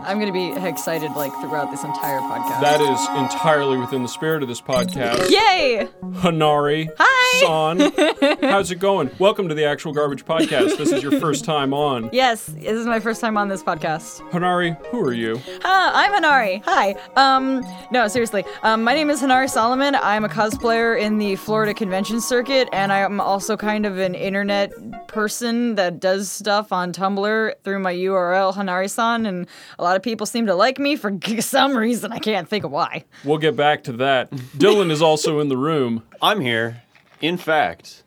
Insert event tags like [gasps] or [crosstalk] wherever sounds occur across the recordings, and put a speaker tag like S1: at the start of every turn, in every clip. S1: I'm going to be excited like throughout this entire podcast.
S2: That is entirely within the spirit of this podcast.
S1: Yay!
S2: Hanari.
S1: Hi!
S2: San. How's it going? Welcome to the Actual Garbage Podcast. This is your first time on.
S1: Yes, this is my first time on this podcast.
S2: Hanari, who are you?
S1: Ah, I'm Hanari. Hi. Um, no, seriously. Um, my name is Hanari Solomon. I'm a cosplayer in the Florida convention circuit, and I'm also kind of an internet person that does stuff on Tumblr through my URL, Hanari-san, and a lot of people seem to like me for [laughs] some reason. I can't think of why.
S2: We'll get back to that. Dylan is also in the room.
S3: I'm here. In fact,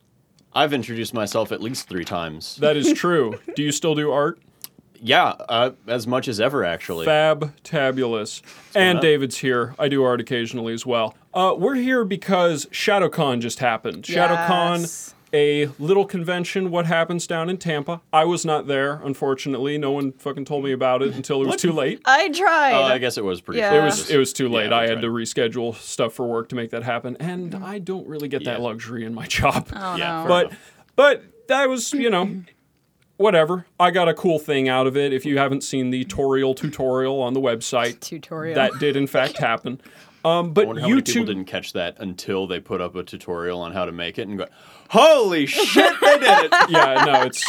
S3: I've introduced myself at least three times.
S2: That is true. Do you still do art?
S3: Yeah, uh, as much as ever, actually.
S2: Fab Tabulous. And
S3: up?
S2: David's here. I do art occasionally as well. Uh, we're here because ShadowCon just happened.
S1: Yes.
S2: ShadowCon, a little convention, what happens down in Tampa. I was not there, unfortunately. No one fucking told me about it until it was too late.
S1: I tried.
S2: Oh,
S3: Uh, I guess it was pretty.
S1: Yeah.
S2: It was it was too late.
S3: Yeah,
S2: I
S3: that's
S2: had to
S3: right.
S2: reschedule stuff for work to make that happen, and I don't really get that
S3: Yeah. Oh.
S2: luxury in my [laughs] job.
S3: Yeah, fair
S1: [laughs]
S2: but
S3: enough.
S2: but that was you know whatever. I got a cool thing out of it. If you haven't seen the Toriel tutorial on the website,
S1: Tutorial.
S2: that did in fact happen. Um,
S3: I
S2: but
S3: wonder how
S2: you
S3: many people
S2: two,
S3: didn't catch that until they put up a tutorial on how to make it and go, "Holy shit, they
S1: [laughs]
S3: did
S2: [laughs]
S3: it!"
S2: yeah, no, it's.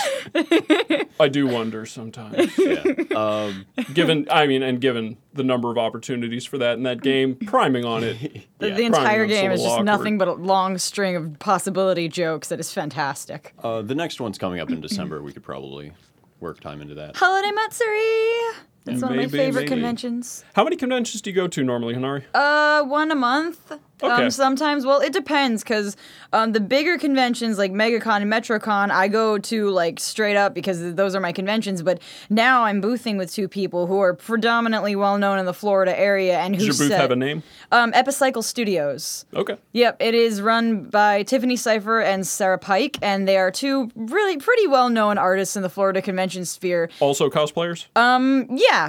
S2: I do wonder sometimes.
S3: Yeah. Um,
S2: Given, I mean, and given the number of opportunities for that in that game, priming on
S3: [laughs]
S2: it.
S1: The,
S3: yeah.
S1: the entire
S2: Probably not so
S1: game is just
S2: awkward.
S1: nothing but a long string of possibility jokes that is fantastic.
S3: uh, the next one's coming up in December. We could probably work time into that.
S1: Holiday Matsuri! That's one of my
S2: Mm, Maybe,
S1: favorite
S2: maybe.
S1: conventions.
S2: How many conventions do you go to normally, Hanari?
S1: Uh, one a month.
S2: Okay.
S1: Um, sometimes, well, it depends because um, the bigger conventions like MegaCon and MetroCon, I go to like straight up because those are my conventions. But now I'm boothing with two people who are predominantly well known in the Florida area and who
S2: Does your booth
S1: set-
S2: have a name?
S1: Um, Epicycle Studios.
S2: Okay.
S1: Yep, it is run by Tiffany Cipher and Sarah Pike, and they are two really pretty well known artists in the Florida convention sphere.
S2: Also cosplayers?
S1: Uh, Yeah,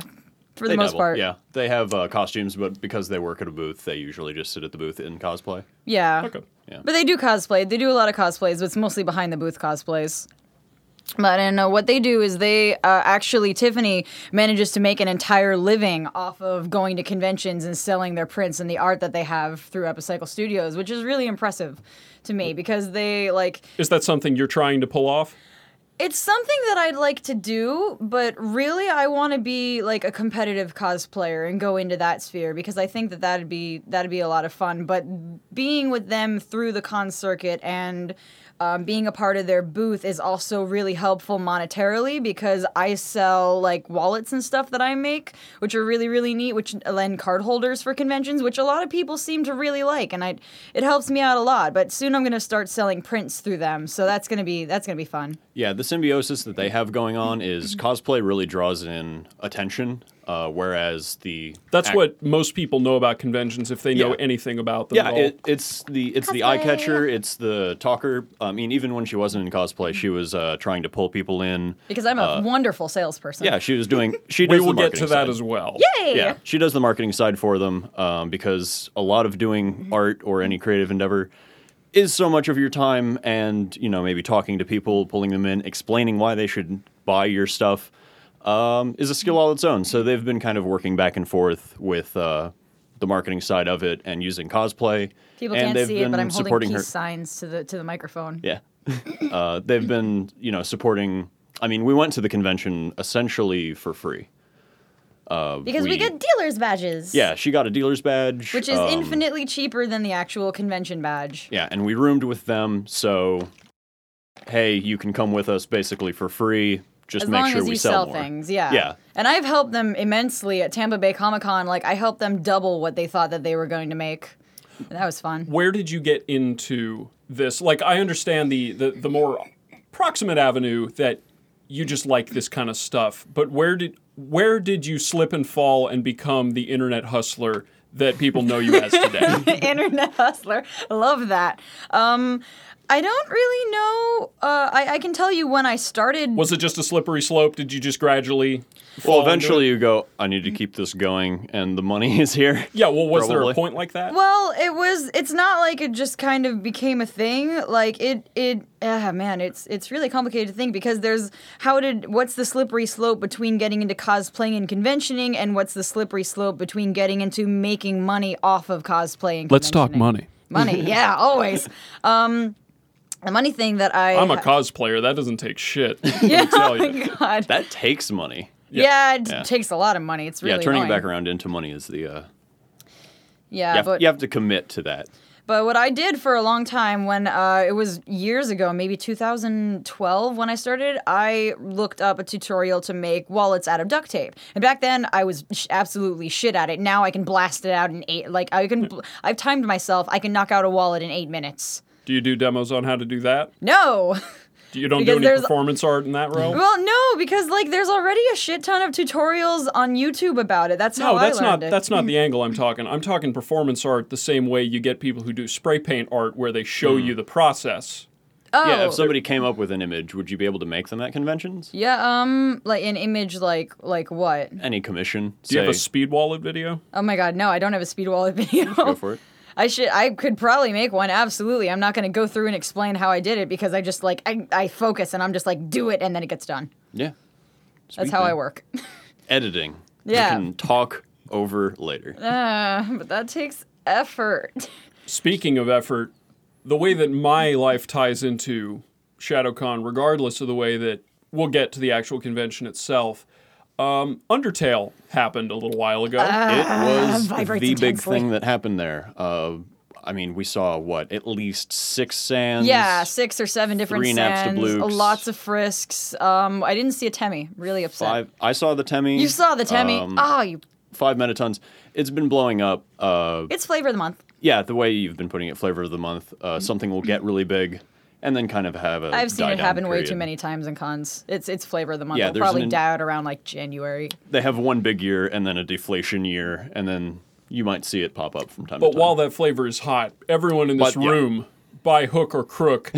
S1: for the
S3: They
S1: most
S3: dabble,
S1: part.
S3: yeah. They have uh, costumes, but because they work at a booth, they usually just sit at the booth in cosplay.
S1: Yeah.
S2: Okay.
S3: Yeah.
S1: But they do cosplay. They do a lot of cosplays, but it's mostly behind the booth cosplays. But and uh, what they do is they uh, actually Tiffany manages to make an entire living off of going to conventions and selling their prints and the art that they have through Epicycle Studios, which is really impressive to me because they like
S2: Is that something you're trying to pull off?
S1: it's something that I'd like to do, but really I want to be like a competitive cosplayer and go into that sphere because I think that that'd be that'd be a lot of fun. But being with them through the con circuit and um, being a part of their booth is also really helpful monetarily because I sell like wallets and stuff that I make, which are really really neat, which lend card holders for conventions, which a lot of people seem to really like, and I it helps me out a lot. But soon I'm gonna start selling prints through them, so that's gonna be that's gonna be fun.
S3: Yeah, the symbiosis that they have going on is cosplay really draws in attention, uh, whereas the
S2: That's
S3: act-
S2: what most people know about conventions if they know
S3: Yeah.
S2: anything about them.
S3: Yeah,
S2: at all.
S3: it, it's the it's the eye
S1: Cosplay.
S3: catcher, it's the talker. I mean, even when she wasn't in cosplay, she was uh, trying to pull people in.
S1: Because I'm a wonderful salesperson.
S3: Uh, Yeah, she was doing. She
S2: we
S3: does
S2: will
S3: the
S2: get to
S3: marketing
S2: that
S3: side.
S2: as well.
S1: Yay!
S3: Yeah, she does the marketing side for them um, because a lot of doing
S1: Mm-hmm.
S3: art or any creative endeavor is so much of your time and, you know, maybe talking to people, pulling them in, explaining why they should buy your stuff um, is a skill all its own. So they've been kind of working back and forth with uh, the marketing side of it and using cosplay.
S1: People
S3: and
S1: can't
S3: they've
S1: see it, but
S3: been
S1: I'm holding
S3: supporting
S1: peace
S3: her.
S1: signs to the to the microphone.
S3: Yeah. [laughs] uh, they've been, you know, supporting. I mean, we went to the convention essentially for free.
S1: Because we,
S3: we-
S1: get dealer's badges.
S3: Yeah, she got a dealer's badge.
S1: Which is
S3: um,
S1: infinitely cheaper than the actual convention badge.
S3: Yeah, and we roomed with them, so hey, you can come with us basically for free. Just
S1: As
S3: make
S1: long
S3: sure
S1: as
S3: we
S1: you
S3: sell,
S1: sell
S3: more.
S1: things, yeah.
S3: Yeah.
S1: And I've helped them immensely at Tampa Bay Comic Con. Like I helped them double what they thought that they were going to make. And that was [laughs] fun.
S2: Where did you get into this? Like, I understand the, the, the more proximate avenue that you just like this kind of stuff, but where did where did you slip and fall and become the internet hustler
S3: [laughs]
S2: that people know you as today?
S1: Internet hustler, love that. Um, I don't really know. Uh, I, I can tell you when I started.
S2: Was it just a slippery slope? Did you just gradually?
S3: Well,
S2: fall into
S3: eventually
S2: it?
S3: you go, I need
S1: Mm-hmm.
S3: to keep this going, and the money [laughs] is here.
S2: Yeah. Well, was there a
S3: Probably.
S2: point like that?
S1: Well, it was. It's not like it just kind of became a thing. Like it, it. Ah, man, it's it's really complicated to think because there's how did what's the slippery slope between getting into cosplaying and conventioning, and what's the slippery slope between getting into making money off of cosplaying? conventioning? Money, yeah, always. Um, the money thing that I
S2: I'm a cosplayer. That doesn't take shit.
S1: [laughs]
S3: [laughs]
S1: yeah,
S2: tell ya.
S1: oh my God.
S3: That takes money.
S1: yeah, it
S3: Yeah.
S1: takes a lot of money. It's really
S3: yeah, turning it
S1: annoying.
S3: back around into money is the. Uh,
S1: Yeah,
S3: you, have,
S1: but
S3: you have to commit to that.
S1: But what I did for a long time when uh, it was years ago, maybe 2012 when I started, I looked up a tutorial to make wallets out of duct tape. And back then, I was sh- absolutely shit at it. Now I can blast it out in eight. Like I can, bl- I've timed myself. I can knock out a wallet in eight minutes.
S2: Do you do demos on how to do that?
S1: No. [laughs]
S2: Do You don't
S1: Because
S2: do any
S1: there's-
S2: performance art in that realm.
S1: Well, no, because like there's already a shit ton of tutorials on YouTube about it. That's how
S2: No, that's
S1: I learned
S2: not
S1: it. [laughs]
S2: that's not the angle I'm talking. I'm talking performance art the same way you get people who do spray paint art where they show you the process.
S1: oh.
S3: Yeah, if somebody came up with an image, would you be able to make them at conventions?
S1: yeah, um, like an image, like like what?
S3: Any commission?
S2: Do you have a
S3: say,
S2: speed wallet video?
S1: Oh my god, no, I don't have a speed wallet [laughs] video.
S3: go for it?
S1: I should. I could probably make one. Absolutely. I'm not going to go through and explain how I did it because I just like I, I focus and I'm just like do it and then it gets done.
S3: Yeah.
S1: That's
S3: Sweet
S1: how I
S3: thing.
S1: work. [laughs]
S3: Editing.
S1: Yeah.
S3: You can talk over later.
S1: Uh, but that takes effort.
S2: Speaking of effort, the way that my life ties into ShadowCon, regardless of the way that we'll get to the actual convention itself, um, Undertale happened a little while ago.
S1: Uh, [laughs]
S3: it was the
S1: vibrates
S3: big
S1: intensely.
S3: thing that happened there. Uh, I mean, we saw what at least six sands.
S1: Yeah, six or seven different
S3: Three naps to
S1: sands,
S3: Blukes.
S1: lots of frisks. Um, I didn't see a Temmie. Really upset.
S3: Five. I saw the Temmie.
S1: You saw the Temmie.
S3: Um,
S1: oh, you.
S3: Five metatons. It's been blowing up. Uh,
S1: It's flavor of the month.
S3: yeah, the way you've been putting it, flavor of the month. Uh, something will get really big, and then kind of have a.
S1: Mm-hmm. I've seen it
S3: die-down
S1: happen way too
S3: period.
S1: many times in cons. It's it's flavor of the month.
S3: Yeah,
S1: It'll
S3: there's
S1: probably
S3: an-
S1: die out around like January.
S3: They have one big year, and then a deflation year, and then you might see it pop up from time
S2: But
S3: to time.
S2: while that flavor is hot, everyone in this
S3: But, yeah.
S2: room, by hook or
S3: [laughs]
S2: crook,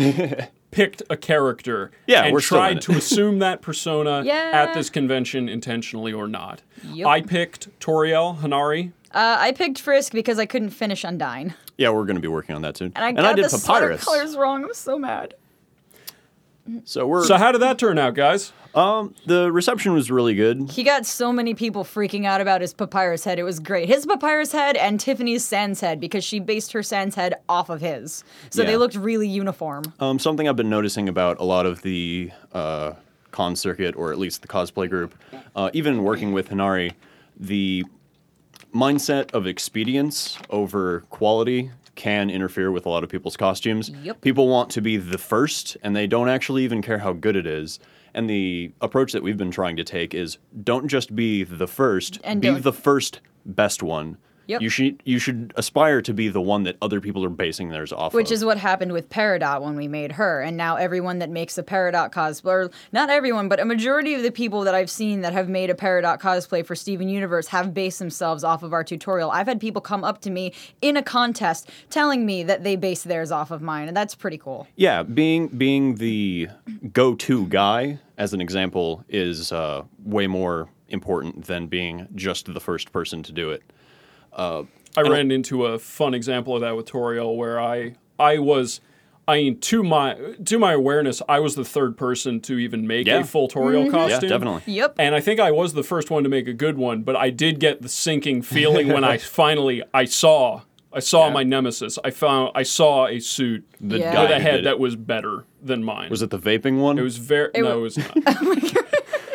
S2: picked a character
S3: Yeah,
S2: and
S3: we're still in
S2: tried
S3: it.
S2: to assume that persona
S1: Yeah.
S2: at this convention intentionally or not.
S1: Yep.
S2: I picked Toriel Hanari.
S1: Uh, I picked Frisk because I couldn't finish Undyne.
S3: yeah, we're going to be working on that soon.
S1: And I got
S3: I did
S1: the
S3: papyrus.
S1: Star colors wrong. I'm so mad.
S3: So we're
S2: So how did that turn out, guys?
S3: um the reception was really good.
S1: He got so many people freaking out about his papyrus head. It was great. His papyrus head and Tiffany's sans head because she based her sans head off of his. So they
S3: Yeah.
S1: looked really uniform.
S3: Um, something I've been noticing about a lot of the uh, con circuit, or at least the cosplay group, uh, even working with Hinari, the mindset of expedience over quality can interfere with a lot of people's costumes.
S1: Yep.
S3: People want to be the first, and they don't actually even care how good it is. And the approach that we've been trying to take is don't just be the first,
S1: And
S3: be
S1: don't-
S3: the first best one.
S1: Yep.
S3: You should you should aspire to be the one that other people are basing theirs off
S1: Which
S3: of.
S1: is what happened with Peridot when we made her, and now everyone that makes a Peridot cosplay, or not everyone, but a majority of the people that I've seen that have made a Peridot cosplay for Steven Universe have based themselves off of our tutorial. I've had people come up to me in a contest telling me that they base theirs off of mine, and that's pretty cool.
S3: Yeah, being being the go-to guy, as an example, is uh, way more important than being just the first person to do it.
S2: I ran into a fun example of that with Toriel where I I was I mean to my to my awareness, I was the third person to even make
S3: Yeah.
S2: a full Toriel
S3: Yeah,
S2: costume.
S3: definitely.
S1: Yep.
S2: And I think I was the first one to make a good one, but I did get the sinking feeling when
S3: [laughs]
S2: I finally I saw I saw my nemesis. I found I saw a suit
S3: The
S1: Yeah.
S3: guy
S1: But
S2: with a
S3: who did
S2: head
S3: it.
S2: that was better than mine.
S3: was it the vaping one.
S2: It was very no,
S1: [laughs]
S2: it was not.
S1: Oh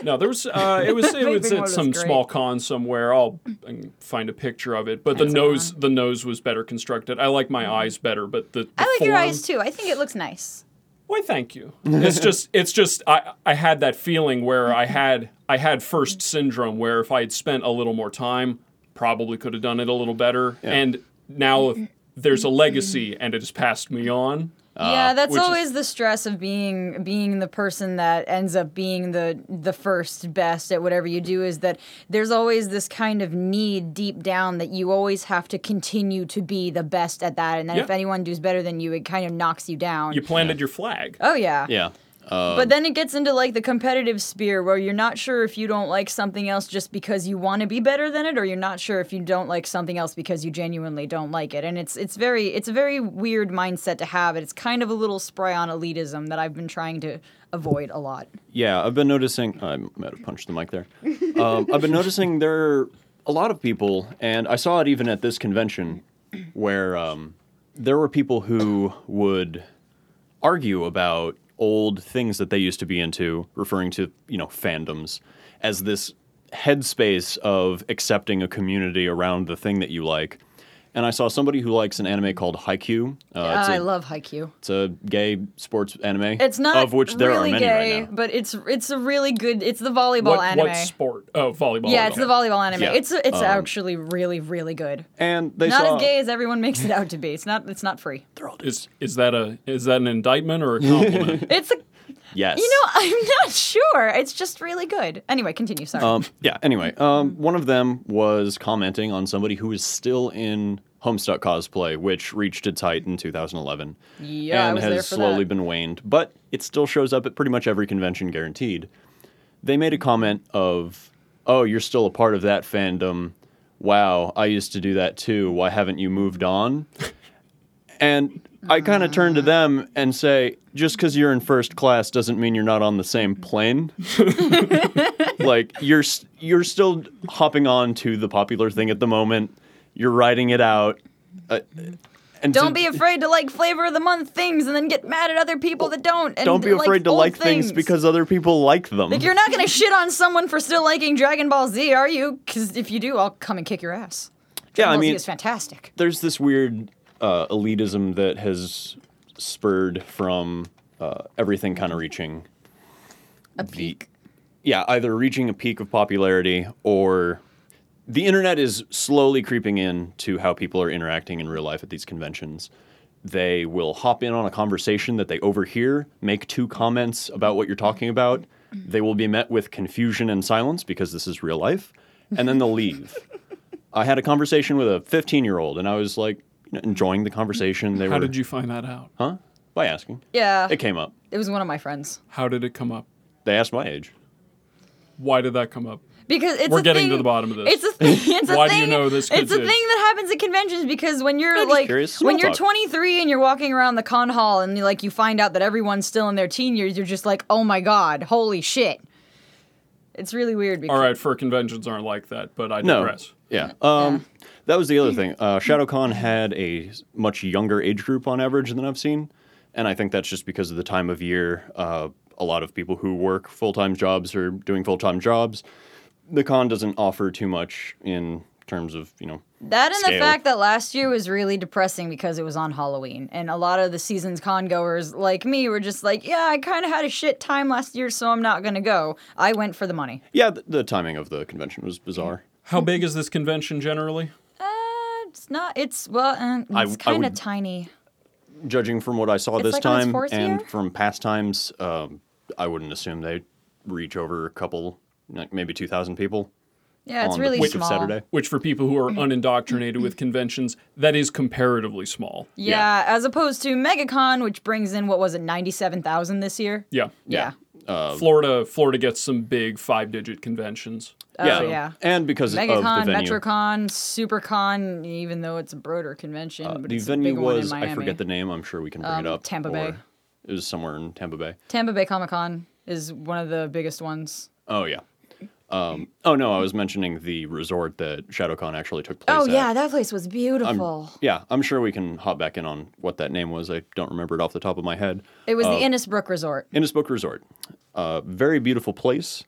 S2: No, there was uh, it was it
S1: Vaping
S2: was
S1: one
S2: at
S1: was
S2: some
S1: great.
S2: small con somewhere. I'll I can find a picture of it. But the nose the nose was better constructed. I like my eyes better, but the, the
S1: Mm-hmm. I like your
S2: form-
S1: eyes too. I think it looks nice.
S2: Why, thank you. It's
S3: [laughs]
S2: just, it's just, I, I had that feeling where I had, I had first syndrome where if I had spent a little more time, probably could have done it a little better. And now there's a legacy and it has passed me on.
S1: yeah, that's
S2: Uh, which is-
S1: always the stress of being being the person that ends up being the the first best at whatever you do is that there's always this kind of need deep down that you always have to continue to be the best at that and then if
S2: Yeah.
S1: anyone does better than you it kind of knocks you down.
S2: You planted your flag.
S1: Oh yeah.
S3: Yeah.
S1: But then it gets into like the competitive sphere where you're not sure if you don't like something else just because you want to be better than it, or you're not sure if you don't like something else because you genuinely don't like it. And it's it's very it's a very weird mindset to have. It's kind of a little spry on elitism that I've been trying to avoid a lot.
S3: Yeah, I've been noticing. I might have punched the mic there. Um, I've been noticing there are a lot of people, and I saw it even at this convention, where um, there were people who would argue about old things that they used to be into, referring to you know fandoms as this headspace of accepting a community around the thing that you like. And I saw somebody who likes an anime called Haikyuu. Uh, it's,
S1: Ah, I
S3: a,
S1: love haiku.
S3: it's a gay sports anime.
S1: It's not
S3: of which there
S1: really
S3: are many
S1: gay,
S3: right now.
S1: but it's it's a really good. It's the volleyball
S2: what,
S1: anime.
S2: what sport? Oh, volleyball.
S1: yeah, it's the
S2: Okay.
S1: volleyball anime.
S3: Yeah. Um,
S1: It's it's actually really really good.
S3: And they
S1: Not
S3: saw
S1: as gay as everyone makes it out to be. It's not it's not [laughs] free.
S2: Is is that a is that an indictment or a compliment?
S3: [laughs]
S1: It's a
S3: Yes.
S1: You know, [laughs] I'm not sure. It's just really good. Anyway, continue. Sorry.
S3: Um, yeah. Anyway,
S1: Mm-hmm.
S3: um, one of them was commenting on somebody who is still in Homestuck cosplay, which reached its height in 2011.
S1: Yeah, I
S3: and
S1: was
S3: has
S1: there for
S3: slowly
S1: that.
S3: been waned, but it still shows up at pretty much every convention, guaranteed. They made a comment of, "Oh, you're still a part of that fandom. Wow, I used to do that too. Why haven't you moved on?" And I kind of turn to them and say, just because you're in first class doesn't mean you're not on the same plane. [laughs] like you're s- you're still hopping on to the popular thing at the moment. You're riding it out. Uh, and
S1: don't
S3: to-
S1: be afraid to like flavor of the month things and then get mad at other people that don't. And
S3: don't be
S1: like
S3: afraid to
S1: old
S3: like things. because other people like them.
S1: Like, you're not gonna shit on someone for still liking Dragon Ball Z, are you? Because if you do, I'll come and kick your ass.
S3: yeah,
S1: Dragon
S3: I
S1: Ball Z
S3: mean,
S1: is fantastic.
S3: there's this weird uh, elitism that has spurred from uh, everything kind of reaching
S1: A peak.
S3: yeah, either reaching a peak of popularity or the internet is slowly creeping in to how people are interacting in real life at these conventions. They will hop in on a conversation that they overhear, make two comments about what you're talking about. They will be met with confusion and silence because this is real life, and then they'll leave. I had a conversation with a 15 year old, and I was like you know, enjoying the conversation. They
S2: How
S3: were,
S2: did you find that out?
S3: Huh? By asking.
S1: Yeah,
S3: It came up.
S1: it was one of my friends.
S2: How did it come up?
S3: They asked my age.
S2: Why did that come up?
S1: Because it's
S2: We're
S1: a
S2: getting
S1: thing-
S2: to the bottom of this.
S1: It's a thing. It's a
S2: [laughs] Why do
S1: thing,
S2: you know this
S1: It's a thing
S2: kid's age?
S1: that happens at conventions because when you're
S3: just
S1: like
S3: curious.
S1: when
S3: Small
S1: you're
S3: talk.
S1: 23 and you're walking around the con hall and you, like you find out that everyone's still in their teen years, you're just like, oh my god, holy shit. It's really weird. Because
S2: All right, fur conventions aren't like that, but I
S3: No.
S2: digress.
S3: Yeah. Um, that was the other thing. Uh, ShadowCon had a s- much younger age group on average than I've seen, and I think that's just because of the time of year. Uh, a lot of people who work full time jobs are doing full time jobs. The con doesn't offer too much in terms of you know.
S1: That and
S3: scale.
S1: the fact that last year was really depressing because it was on Halloween, and a lot of the season's con goers like me were just like, yeah, I kind of had a shit time last year, so I'm not gonna go. I went for the money.
S3: Yeah, the, the timing of the convention was bizarre.
S2: How big is this convention generally?
S1: Uh, it's not. It's well, uh,
S3: I-
S1: it's
S3: I
S1: kind of
S3: would-
S1: tiny.
S3: Judging from what I saw
S1: It's
S3: this
S1: like on its
S3: time
S1: fourth
S3: and
S1: year?
S3: from past times, um, I wouldn't assume they reach over a couple, like maybe two thousand people
S1: Yeah, it's
S3: on
S1: really
S3: the week
S1: small.
S3: of Saturday.
S2: Which, for people who are
S1: Mm-hmm.
S2: unindoctrinated with conventions, that is comparatively small.
S1: Yeah, as opposed to MegaCon, which brings in what was it, ninety-seven thousand this year?
S2: Yeah.
S1: Yeah.
S3: Uh,
S2: Florida, Florida gets some big five-digit conventions.
S1: Oh yeah.
S3: And because of the
S1: MegaCon,
S3: venue.
S1: MetroCon, SuperCon, even though it's a broader convention, but
S3: Uh, the
S1: it's a
S3: venue
S1: big
S3: was
S1: one in Miami.
S3: I forget the name. I'm sure we can bring
S1: Um,
S3: it up.
S1: Tampa
S3: or-
S1: Bay.
S3: It was somewhere in Tampa Bay.
S1: Tampa Bay Comic Con is one of the biggest ones.
S3: Oh yeah. Um, oh no, I was mentioning the resort that ShadowCon actually took place.
S1: Oh
S3: at.
S1: yeah, that place was beautiful.
S3: Yeah, I'm sure we can hop back in on what that name was. I don't remember it off the top of my head.
S1: it was
S3: uh,
S1: the Innisbrook Resort.
S3: Innisbrook Resort, uh, very beautiful place,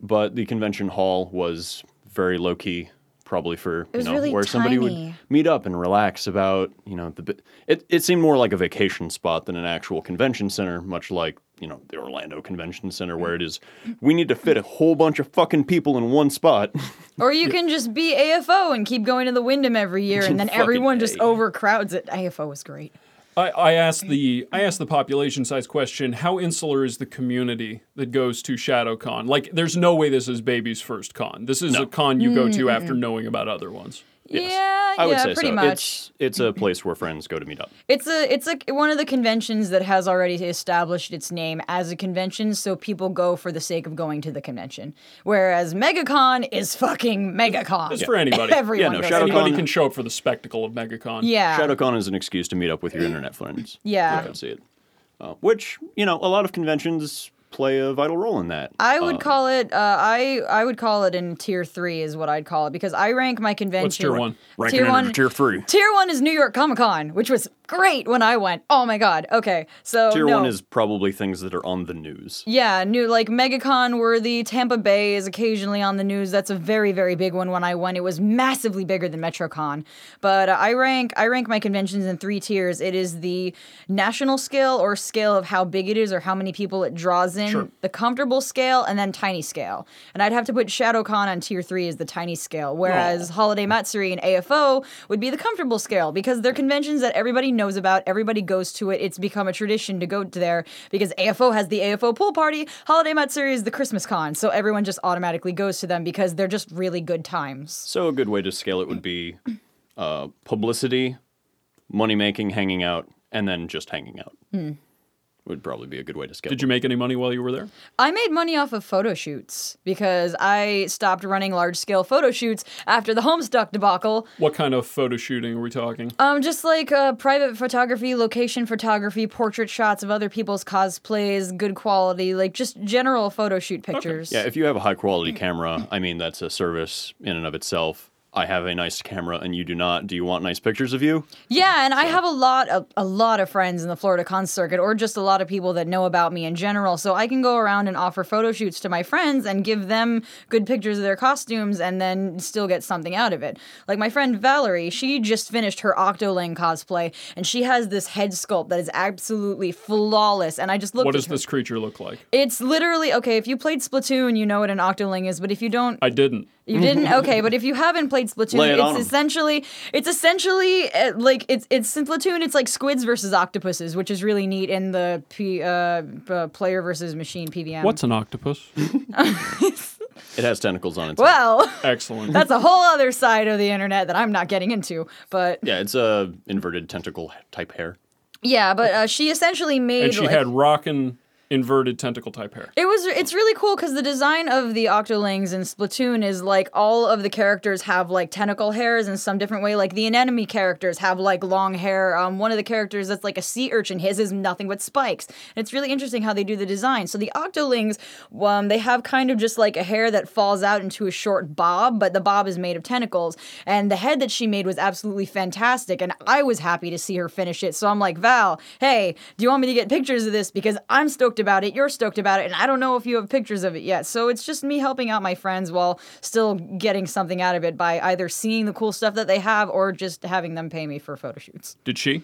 S3: but the convention hall was very low key. Probably for you
S1: was
S3: know
S1: really
S3: where somebody would
S1: tiny.
S3: meet up and relax about you know the bi- it. It seemed more like a vacation spot than an actual convention center, much like you know, the Orlando Convention Center where it is, we need to fit a whole bunch of fucking people in one spot. [laughs]
S1: Or you can just be AFO and keep going to the Wyndham every
S3: [laughs]
S1: year, and then
S3: Fucking
S1: everyone just
S3: A.
S1: overcrowds it. AFO was great.
S2: I, I asked the I asked the population size question: How insular is the community that goes to ShadowCon? Like, there's no way this is baby's first con. This is a con you go
S1: Mm-hmm.
S2: to after knowing about other ones.
S3: Yes.
S1: Yeah,
S3: I would
S1: yeah,
S3: say
S1: pretty
S3: so.
S1: much.
S3: It's it's a place where friends go to meet up.
S1: It's a it's like one of the conventions that has already established its name as a convention, so people go for the sake of going to the convention. Whereas MegaCon is fucking MegaCon.
S2: It's for anybody.
S1: [laughs] Everyone
S3: Yeah, no,
S1: goes.
S3: shout out-
S2: Anybody
S3: ShadowCon-
S2: can show up for the spectacle of MegaCon.
S1: yeah.
S3: ShadowCon is an excuse to meet up with your internet friends.
S1: [laughs] Yeah.
S3: You can see it. Uh, which you know, a lot of conventions play a vital role in that.
S1: I would call it. Uh, I I would call it in tier three is what I'd call it because I rank my convention.
S2: tier one?
S3: Ranking it under tier three.
S1: Tier one is New York Comic Con, which was great when I went. Oh my god. Okay, so
S3: Tier
S1: no.
S3: one is probably things that are on the news.
S1: Yeah, new like MegaCon worthy. Tampa Bay is occasionally on the news. That's a very very big one. When I went, it was massively bigger than MetroCon. But uh, I rank I rank my conventions in three tiers. It is the national scale or scale of how big it is or how many people it draws in. The comfortable scale and then tiny scale. And I'd have to put ShadowCon on tier three as the tiny scale, whereas Holiday Matsuri and AFO would be the comfortable scale because they're conventions that everybody knows about. Everybody goes to it. It's become a tradition to go to there because AFO has the AFO pool party. Holiday Matsuri is the Christmas con. So everyone just automatically goes to them because they're just really good times.
S3: So a good way to scale it would be uh, publicity, money making, hanging out, and then just hanging out.
S1: Hmm.
S3: Would probably be a good way to scale.
S2: Did
S3: it.
S2: you make any money while you were there?
S1: I made money off of photo shoots because I stopped running large scale photo shoots after the Homestuck debacle
S2: What kind of photo shooting are we talking?
S1: Um, just like uh, private photography, location photography, portrait shots of other people's cosplays, good quality, like just general photo shoot pictures.
S3: Yeah, if you have a high quality
S1: Hmm.
S3: camera, I mean that's a service in and of itself. I have a nice camera and you do not. Do you want nice pictures of you?
S1: Yeah, and I have a lot of a lot of friends in the Florida con circuit, or just a lot of people that know about me in general. So I can go around and offer photo shoots to my friends and give them good pictures of their costumes, and then still get something out of it. Like my friend Valerie, she just finished her Octolane cosplay, and she has this head sculpt that is absolutely flawless. And I just looked.
S2: What
S1: at
S2: does
S1: her-
S2: this creature look like?
S1: It's literally okay. If you played Splatoon, you know what an octoling is. But if you don't,
S2: I didn't.
S1: you
S3: [laughs]
S1: didn't. Okay, but if you haven't played Splatoon,
S3: Uh, Lay it on
S1: it's
S3: 'em.
S1: essentially it's essentially uh, like it's it's in Splatoon. It's like squids versus octopuses, which is really neat in the P, uh, uh, player versus machine PVM.
S2: What's an octopus?
S3: It has tentacles on its head.
S1: well, [laughs]
S2: Excellent.
S1: that's a whole other side of the internet that I'm not getting into. But
S3: Yeah, it's a inverted tentacle type hair.
S1: yeah, but uh, she essentially made
S2: and she
S1: like,
S2: had rockin' inverted tentacle type hair.
S1: It was it's really cool because the design of the Octolings in Splatoon is like all of the characters have like tentacle hairs in some different way. Like the anemone characters have like long hair. Um, one of the characters that's like a sea urchin, his is nothing but spikes. And it's really interesting how they do the design. So the Octolings, um, they have kind of just like a hair that falls out into a short bob, but the bob is made of tentacles. And the head that she made was absolutely fantastic, and I was happy to see her finish it. So I'm like, Val, hey, do you want me to get pictures of this? Because I'm stoked about it, you're stoked about it, and I don't know if you have pictures of it yet. So it's just me helping out my friends while still getting something out of it by either seeing the cool stuff that they have or just having them pay me for photo shoots.
S2: Did she?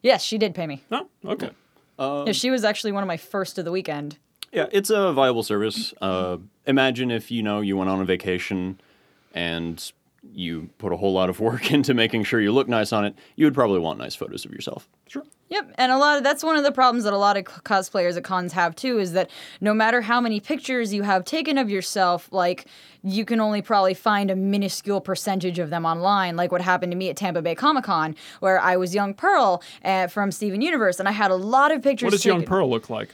S1: Yes, she did pay me.
S2: No. Okay.
S1: Yeah, she was actually one of my first of the weekend.
S3: Yeah, it's a viable service. Uh, imagine if you know you went on a vacation and you put a whole lot of work [laughs] into making sure you look nice on it. You would probably want nice photos of yourself.
S2: Sure.
S1: Yep, and a lot of that's one of the problems that a lot of c- cosplayers at cons have too is that no matter how many pictures you have taken of yourself, like you can only probably find a minuscule percentage of them online. Like what happened to me at Tampa Bay Comic Con, where I was young Pearl uh, from Steven Universe, and I had a lot of pictures.
S2: What does young
S1: taken-
S2: Pearl look like?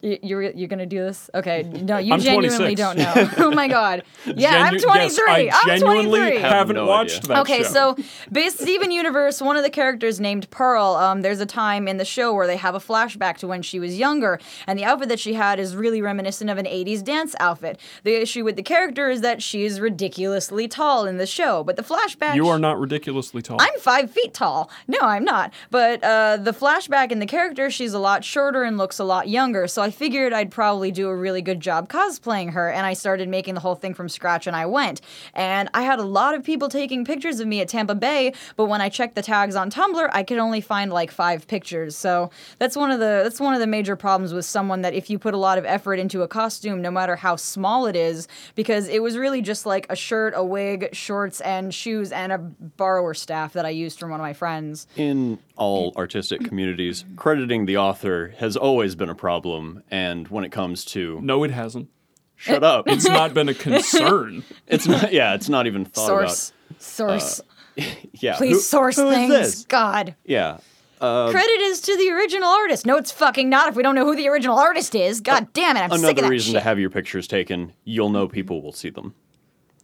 S1: Y- You're you're gonna do this? Okay, no, you
S2: I'm
S1: genuinely
S2: 26.
S1: don't know. [laughs] oh my
S2: [laughs]
S1: god, yeah,
S2: Genu-
S1: I'm 23.
S2: Yes, I
S1: I'm
S2: genuinely
S1: 23.
S2: haven't
S3: no
S2: watched
S3: idea.
S2: that
S1: okay,
S2: show.
S1: so based Steven Universe, one of the characters named Pearl. Um, there's a time in the show where they have a flashback to when she was younger, and the outfit that she had is really reminiscent of an '80s dance outfit. The issue with the character is that she is ridiculously tall in the show, but the flashback
S2: you are not ridiculously tall.
S1: I'm five feet tall. No, I'm not. But uh, the flashback in the character, she's a lot shorter and looks a lot younger. So I I figured I'd probably do a really good job cosplaying her, and I started making the whole thing from scratch and I went. And I had a lot of people taking pictures of me at Tampa Bay, but when I checked the tags on Tumblr, I could only find like five pictures. So that's one of the that's one of the major problems with someone that if you put a lot of effort into a costume, no matter how small it is, because it was really just like a shirt, a wig, shorts, and shoes, and a borrower staff that I used from one of my friends.
S3: in all artistic communities, crediting the author has always been a problem. And when it comes to
S2: No, it hasn't.
S3: shut
S1: Eh.
S3: up, it's,
S2: It's
S1: [laughs]
S2: not been a concern.
S3: it's not. Yeah, it's not even thought
S1: Source, source,
S3: about. Yeah,
S1: please
S3: who-
S1: source
S3: who is
S1: things.
S3: this? Um,
S1: God.
S3: Yeah,
S1: Credit is to the original artist. No, it's fucking not if we don't know who the original artist is. God damn it, I'm sick of
S3: another
S1: that shit.
S3: reason
S1: Mm-hmm.
S3: to have your pictures taken. You'll know people will see them.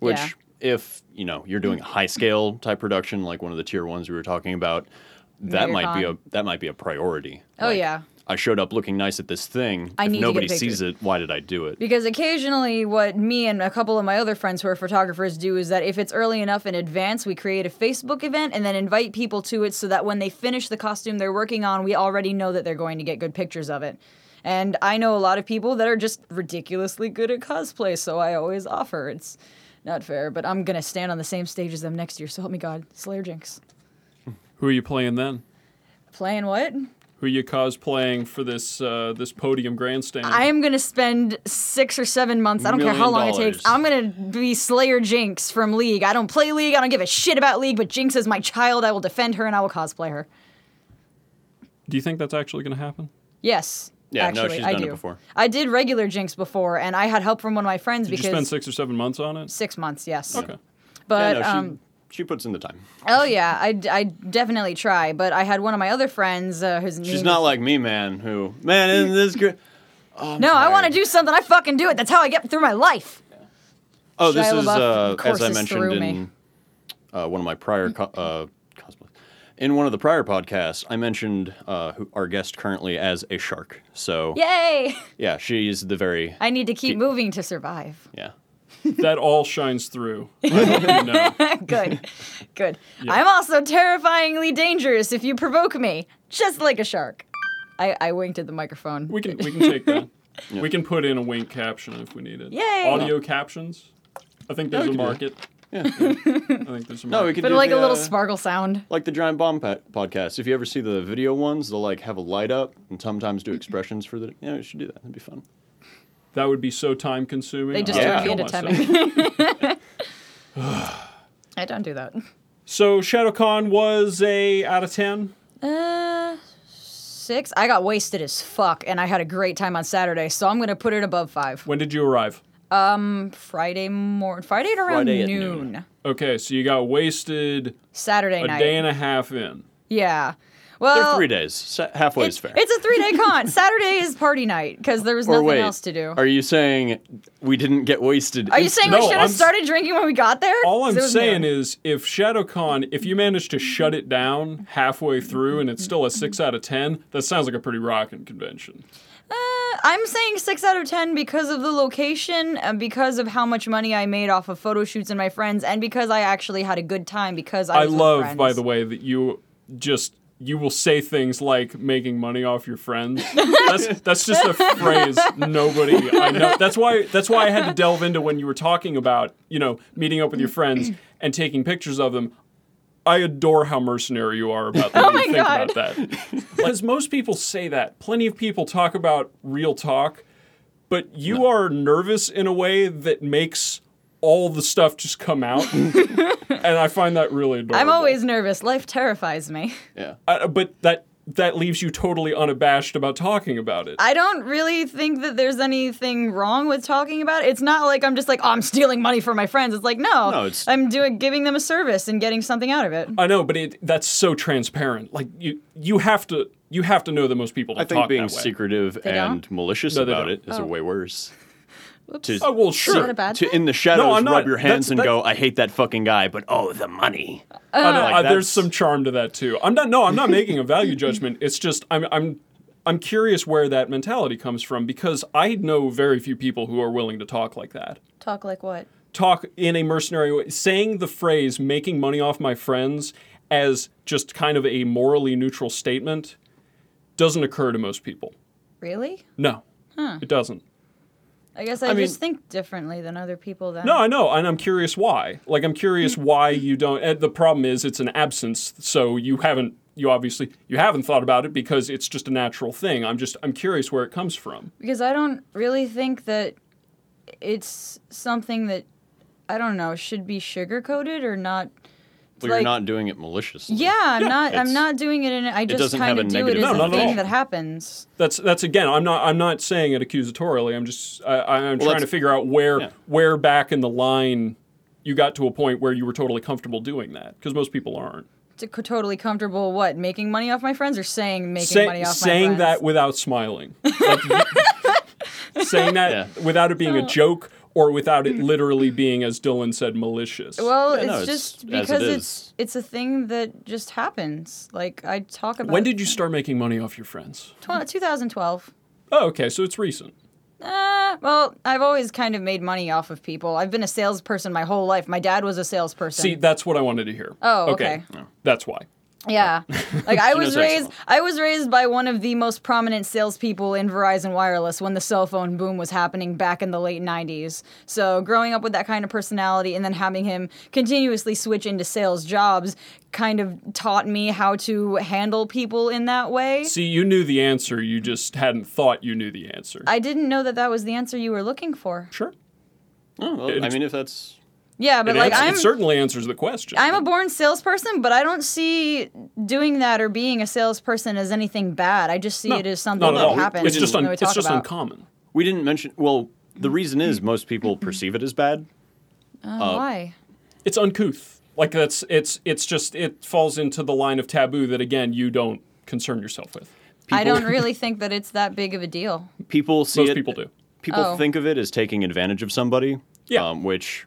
S3: Which,
S1: Yeah. Mm-hmm.
S3: if you know you're doing a high scale type production like one of the tier ones we were talking about, that might be a
S1: MegaCon.
S3: that might be a priority.
S1: Oh,
S3: Like,
S1: yeah.
S3: I showed up looking nice at this thing.
S1: I
S3: if
S1: need to get a
S3: nobody
S1: picture.
S3: sees it, why did I do it?
S1: Because occasionally, what me and a couple of my other friends who are photographers do is that if it's early enough in advance, we create a Facebook event and then invite people to it so that when they finish the costume they're working on, we already know that they're going to get good pictures of it. And I know a lot of people that are just ridiculously good at cosplay, so I always offer. It's not fair, but I'm going to stand on the same stage as them next year, so help me God. Slayer Jinx.
S2: Who are you playing then?
S1: Playing what?
S2: Who are you cosplaying for this uh, this podium grandstand?
S1: I am gonna spend six or seven months. I don't care
S3: Million
S1: how long it
S3: dollars.
S1: takes. I'm gonna be Slayer Jinx from League. I don't play League. I don't give a shit about League. But Jinx is my child. I will defend her and I will cosplay her.
S2: Do you think that's actually going to happen?
S1: Yes.
S3: Yeah, no,
S1: actually,
S3: she's
S1: I
S3: done it
S1: do.
S3: before.
S1: I did regular Jinx before, and I had help from one of my friends
S2: Did you
S1: because
S2: spend six or seven months on
S1: [laughs]
S2: it?
S1: six months. Yes.
S2: Okay.
S3: Yeah,
S1: But
S3: no, she,
S1: um,
S3: she puts in the time.
S1: oh yeah, I, d- I definitely try. But I had one of my other friends uh, whose name
S3: She's
S1: is-
S3: not like me, man. Who
S1: [laughs]
S3: man isn't this good?
S1: no, I want to
S3: tired.
S1: do something. I fucking do it. That's how I get through my life.
S3: Oh, this
S1: Shia
S3: is
S1: LaBeouf
S3: uh, as I
S1: courses
S3: mentioned
S1: through
S3: in
S1: me.
S3: uh, one of my prior co- uh, cosplay. In one of the prior podcasts, I mentioned uh, who, our guest currently as a shark. So
S1: Yay! [laughs]
S3: yeah, she's the very
S1: I need to keep moving to survive.
S3: yeah.
S2: That all shines through. I hope you know.
S1: [laughs]
S3: [laughs]
S1: good. Good. I'm also terrifyingly dangerous if you provoke me, just like a shark. I, I winked at the microphone.
S2: We can
S1: [laughs]
S2: we can take that. We can put in a wink caption if we need it.
S1: Yay!
S2: Audio captions. I think there's
S3: we
S2: a
S3: can do that.
S2: market. Yeah. [laughs] I think there's a market.
S3: No, we could
S1: but
S3: do
S1: like
S3: the,
S1: a little
S3: uh,
S1: sparkle sound.
S3: like the giant bomb pa- podcast. If you ever see the video ones, they'll like have a light up and sometimes
S1: Mm-hmm.
S3: do expressions for the. Yeah, we should do that. That'd be fun.
S2: That would be so time consuming.
S1: They just
S3: Yeah.
S1: turned me into
S2: Kill myself.
S1: [laughs] Temming.
S3: [laughs]
S1: [sighs] I don't do that.
S2: So ShadowCon was a out of ten.
S1: Uh, six. I got wasted as fuck, and I had a great time on Saturday, so I'm gonna put it above five.
S2: When did you arrive?
S1: Friday morning, Friday at around
S3: Friday at
S1: noon.
S2: Okay, so you got wasted
S1: Saturday
S2: a
S1: night.
S2: day and a half in.
S1: yeah.
S3: They're
S1: Well,
S3: three days. Sa- halfway is
S1: it's,
S3: fair.
S1: it's a three day
S3: [laughs]
S1: con. Saturday is party night because there was
S3: or
S1: nothing
S3: wait,
S1: else to do.
S3: are you saying we didn't get wasted?
S1: Are you saying
S2: No,
S1: we should
S2: I'm
S1: have
S2: s-
S1: started drinking when we got there?
S2: All I'm
S1: Because it was
S2: saying
S1: noon.
S2: is, if ShadowCon, if you manage to shut it down halfway through and it's still a six out of ten, that sounds like a pretty rockin' convention.
S1: Uh, [laughs] I'm saying six out of ten because of the location, uh, because of how much money I made off of photo shoots and my friends, and because I actually had a good time. Because I,
S2: I
S1: was with
S2: love,
S1: friends.
S2: by the way, that you just you will say things like making money off your friends.
S1: [laughs]
S2: That's that's just a phrase nobody I know. That's why that's why I had to delve into when you were talking about, you know, meeting up with your friends and taking pictures of them. I adore how mercenary you are
S1: [laughs]
S2: about that. when you
S1: Oh my
S2: think about that. Because most people say that. Plenty of people talk about real talk, but you are nervous in a way that makes all the stuff just come
S3: [laughs]
S2: out. and I find that really adorable.
S1: I'm always nervous. Life terrifies me. [laughs]
S3: yeah.
S2: I- but that that leaves you totally unabashed about talking about it.
S1: I don't really think that there's anything wrong with talking about it. It's not like I'm just like, oh, I'm stealing money from my friends. It's like, no,
S3: No, it's-
S1: I'm doing giving them a service and getting something out of it.
S2: I know, but it, that's so transparent. Like you, you have to, you have to know that most people don't
S3: I think
S2: talk
S3: being
S2: that way.
S3: secretive and
S1: don't? Oh.
S3: malicious
S2: No, they
S3: about
S2: don't.
S3: it is way worse. To,
S2: Oh well,
S1: Is
S2: sure.
S1: that a bad
S3: to
S1: thing?
S3: in the shadows
S2: No, I'm not.
S3: rub your hands
S2: That's-
S3: and go, I hate that fucking guy, but oh, the money.
S2: I know,
S3: Like,
S2: uh,
S3: that's-
S2: there's some charm to that too. I'm not. No, I'm not making a
S3: [laughs]
S2: value judgment. It's just I'm. I'm. I'm curious where that mentality comes from because I know very few people who are willing to talk like that.
S1: Talk like what?
S2: talk in a mercenary way, saying the phrase making money off my friends as just kind of a morally neutral statement doesn't occur to most people.
S1: Really?
S2: No. It doesn't.
S1: I guess I,
S2: I mean-
S1: just think differently than other people. Then
S2: No, I know, and I'm curious why. Like, I'm curious why you don't. And the problem is, it's an absence, so you haven't. You obviously you haven't thought about it because it's just a natural thing. I'm just I'm curious where it comes from.
S1: because I don't really think that it's something that I don't know should be sugar coated or not.
S3: But
S1: like-
S3: you're not doing it maliciously.
S1: Yeah, I'm not. I'm
S3: It's-
S1: not doing it. In I just
S3: doesn't have
S1: kind
S3: a
S1: of do it
S3: negative
S1: as
S2: No, not
S1: a
S2: at all.
S1: thing that happens.
S2: That's that's again. I'm not I'm not saying it accusatorially. I'm just I, I- I'm trying to
S3: that's-
S2: figure out where
S3: yeah.
S2: where back in the line you got to a point where you were totally comfortable doing that because most people aren't
S1: To co- totally comfortable. What making money off my friends or saying making
S2: Say-
S1: money off
S2: saying
S1: my friends?
S2: that without smiling, Like, [laughs] saying that
S3: Yeah.
S2: without it
S1: Oh.
S2: being a joke or without it literally being, as Dylan said, malicious.
S1: Well,
S3: Yeah,
S1: it's
S3: no, it's
S1: just
S3: as it
S1: because
S3: is.
S1: it's it's a thing that just happens. Like I talk about.
S2: when did you start making money off your friends?
S1: Tw- 2012.
S2: Oh, okay, so it's recent.
S1: Uh, well, I've always kind of made money off of people. I've been a salesperson my whole life. My dad was a salesperson.
S2: See, that's what I wanted to hear.
S1: Oh, okay.
S2: That's why.
S1: yeah,
S2: [laughs]
S1: like I was
S3: knows herself.
S1: raised. I was raised by one of the most prominent salespeople in Verizon Wireless when the cell phone boom was happening back in the late '90s. So growing up with that kind of personality and then having him continuously switch into sales jobs kind of taught me how to handle people in that way.
S2: See, you knew the answer. You just hadn't thought you knew the answer.
S1: I didn't know that that was the answer you were looking for.
S2: sure.
S3: Oh, well, I mean, if that's
S1: Yeah, but
S2: it,
S1: like
S2: ans- it
S1: I'm
S2: certainly answers the question.
S1: I'm a born salesperson, but I don't see doing that or being a salesperson as anything bad. I just see
S2: No,
S1: it as something
S2: not at
S1: that
S2: all.
S1: happens.
S2: It's just
S1: that
S2: un-
S1: we
S2: it's
S1: talk
S2: just
S1: about.
S2: uncommon.
S3: we didn't mention. Well, the reason is most people perceive it as bad.
S1: Uh, why?
S2: It's uncouth. Like that's it's it's just it falls into the line of taboo that again you don't concern yourself with.
S1: I don't really think that it's that big of a deal.
S3: People see
S2: Most
S3: it.
S2: people do.
S3: People
S1: Oh.
S3: think of it as taking advantage of somebody.
S2: Yeah.
S3: Um, which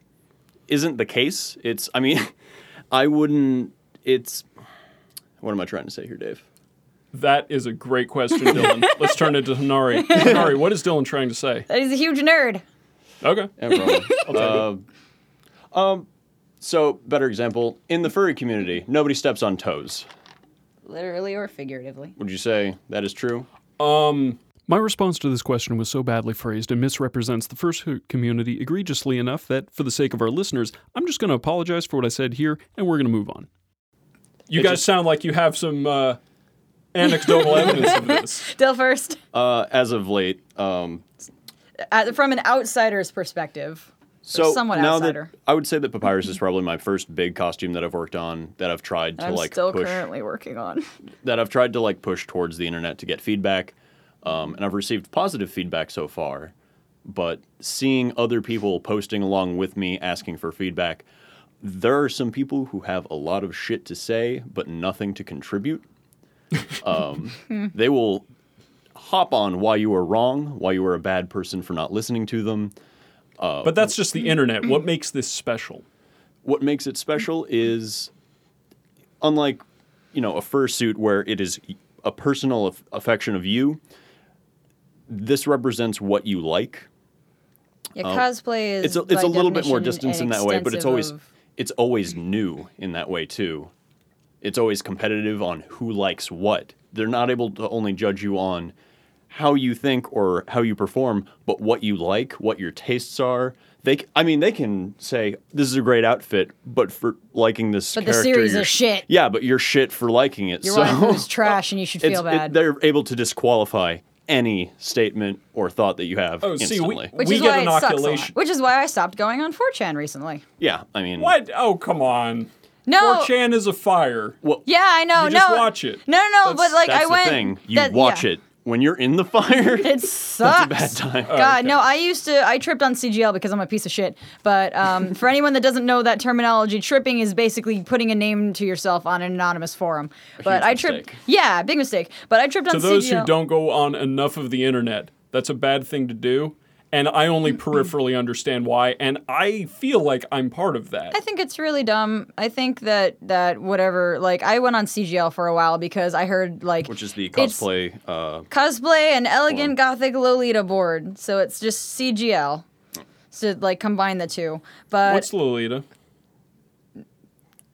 S3: isn't the case. It's. I mean, [laughs] I wouldn't. It's. What am I trying to say here, Dave?
S2: That is a great question,
S1: [laughs]
S2: Dylan. Let's turn it to Hanari. Hanari, what is Dylan trying to say?
S1: That he's a huge nerd.
S2: Okay.
S3: Yeah, probably. Uh, um, so better example in the furry community, nobody steps on toes.
S1: Literally or figuratively.
S3: Would you say that is true?
S2: My response to this question was so badly phrased and misrepresents the first community egregiously enough that, for the sake of our listeners, I'm just going to apologize for what I said here and we're going to move on. You
S3: It
S2: guys
S3: just-
S2: sound like you have some uh, anecdotal evidence of [laughs] this.
S1: Still first,
S3: Uh, as of late, um,
S1: at, from an outsider's perspective.
S3: so
S1: somewhat
S3: now
S1: outsider.
S3: that I would say that Papyrus is probably my first big costume that I've worked on that I've tried to
S1: I'm
S3: like
S1: still
S3: push
S1: currently working on.
S3: that I've tried to like push towards the internet to get feedback, um, and I've received positive feedback so far. But seeing other people posting along with me asking for feedback, there are some people who have a lot of shit to say but nothing to contribute. Um, they will hop on why you are wrong, why you are a bad person for not listening to them.
S2: But that's just the internet. What makes this special?
S3: what makes it special is unlike you know a fursuit where it is a personal aff- affection of you this represents what you like
S1: Yeah, cosplay is.
S3: Um, it's a, it's
S1: by
S3: a little bit more
S1: definition
S3: distance in
S1: an
S3: that way but it's
S1: extensive
S3: always
S1: of-
S3: it's always new in that way too it's always competitive on who likes what they're not able to only judge you on how you think or how you perform but what you like what your tastes are they c- i mean they can say this is a great outfit but for liking this
S1: But the
S3: character
S1: series
S3: you're
S1: is
S3: sh-
S1: shit.
S3: yeah but you're shit for liking it
S1: Your
S3: [laughs] so
S1: wife is trash and you should
S3: [laughs] it's,
S1: feel
S3: it-
S1: bad.
S3: they're able to disqualify any statement or thought that you have
S2: Oh, see,
S3: instantly.
S2: we,
S1: which
S2: we
S1: is
S2: get
S1: why it sucks a
S2: inoculation.
S1: lot. Which is why I stopped going on 4chan recently.
S3: yeah i mean
S2: What? Oh, come on.
S1: No.
S2: 4chan is a fire.
S3: well,
S1: Yeah, I know.
S2: You
S1: no,
S2: just watch it.
S1: No, no, no.
S2: That's-
S1: but like
S3: that's
S1: I
S3: the
S1: went.
S3: thing you
S1: that-
S3: watch
S1: yeah.
S3: it when you're in the fire
S1: [laughs] It sucks.
S3: bad time. Oh,
S1: God, no. I used to. I tripped on CGL because I'm a piece of shit. But
S3: [laughs]
S1: um, for anyone that doesn't know that terminology, tripping is basically putting a name to yourself on an anonymous forum. But
S3: huge
S1: I tripped.
S3: mistake.
S1: Yeah, big mistake. But I tripped
S2: to
S1: on
S2: those
S1: CGL.
S2: who don't go on enough of the internet, that's a bad thing to do. And
S1: [clears throat]
S2: I only peripherally understand why. And I feel like I'm part of that.
S1: I think it's really dumb. I think that that whatever. Like I went on CGL for a while because I heard like
S3: which is the
S1: it's-
S3: cosplay. Uh,
S1: cosplay and elegant gothic Lolita board. So it's just CGL. So like combine the two. But
S2: What's Lolita?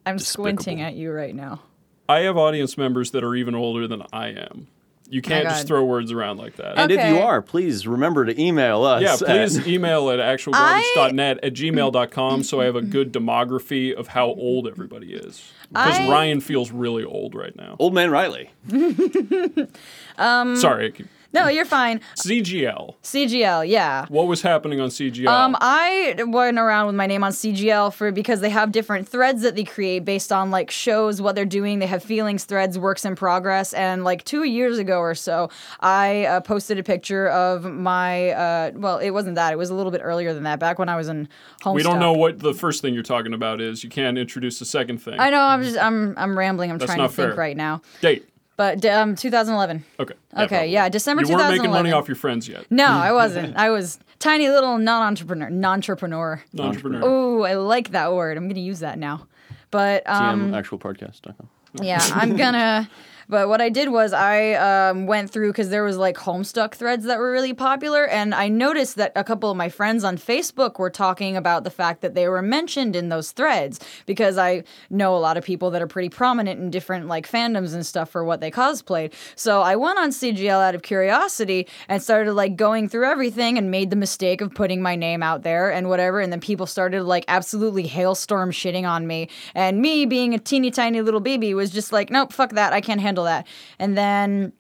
S1: I'm
S3: Despicable.
S1: squinting at you right now.
S2: I have audience members that are even older than I am. You can't just
S1: God.
S2: throw words around like that.
S3: And if
S1: Okay.
S3: you are, please remember to email us.
S2: yeah,
S3: at-
S2: please email at actualgarbage.net at gmail.com so I have a good demography of how old everybody is. Because
S1: I-
S2: Ryan feels really old right now.
S3: Old Man Riley.
S1: Mm.
S2: Sorry. I keep-
S1: No, you're fine.
S2: CGL.
S1: CGL, yeah.
S2: What was happening on CGL?
S1: Um, I went around with my name on CGL for because they have different threads that they create based on like shows, what they're doing. They have feelings threads, works in progress, and like two years ago or so, I uh, posted a picture of my. Uh, well, it wasn't that; it was a little bit earlier than that. Back when I was in home.
S2: we don't know what the first thing you're talking about is. You can't introduce the second thing.
S1: I know. I'm just. I'm. I'm rambling. I'm
S2: That's
S1: trying to
S2: not
S1: think
S2: fair.
S1: right now.
S2: Date.
S1: But d- um, 2011.
S2: Okay.
S1: Okay, yeah, December
S2: You weren't
S1: 2011.
S2: making money off your friends yet. [laughs]
S1: No, I wasn't. I was tiny little non-entrepreneur, non-entrepreneur.
S2: Entrepreneur.
S1: Ooh, I like that word. I'm gonna use that now. But um,
S3: Um, actualpodcast.com.
S1: yeah, I'm gonna. But what I did was I um, went through because there was like Homestuck threads that were really popular, and I noticed that a couple of my friends on Facebook were talking about the fact that they were mentioned in those threads because I know a lot of people that are pretty prominent in different like fandoms and stuff for what they cosplayed. So I went on CGL out of curiosity and started like going through everything and made the mistake of putting my name out there and whatever, and then people started like absolutely hailstorm shitting on me, and me being a teeny tiny little baby was just like, nope, fuck that, I can't handle that, and then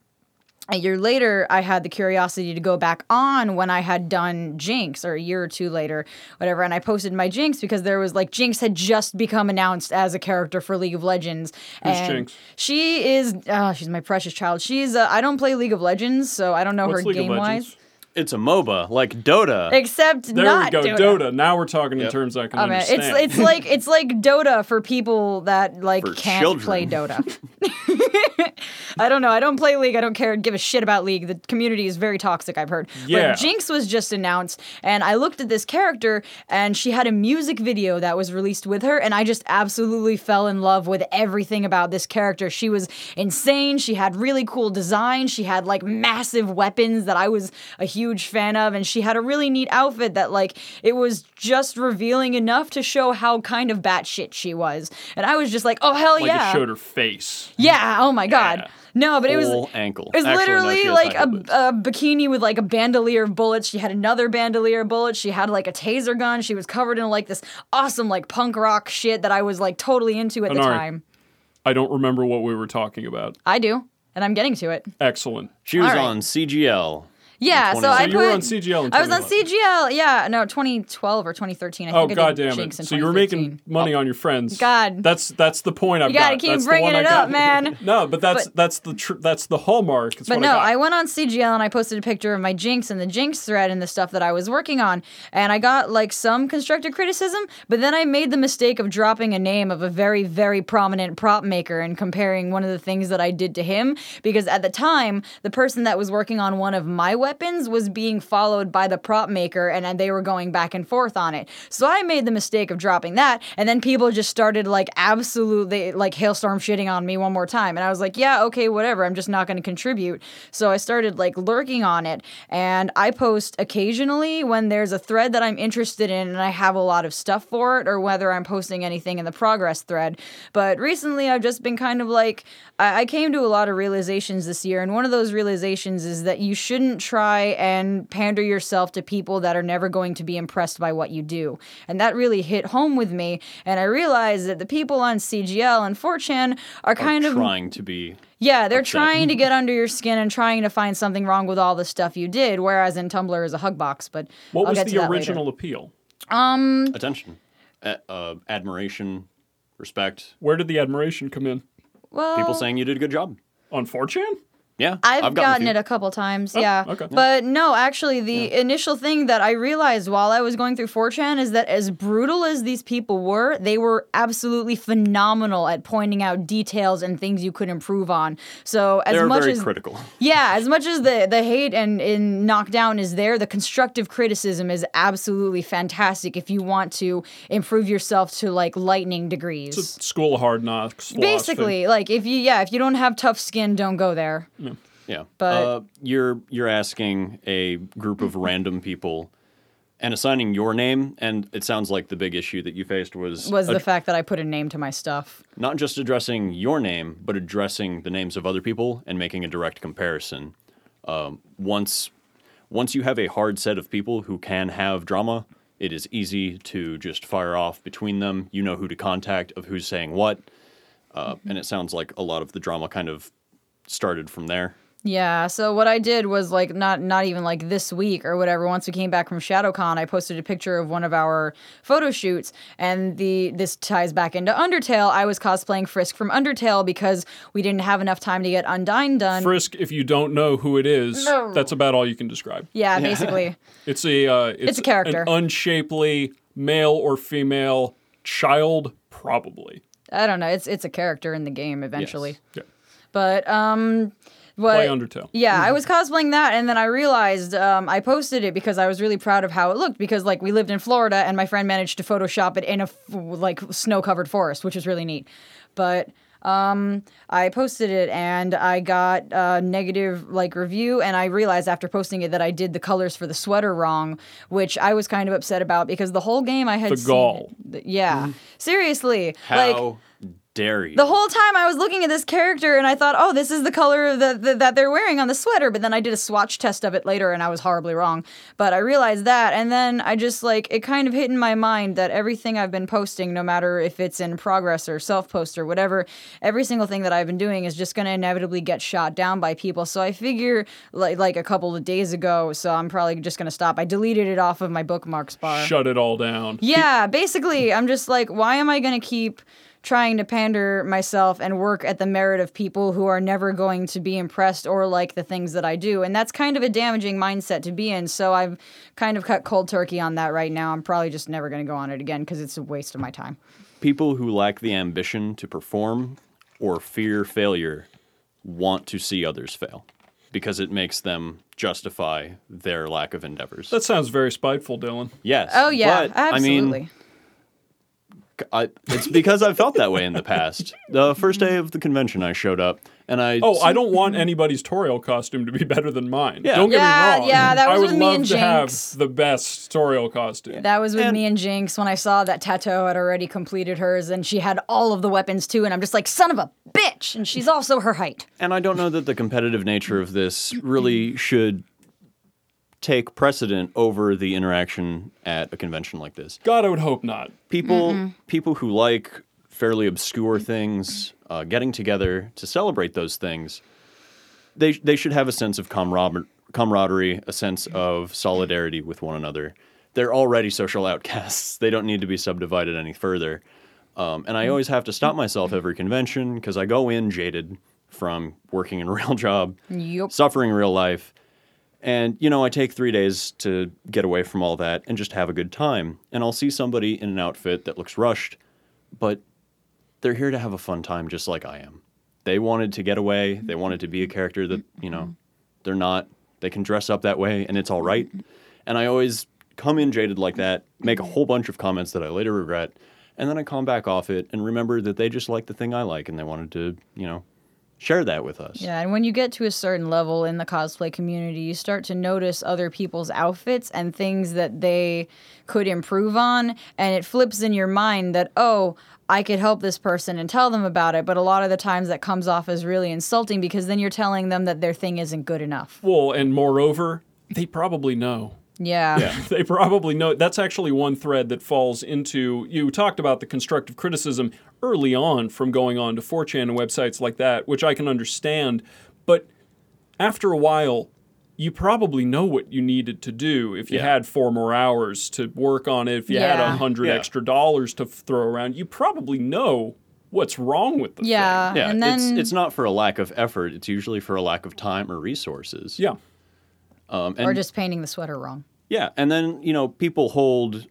S1: a year later, I had the curiosity to go back on when I had done Jinx, or a year or two later, whatever. And I posted my Jinx because there was like Jinx had just become announced as a character for League of Legends.
S2: Who's
S1: and
S2: Jinx?
S1: She is. ah, she's my precious child. She's. Uh, I don't play League of Legends, so I don't know
S2: What's
S1: her
S2: League of
S1: game wise.
S2: Legends?
S3: It's a MOBA, like Dota.
S1: Except
S2: There
S1: not
S2: we go.
S1: Dota.
S2: Dota. Now we're talking in
S3: Yep.
S2: terms I can
S1: Oh, man.
S2: understand.
S1: It's it's like it's like Dota for people that like
S3: For
S1: can't
S3: children.
S1: play Dota. [laughs] I don't know. I don't play League. I don't care. Give a shit about League. The community is very toxic. I've heard.
S2: Yeah.
S1: But Jinx was just announced, and I looked at this character, and she had a music video that was released with her, and I just absolutely fell in love with everything about this character. She was insane. She had really cool design. She had like massive weapons that I was a huge fan of, and she had a really neat outfit that like it was just revealing enough to show how kind of batshit she was, and I was just like, oh hell
S2: Like
S1: yeah.
S2: it showed her face.
S1: Yeah. Oh my god.
S2: Yeah.
S1: No, but it was
S3: Whole ankle.
S1: It was
S3: Actually, no,
S1: literally
S3: she has
S1: like a,
S3: ankle boots.
S1: a bikini with like a bandolier of bullets. She had another bandolier of bullets. She had like a taser gun. She was covered in like this awesome like punk rock shit that I was like totally into at the
S2: Hanari.
S1: time.
S2: I don't remember what we were talking about.
S1: I do, and I'm getting to it.
S2: Excellent.
S3: She was
S1: All right.
S3: on CGL.
S1: Yeah. So
S3: 2011.
S1: I
S2: So
S1: put.
S2: you were on CGL. In
S1: I was on
S2: 2011.
S1: CGL. Yeah. No, 2012 or 2013. I
S2: Oh
S1: think I
S2: god
S1: did
S2: damn it!
S1: Jinx in
S2: So you were
S1: 2013.
S2: making money on your friends.
S1: God.
S2: that's that's the point I've
S1: You gotta
S2: got.
S1: keep
S2: that's the
S1: bringing
S2: one I
S1: it
S2: got.
S1: up, man.
S2: [laughs] No, but that's that's the tr- that's the hallmark. It's
S1: But
S2: what
S1: no,
S2: I,
S1: I
S2: got.
S1: went on CGL and I posted a picture of my Jinx and the Jinx thread and the stuff that I was working on. And I got like some constructive criticism, but then I made the mistake of dropping a name of a very, very prominent prop maker and comparing one of the things that I did to him. Because at the time, the person that was working on one of my weapons was being followed by the prop maker and and they were going back and forth on it. So I made the mistake of dropping that. And then people just started like absolutely like hailstorm shitting on me one more time. And I was like, yeah, okay, whatever. I'm just not going to contribute. So I started like lurking on it. And I post occasionally when there's a thread that I'm interested in and I have a lot of stuff for it or whether I'm posting anything in the progress thread. But recently I've just been kind of like, I, I came to a lot of realizations this year. And one of those realizations is that you shouldn't try and pander yourself to people that are never going to be impressed by what you do. And that really hit home with me. And I realized that the people on CGL and 4chan are kind of
S3: trying to be.
S1: yeah, they're
S3: upset.
S1: trying to get under your skin and trying to find something wrong with all the stuff you did, whereas in Tumblr is a hug box. But
S2: what
S1: I'll
S2: was
S1: get to
S2: the
S1: that later.
S2: original appeal?
S1: Mm.
S3: Attention, A- uh, admiration, respect.
S2: Where did the admiration come in?
S1: Well,
S3: People saying you did a good job.
S2: On 4chan?
S3: Yeah,
S1: I've, gotten it
S3: A-
S1: a couple times, yeah.
S2: okay.
S1: But no, actually, the initial thing that I realized while I was going through 4chan is that as brutal as these people were, they were absolutely phenomenal at pointing out details and things you could improve on. So as
S3: They're
S1: much
S3: very
S1: as
S3: critical.
S1: yeah, as much as the the hate and in knockdown is there, the constructive criticism is absolutely fantastic if you want to improve yourself to like lightning degrees.
S2: It's a school of hard knocks. philosophy.
S1: Basically, like if you yeah, if you don't have tough skin, don't go there.
S3: Yeah,
S1: But-
S3: uh, you're you're asking a group of random people and assigning your name. And it sounds like the big issue that you faced was
S1: was
S3: ad-
S1: the fact that I put a name to my stuff.
S3: not just addressing your name, but addressing the names of other people and making a direct comparison. Um, once, once you have a hard set of people who can have drama, it is easy to just fire off between them. You know who to contact, of who's saying what, uh, and it sounds like a lot of the drama kind of started from there.
S1: Yeah, so what I did was like not not even like this week or whatever. Once we came back from ShadowCon, I posted a picture of one of our photo shoots, and the this ties back into Undertale. I was cosplaying Frisk from Undertale because we didn't have enough time to get Undyne done.
S2: Frisk, if you don't know who it is,
S1: No.
S2: that's about all you can describe.
S1: yeah, basically.
S2: It's a uh, it's,
S1: a character.
S2: an unshapely male or female child, probably.
S1: I don't know. It's it's a character in the game eventually.
S2: Yeah.
S1: But um what
S2: Play Undertale.
S1: Yeah, I was cosplaying that, and then I realized um, I posted it because I was really proud of how it looked. Because like we lived in Florida, and my friend managed to Photoshop it in a f- like snow-covered forest, which is really neat. But um, I posted it, and I got a negative like review, and I realized after posting it that I did the colors for the sweater wrong, which I was kind of upset about because the whole game I had
S2: The
S1: seen
S2: gall. Mm-hmm.
S1: it- yeah, seriously, like
S3: How dare you?
S1: the whole time I was looking at this character and I thought, oh, this is the color that that that they're wearing on the sweater. But then I did a swatch test of it later and I was horribly wrong. But I realized that, and then I just like it kind of hit in my mind that everything I've been posting, no matter if it's in progress or self post or whatever, every single thing that I've been doing is just going to inevitably get shot down by people. So I figure like like a couple of days ago, so I'm probably just going to stop. I deleted it off of my bookmarks bar.
S2: Shut it all down.
S1: Yeah, basically, I'm just like, why am I going to keep trying to pander myself and work at the merit of people who are never going to be impressed or like the things that I do? And that's kind of a damaging mindset to be in. So I've kind of cut cold turkey on that right now. I'm probably just never going to go on it again because it's a waste of my time.
S3: people who lack the ambition to perform or fear failure want to see others fail because it makes them justify their lack of endeavors.
S2: That sounds very spiteful, Dylan.
S3: yes.
S1: Oh, yeah,
S3: but,
S1: absolutely.
S3: I mean, I, it's because I felt that way in
S1: [laughs]
S3: the past. The first day of the convention, I showed up and I.
S2: Oh, I
S1: [laughs]
S2: don't want anybody's Toriel costume to be [laughs] better than mine.
S3: Yeah.
S2: Don't get
S1: Yeah,
S2: me wrong.
S1: yeah, that
S2: I
S1: was
S2: would
S1: with me
S2: love
S1: and
S2: to have
S1: Jinx.
S2: the best Toriel costume.
S1: that was with
S3: and-
S1: me and Jinx when I saw that Tato had already completed hers and she had all of the weapons too. And I'm just like, son of a bitch. And she's also her height.
S3: And I don't know that the competitive nature of this really should take precedent over the interaction at a convention like this.
S2: God, I would hope not.
S3: people people who like fairly obscure things uh, getting together to celebrate those things they they should have a sense of camarader- camaraderie a sense of solidarity with one another they're already social outcasts they don't need to be subdivided any further um, and i always have to stop myself every convention because i go in jaded from working in a real [laughs] job
S1: Yup.
S3: suffering real life and, you know, I take three days to get away from all that and just have a good time. And I'll see somebody in an outfit that looks rushed, but they're here to have a fun time just like I am. They wanted to get away. They wanted to be a character that, you know,
S1: Mm-hmm.
S3: they're not. They can dress up that way and it's all right. And I always come in jaded like that, make
S1: Mm-hmm.
S3: a whole bunch of comments that I later regret. And then I come back off it and remember that they just like the thing I like and they wanted to, you know, share that with us.
S1: Yeah, and when you get to a certain level in the cosplay community, you start to notice other people's outfits and things that they could improve on, and it flips in your mind that, oh, I could help this person and tell them about it, but a lot of the times that comes off as really insulting because then you're telling them that their thing isn't good enough.
S2: Well, and moreover, they probably know.
S1: Yeah.
S2: [laughs] they probably know that's actually one thread that falls into you talked about the constructive criticism early on from going on to 4chan and websites like that which i can understand but after a while you probably know what you needed to do if you
S3: Yeah.
S2: had four more hours to work on it if you had
S1: Yeah.
S2: a hundred
S3: Yeah.
S2: extra dollars to f- throw around you probably know what's wrong with the
S1: Yeah.
S2: thing.
S3: Yeah,
S1: and then
S3: it's it's not for a lack of effort. It's usually for a lack of time or resources.
S2: yeah
S3: um, and
S1: or just painting the sweater wrong.
S3: yeah, and then you know people hold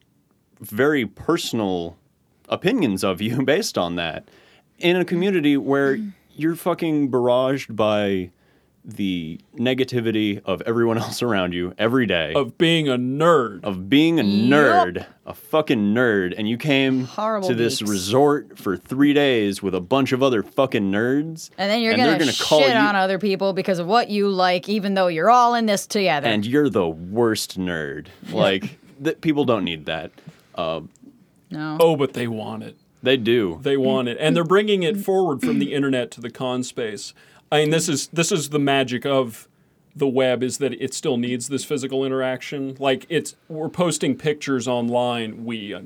S3: very personal opinions of you [laughs] based on that in a community where
S1: Mm-hmm.
S3: you're fucking barraged by the negativity of everyone [laughs] else around you every day
S1: Oh.
S2: of being a nerd
S3: of being a nerd, a fucking nerd, and you came
S1: Horrible
S3: to this
S1: geeks.
S3: resort for three days with a bunch of other fucking nerds,
S1: And then you're
S3: and
S1: gonna,
S3: they're gonna
S1: shit
S3: call you
S1: on other people because of what you like, even though you're all in this together. [laughs]
S3: and you're the worst nerd. Like that people don't need that.
S1: No.
S2: Oh, but they want it.
S3: They do.
S2: They want it, and they're bringing it forward from the internet to the con space. I mean, this is this is the magic of the web is that it still needs this physical interaction. Like it's we're posting pictures online. We I,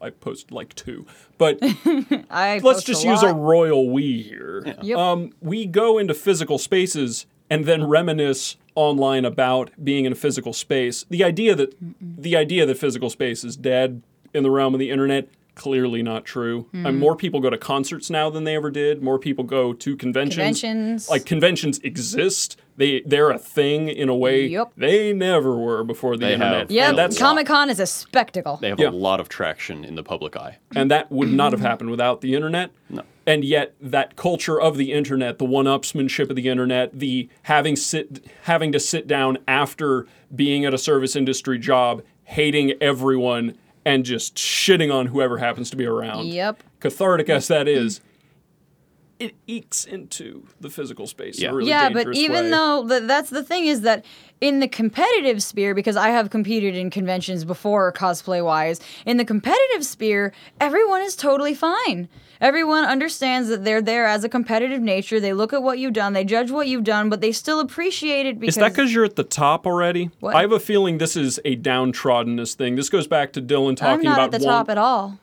S2: I post like two, but
S1: I
S2: let's
S1: post
S2: just
S1: a
S2: use a
S1: lot.
S2: royal we here.
S1: Yep.
S2: Um, we go into physical spaces and then reminisce online about being in a physical space. The idea that the idea that physical space is dead in the realm of the internet clearly not true.
S1: Mm-hmm.
S2: And more people go to concerts now than they ever did. More people go to conventions.
S1: Conventions.
S2: Like conventions exist. They they're a thing in a way
S1: Yep.
S2: they never were before the
S3: They
S2: internet.
S3: have.
S1: yeah,
S2: And that's
S1: Comic Con is a spectacle.
S3: They have
S2: Yeah.
S3: a lot of traction in the public eye.
S2: and that would not have happened without the internet. No. And yet, that culture of the internet, the one-upsmanship of the internet, the having sit having to sit down after being at a service industry job, hating everyone, and just shitting on whoever happens to be around.
S1: Yep.
S2: Cathartic as that is, it ekes into the physical space. In
S3: Yeah.
S2: a really
S1: yeah, but
S2: dangerous
S1: even
S2: way.
S1: though th- that's the thing is that in the competitive sphere, because I have competed in conventions before cosplay wise, in the competitive sphere, everyone is totally fine. Everyone understands that they're there as a competitive nature. They look at what you've done, they judge what you've done, but they still appreciate it because
S2: Is that because you're at the top already?
S1: What?
S2: I have a feeling this is a downtroddenness thing. This goes back to Dylan
S1: I'm
S2: talking
S1: not
S2: about
S1: at the
S2: one-
S1: top at all.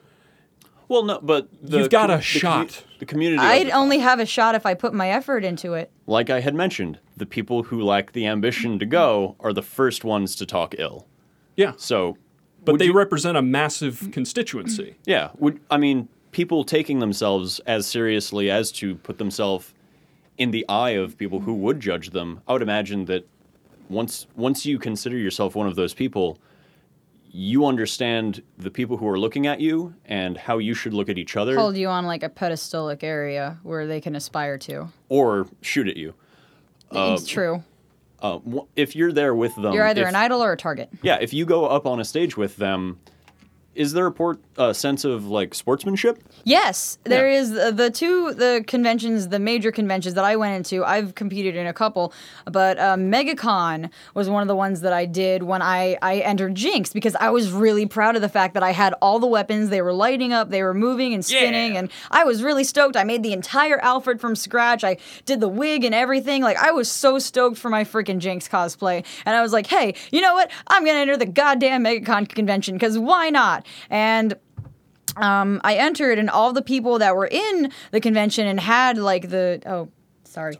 S3: Well, no, but the
S2: You've got a
S3: the commu-
S2: shot.
S3: the community,
S1: I'd only have a shot if I put my effort into it.
S3: like I had mentioned, the people who lack the ambition to go are the first ones to talk ill.
S2: Yeah.
S3: So,
S2: but
S3: would
S2: they
S3: you-
S2: represent a massive constituency.
S3: yeah, would I mean people taking themselves as seriously as to put themselves in the eye of people who would judge them? I would imagine that once once you consider yourself one of those people, you understand the people who are looking at you and how you should look at each other.
S1: Hold you on like a pedestalic area where they can aspire to.
S3: or shoot at you.
S1: it's
S2: um,
S1: true.
S3: Uh, wh- if you're there with them,
S1: You're either
S3: if-
S1: an idol or a target.
S3: Yeah, if you go up on a stage with them, is there a port, uh, sense of like sportsmanship?
S1: Yes, there is uh, the two the conventions, the major conventions that I went into. I've competed in a couple, but uh, MegaCon was one of the ones that I did when I I entered Jinx because I was really proud of the fact that I had all the weapons. They were lighting up, they were moving and spinning, and I was really stoked. I made the entire Alfred from scratch. I did the wig and everything. Like I was so stoked for my freaking Jinx cosplay, and I was like, hey, you know what? I'm gonna enter the goddamn MegaCon convention because why not? And um, I entered, and all the people that were in the convention and had like the oh, sorry.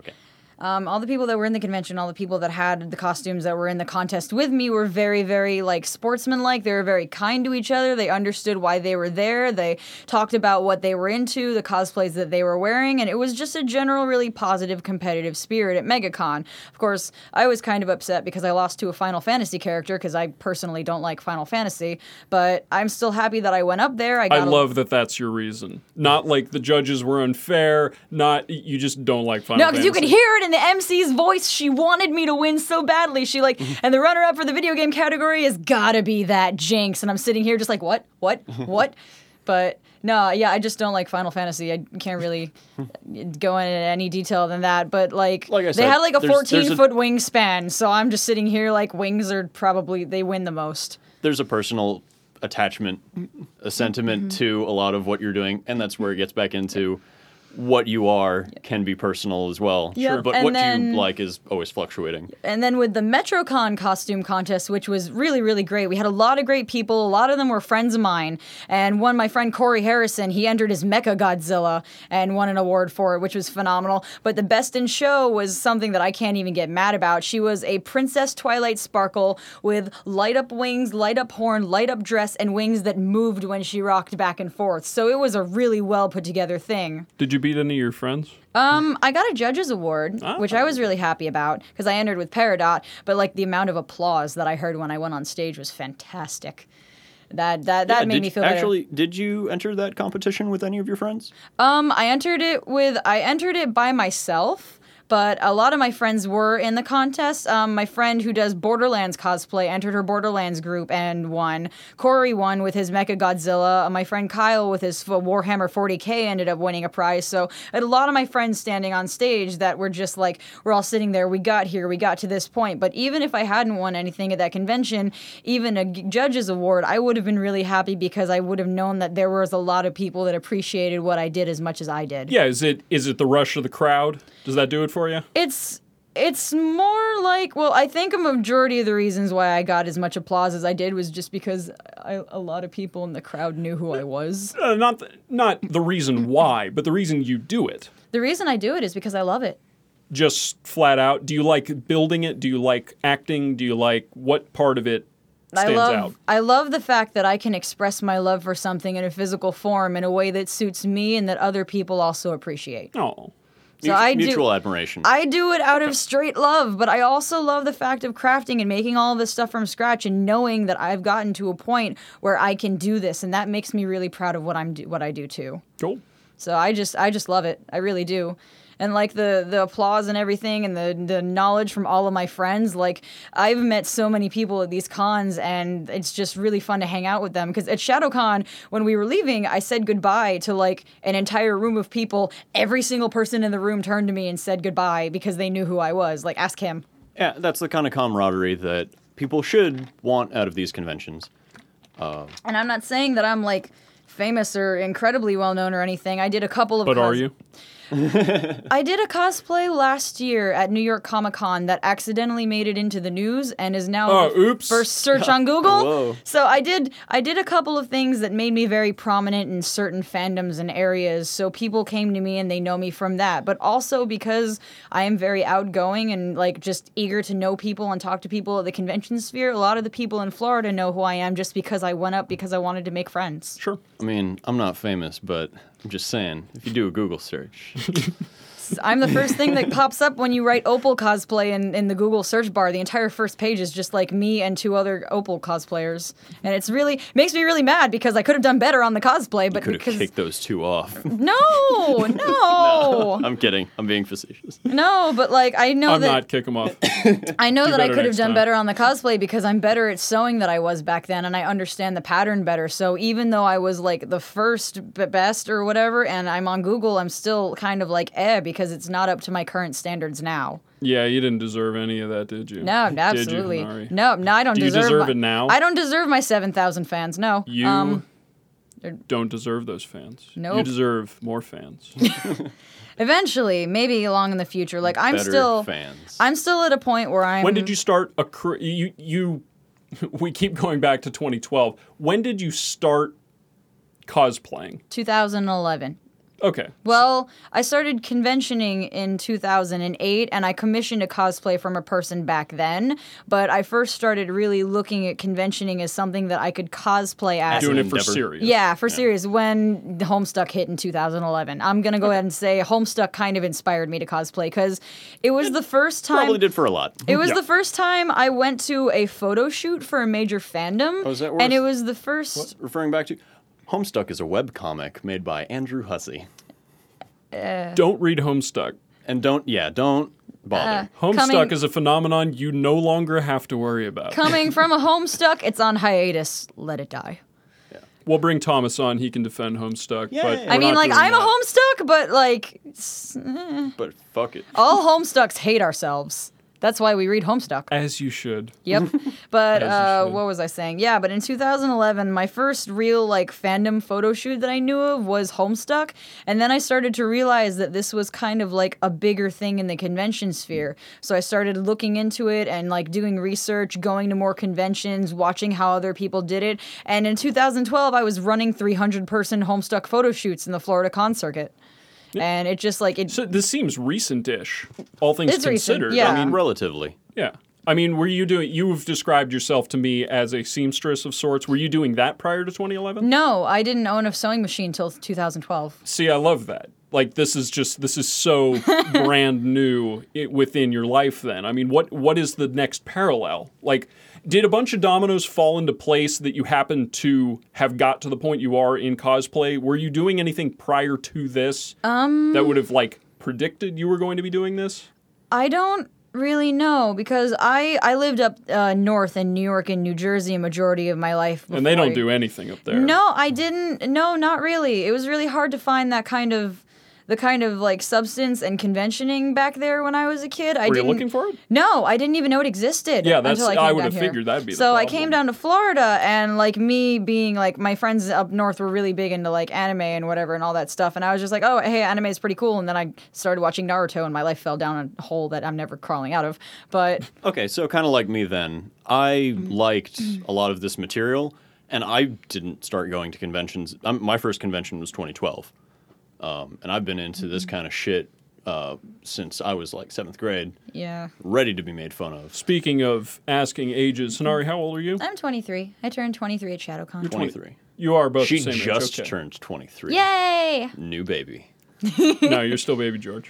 S1: Um, all the people that were in the convention, all the people that had the costumes that were in the contest with me were very, very like sportsmanlike. They were very kind to each other. They understood why they were there. They talked about what they were into, the cosplays that they were wearing, and it was just a general, really positive competitive spirit at MegaCon. Of course, I was kind of upset because I lost to a Final Fantasy character because I personally don't like Final Fantasy, but I'm still happy that I went up there. I, got
S2: I
S1: a-
S2: love that that's your reason. Not like the judges were unfair, not you just don't like Final
S1: No, because you can
S2: Fantasy.
S1: hear it in the MC's voice. She wanted me to win so badly. She like,
S3: Mm-hmm.
S1: and the runner-up for the video game category has gotta be that Jinx. And I'm sitting here just like, what,
S3: [laughs]
S1: what, what? But no, yeah, I just don't like Final Fantasy. I can't
S3: [laughs]
S1: really go into any detail than that. But like,
S3: Like I
S1: they
S3: said,
S1: had like a
S3: there's- there's a-
S1: 14 foot wingspan, so I'm just sitting here like, wings are probably they win the most.
S3: There's a personal attachment, a sentiment
S1: Mm-hmm.
S3: to a lot of what you're doing, and that's where it gets back into what you are can be personal as well.
S1: Yep, Sure.
S3: but
S1: and
S3: what
S1: then-
S3: you like is always fluctuating.
S1: and then with the MetroCon costume contest, which was really, really great, we had a lot of great people. A lot of them were friends of mine. And one, my friend Corey Harrison, he entered as Mecha Godzilla and won an award for it, which was phenomenal. But the best in show was something that I can't even get mad about. She was a Princess Twilight Sparkle with light up wings, light up horn, light up dress, and wings that moved when she rocked back and forth. So it was a really well put together thing.
S2: Did you beat any of your friends?
S1: Um, I got a judge's award,
S3: Ah.
S1: which I was really happy about because I entered with Peridot. But like the amount of applause that I heard when I went on stage was fantastic. That that that
S3: Yeah,
S1: made
S3: did
S1: me
S3: you-
S1: feel better.
S3: actually. Did you enter that competition with any of your friends?
S1: Um, I entered it with I entered it by myself. But a lot of my friends were in the contest. Um, my friend who does Borderlands cosplay entered her Borderlands group and won. Corey won with his Mecha Godzilla. Uh, My friend Kyle with his f- Warhammer 40k ended up winning a prize. So I had a lot of my friends standing on stage that were just like, we're all sitting there, we got here, we got to this point. But even if I hadn't won anything at that convention, even a g- judge's award, I would have been really happy because I would have known that there was a lot of people that appreciated what I did as much as I did.
S2: Yeah, is it is it the rush of the crowd? Does that do it for you?
S1: It's it's more like well, I think a majority of the reasons why I got as much applause as I did was just because I, a lot of people in the crowd knew who I was.
S2: Uh, not th- not the reason why, but the reason you do it.
S1: The reason I do it is because I love it.
S2: Just flat out. Do you like building it? Do you like acting? Do you like what part of it stands
S1: I love,
S2: out?
S1: I love the fact that I can express my love for something in a physical form in a way that suits me and that other people also appreciate.
S2: Oh.
S1: So I do-
S3: mutual admiration.
S1: I do it out of straight love, but I also love the fact of crafting and making all this stuff from scratch and knowing that I've gotten to a point where I can do this, and that makes me really proud of what I'm do- what I do too.
S2: Cool.
S1: So I just I just love it. I really do. And like the the applause and everything and the the knowledge from all of my friends, like I've met so many people at these cons and it's just really fun to hang out with them because at ShadowCon when we were leaving, I said goodbye to like an entire room of people. Every single person in the room turned to me and said goodbye because they knew who I was. Like ask him.
S3: yeah, that's the kind of camaraderie that people should want out of these conventions.
S1: And I'm not saying that I'm like famous or incredibly well known or anything. I did a couple of
S2: But are
S1: cos-
S2: you?
S1: I did a cosplay last year at New York Comic Con that accidentally made it into the news and is now
S2: Oh,
S1: the
S2: oops.
S1: first search
S2: [laughs]
S1: on Google.
S3: Whoa.
S1: So I did I did a couple of things that made me very prominent in certain fandoms and areas. So people came to me and they know me from that. But also because I am very outgoing and like just eager to know people and talk to people at the convention sphere, a lot of the people in Florida know who I am just because I went up because I wanted to make friends.
S2: Sure.
S3: I mean, I'm not famous, but I'm just saying, if you do a Google search,
S1: [laughs] I'm the first thing
S2: [laughs]
S1: that pops up when you write Opal cosplay in, in the Google search bar. The entire first page is just like me and two other Opal cosplayers. And it's really makes me really mad because I could have done better on the cosplay, but
S3: could have
S1: because
S3: kicked those two
S2: [laughs]
S3: off. [laughs]
S1: no, no, no,
S3: I'm kidding. I'm being facetious.
S1: but like I know
S2: I'm
S1: that
S2: not kick
S1: [coughs]
S2: them off.
S1: I know that I
S2: better
S1: could have
S2: next
S1: done
S2: time.
S1: better on the cosplay because I'm better at sewing than I was back then, and I understand the pattern better. So even though I was like the first b- best or whatever, and I'm on Google, I'm still kind of like eh because it's not up to my current standards now.
S2: yeah, you didn't deserve any of that, did you?
S1: No,
S2: Did you,
S1: absolutely.
S2: Hanari?
S1: no, no, I don't
S2: Do you
S1: deserve,
S2: deserve
S1: my-
S2: it now?
S1: I don't deserve my 7,000 fans. No.
S2: You
S1: Um,
S2: don't deserve those fans. You
S1: Nope.
S2: deserve more fans.
S1: [laughs] eventually, maybe long in the future. Like I'm
S3: Better
S1: still
S3: fans.
S1: I'm still at a point where I'm
S2: when did you start a career? You, you, [laughs] we keep going back to 2012. When did you start cosplaying?
S1: 2011.
S2: Okay.
S1: Well, I started conventioning in 2008 and I commissioned a cosplay from a person back then, but I first started really looking at conventioning as something that I could cosplay as.
S2: Doing it
S3: an
S2: for
S3: endeavor.
S2: serious.
S1: Yeah, for serious. When Homestuck hit in 2011, I'm gonna go ahead and say Homestuck kind of inspired me to cosplay because it was the first time.
S3: Probably did for a lot.
S1: It was
S2: Yeah.
S1: the first time I went to a photo shoot for a major fandom,
S3: Oh, is that
S1: and
S3: worth-
S1: it was the first.
S3: Referring back to Homestuck is a webcomic made by Andrew Hussey.
S2: Don't read Homestuck.
S3: And don't, yeah, don't bother.
S2: Homestuck
S1: Coming-
S2: is a phenomenon you no longer have to worry about.
S1: Coming from a Homestuck, it's on hiatus. Let it die.
S2: we'll bring Thomas on; he can defend Homestuck. But
S3: Yay.
S2: we're
S1: I mean,
S2: not
S1: like
S2: doing
S1: I'm
S2: that.
S1: a Homestuck, but like s-
S3: but fuck it.
S1: all Homestucks hate ourselves. That's why we read Homestuck.
S2: as you should. [laughs]
S1: Yep. But
S2: As you
S1: uh,
S2: should.
S1: what was I saying? Yeah, but in 2011, my first real like fandom photo shoot that I knew of was Homestuck, and then I started to realize that this was kind of like a bigger thing in the convention sphere. So I started looking into it and like doing research, going to more conventions, watching how other people did it. And in 2012, I was running 300 person Homestuck photo shoots in the Florida con circuit, and it just like it.
S2: So this seems recent-ish, all things
S1: It's recent,
S2: considered.
S1: yeah.
S2: I mean,
S3: Relatively.
S2: yeah. I mean, were you doing? You've described yourself to me as a seamstress of sorts. Were you doing that prior to 2011?
S1: no, I didn't own a sewing machine till 2012.
S2: See, I love that. Like this is just this
S1: [laughs]
S2: is so brand new i within your life. Then I mean, what what is the next parallel? Like, did a bunch of dominoes fall into place that you happen to have got to the point you are in cosplay? Were you doing anything prior to this um, that would have like predicted you were going to be doing this?
S1: I don't really know because I I lived up uh, north in New York and New Jersey a majority of my life. Before
S2: And they
S1: I-
S2: don't do anything up there.
S1: No, I didn't. No, not really. It was really hard to find that kind of the kind of like substance and conventioning back there when I was a kid. I
S2: Were you
S1: didn't
S2: looking for it?
S1: No, I didn't even know it existed.
S2: Yeah, that's-
S1: until I,
S2: I
S1: came
S2: would've
S1: down here.
S2: figured that'd be the
S1: So I
S2: problem.
S1: came down to Florida, and like me being like my friends up north were really big into like anime and whatever and all that stuff, and I was just like, oh hey, anime is pretty cool. And then I started watching Naruto, and my life fell down a hole that I'm never crawling out of. But [laughs]
S3: Okay, so kind of like me then. I
S2: Mm.
S3: liked a lot of this material, and I didn't start going to conventions. Um, my first convention was 2012, um, and I've been into this
S2: Mm-hmm.
S3: kind of shit uh, since I was like seventh grade,
S1: yeah,
S3: ready to be made fun of.
S2: Speaking of asking ages, Sonari, how old are you?
S1: I'm 23. I turned 23 at ShadowCon.
S3: 23.
S2: You are both
S3: She
S2: Oh, the same age,
S3: just
S2: okay.
S3: turned 23.
S1: Yay!
S3: New baby.
S2: no, you're still baby George.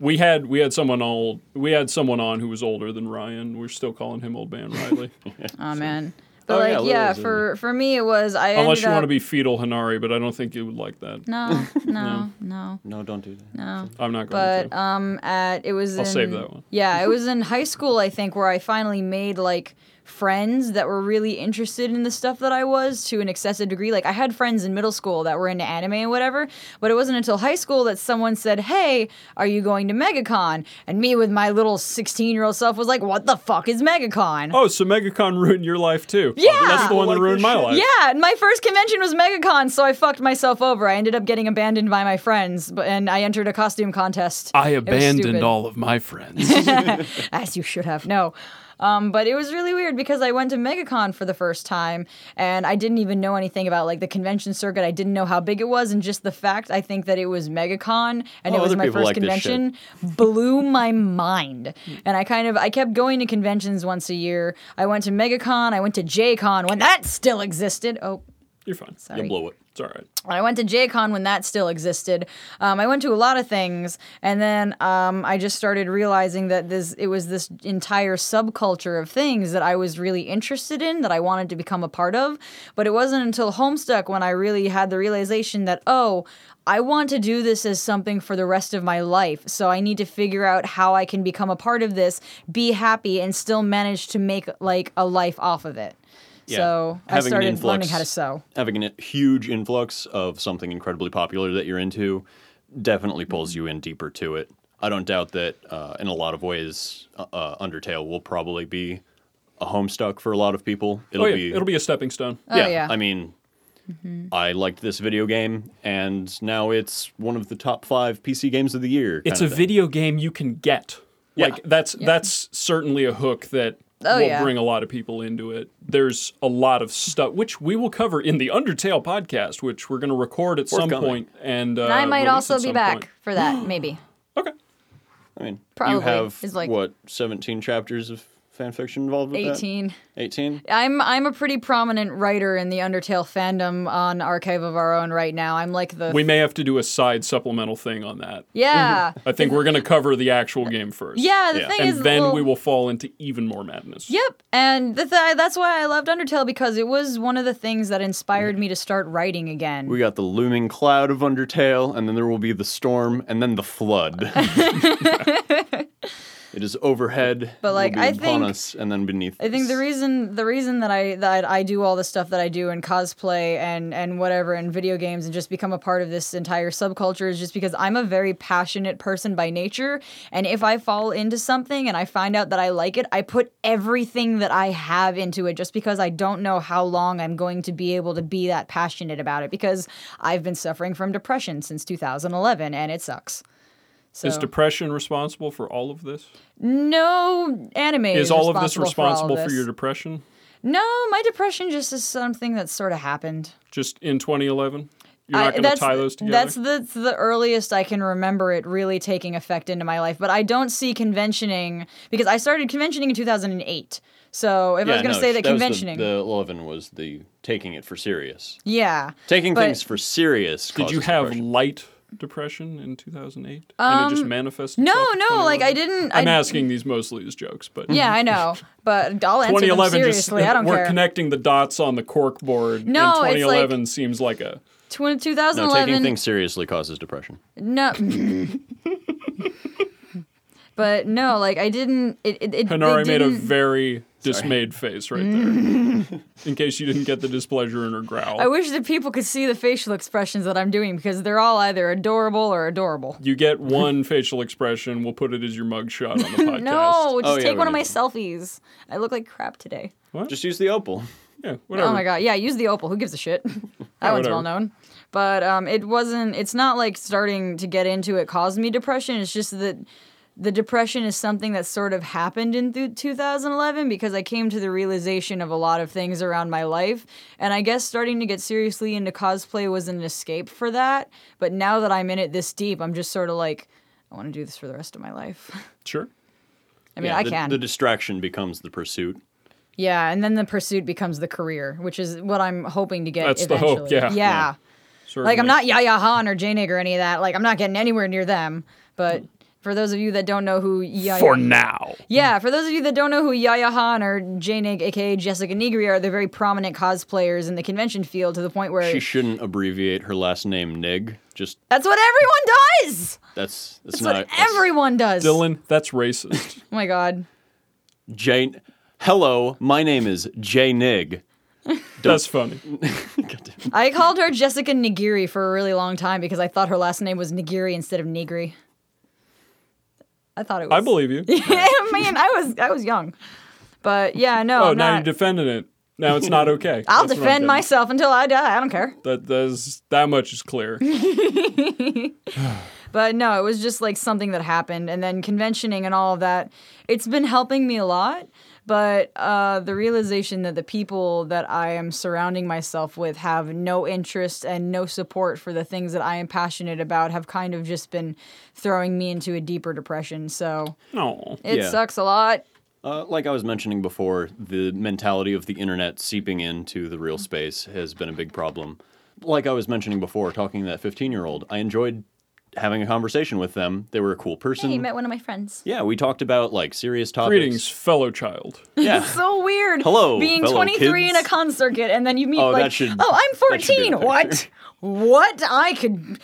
S2: We had we had someone old we had someone on who was older than Ryan. We're still calling him old man Riley.
S1: [laughs] Oh man. But
S3: Oh, yeah,
S1: like
S3: Lily
S1: yeah,
S3: was in
S1: for for me it was I
S2: Unless
S1: ended
S2: you
S1: up,
S2: want to be fetal Hanari, but I don't think you would like that. [laughs]
S1: no, no, no,
S3: No, don't do that.
S1: no.
S2: I'm not going
S1: But
S2: to.
S1: um at it was
S2: I'll
S1: in,
S2: save that one.
S1: Yeah, it
S2: [laughs]
S1: was in high school I think where I finally made like friends that were really interested in the stuff that I was to an excessive degree. Like I had friends in middle school that were into anime and whatever, but it wasn't until high school that someone said, "Hey, are you going to MegaCon?" And me with my little 16-year-old self was like, "What the fuck is MegaCon?"
S2: oh, so MegaCon ruined your life too.
S1: Yeah!
S2: that's the one that
S3: Like
S2: ruined
S3: this
S2: my
S3: shit.
S2: life.
S1: Yeah, and my first convention was MegaCon, so I fucked myself over. I ended up getting abandoned by my friends, but and I entered a costume contest.
S2: I
S1: It was stupid.
S2: abandoned all of my friends.
S1: [laughs] As you should have. No. Um, but it was really weird because I went to MegaCon for the first time and I didn't even know anything about like the convention circuit. I didn't know how big it was, and just the fact I think that it was MegaCon and
S3: Oh,
S1: it was
S3: other
S1: my
S3: people
S1: first
S3: like this shit.
S1: convention blew my mind. And I kind of I kept going to conventions once a year. I went to MegaCon, I went to JCon when that still existed. Oh,
S2: [laughs] You're fine.
S1: sorry.
S3: You blow it.
S2: It's all right.
S1: I went to JCon when that still existed. Um, I went to a lot of things, and then um, I just started realizing that this it was this entire subculture of things that I was really interested in that I wanted to become a part of. But it wasn't until Homestuck when I really had the realization that oh, I want to do this as something for the rest of my life. So I need to figure out how I can become a part of this, be happy, and still manage to make like a life off of it.
S3: Yeah.
S1: So I
S3: Having an
S1: started
S3: influx-
S1: learning how to sew.
S3: Having a huge influx of something incredibly popular that you're into definitely
S2: Mm-hmm.
S3: pulls you in deeper to it. I don't doubt that uh, in a lot of ways, uh, uh, Undertale will probably be a homestuck for a lot of people. It'll
S2: oh, yeah,
S3: be
S2: it'll Mm-hmm. be a stepping stone.
S1: Oh, yeah.
S3: I mean, I liked this video game, and now it's one of the top five PC games of the year.
S2: it's a
S3: kind of thing.
S2: video game you can get.
S3: Yeah.
S2: Like that's that's certainly a hook that
S1: Oh,
S2: will
S1: yeah.
S2: bring a lot of people into it. There's a lot of stuff which we will cover in the Undertale podcast, which we're going to record at some
S3: Forthcoming.
S2: point, and, uh,
S1: And I might
S2: release at
S1: also be
S2: some
S1: back
S2: point.
S1: for that, maybe.
S2: Okay,
S3: I mean, you
S1: Probably
S3: have
S1: is like-
S3: what seventeen chapters of fan fiction involved with
S1: Eighteen.
S3: that. Eighteen.
S1: I'm I'm a pretty prominent writer in the Undertale fandom on Archive of Our Own right now. I'm like the
S2: we may have to do a side supplemental thing on that.
S1: yeah
S2: I think we're going to cover the actual game first.
S1: yeah. The
S3: Yeah.
S1: thing
S2: and
S1: is,
S2: then
S1: well-
S2: we will fall into even more madness.
S1: Yep, and the th- that's why I loved Undertale because it was one of the things that
S2: Mm.
S1: inspired me to start writing again.
S3: We got the looming cloud of Undertale, and then there will be the storm, and then
S1: [laughs]
S3: the flood. it is overhead,
S1: But,
S3: it will
S1: like,
S3: be
S1: I
S3: upon
S1: think-
S3: us, and then beneath.
S1: I think the reason the reason that I that I do all the stuff that I do in cosplay and and whatever and video games and just become a part of this entire subculture is just because I'm a very passionate person by nature and if I fall into something and I find out that I like it, I put everything that I have into it just because I don't know how long I'm going to be able to be that passionate about it because I've been suffering from depression since 2011 and it sucks. So
S2: Is depression responsible for all of this?
S1: no anime is,
S2: Is all of this
S1: responsible
S2: responsible
S1: for, all of
S2: for
S1: this.
S2: your depression?
S1: No, my depression just is something that sort of happened.
S2: Just in 2011, you're not
S1: I-
S2: going to
S1: that's-
S2: tie those together.
S1: That's the, the earliest I can remember it really taking effect into my life. But I don't see conventioning because I started conventioning in 2008. So if I was going to say that, conventioning,
S3: the, eleven was the taking it for serious.
S1: yeah,
S3: Taking
S1: But-
S3: things for serious.
S2: Did you
S3: causes
S2: have
S3: depression.
S2: light depression in 2008? and it just manifested?
S1: Um, no,
S2: itself in
S1: no, like I
S2: 2011?
S1: didn't.
S2: I'm
S1: I,
S2: asking these mostly as jokes, but
S1: Yeah, I know, but I'll answer them
S2: 2011 just
S1: seriously. I don't
S2: we're
S1: care.
S2: connecting the dots on the cork board.
S1: No,
S2: and
S1: it's like-
S2: 2011 seems like a
S1: Tw-
S3: No, taking
S1: 2011.
S3: things seriously causes depression.
S1: No. [laughs] But no, like I didn't. It it, it they
S2: Hanare made a
S1: didn't-
S2: very dismayed face right there.
S1: [laughs]
S2: in case you didn't get the displeasure in her growl.
S1: I wish that people could see the facial expressions that I'm doing because they're all either adorable or adorable.
S2: you get one facial expression. We'll put it as your mugshot
S1: [laughs]
S2: on the podcast.
S1: No, just
S3: Oh, yeah,
S1: take
S3: we
S1: one of
S3: did.
S1: my selfies. I look like crap today.
S3: Just use the opal.
S2: Yeah, whatever.
S1: Oh my god, yeah, use the opal. Who gives a
S2: [laughs]
S1: shit? that one's
S2: whatever.
S1: well known. But um, it wasn't. It's not like starting to get into it caused me depression. It's just that the depression is something that sort of happened in th- 2011 because I came to the realization of a lot of things around my life, and I guess starting to get seriously into cosplay was an escape for that. But now that I'm in it this deep, I'm just sort of like, I want to do this for the rest of my life. [laughs]
S2: Sure.
S1: I mean, I
S3: the,
S1: can.
S3: The distraction becomes the pursuit.
S1: Yeah, and then the pursuit becomes the career, which is what I'm hoping to get.
S2: That's the
S1: eventually.
S2: hope, yeah.
S1: yeah.
S3: Yeah.
S1: Like I'm
S2: Certainly.
S1: not Yaya Han or J Nig or any of that. Like I'm not getting anywhere near them. But for those of you that don't know who Yaya
S2: for now.
S1: yeah, for those of you that don't know who Yaya Han or J Nig, aka Jessica Nigri, are, they're very prominent cosplayers in the convention field to the point where
S3: She shouldn't abbreviate her last name Nig. Just
S1: that's what everyone does.
S3: that's that's,
S1: That's
S3: not
S1: what
S3: that's-
S1: everyone does.
S2: Dylan, that's
S1: [laughs]
S2: racist.
S1: Oh my god.
S3: Jane. Hello, my name is J Nig. [laughs]
S2: that's funny.
S1: I called her Jessica Nigiri for a really long time because I thought her last name was Nigiri instead of Nigri. I thought it was
S2: I believe you.
S1: [laughs] I mean, I was I was young, but yeah, no,
S2: Oh,
S1: I'm
S2: now
S1: not.
S2: you're defending it. Now it's not okay.
S1: [laughs] I'll
S2: That's what I'm
S1: defend
S2: getting.
S1: myself until I die. I don't care.
S2: That that's, that much
S1: [laughs]
S2: is clear.
S1: But no, it was just like something that happened, and then conventioning and all of that. It's been helping me a lot, but uh, the realization that the people that I am surrounding myself with have no interest and no support for the things that I am passionate about have kind of just been throwing me into a deeper depression. So
S2: No.
S1: it
S3: Yeah.
S1: sucks a lot.
S3: Uh, like I was mentioning before, the mentality of the internet seeping into the
S1: Mm-hmm.
S3: real space has been a big problem. Like I was mentioning before, talking to that 15 year old, I enjoyed having a conversation with them. They were a cool person.
S1: Hey, met one of my friends.
S3: yeah, we talked about like serious topics.
S2: Greetings, fellow child.
S1: [laughs]
S3: Yeah.
S1: so weird.
S3: Hello,
S1: being
S3: fellow
S1: 23 in a
S3: kids.
S1: con circuit, and then you meet
S3: Oh,
S1: like,
S3: that should-
S1: oh, I'm
S3: that should be
S1: 14.
S3: the
S1: What?
S3: picture.
S1: What? I could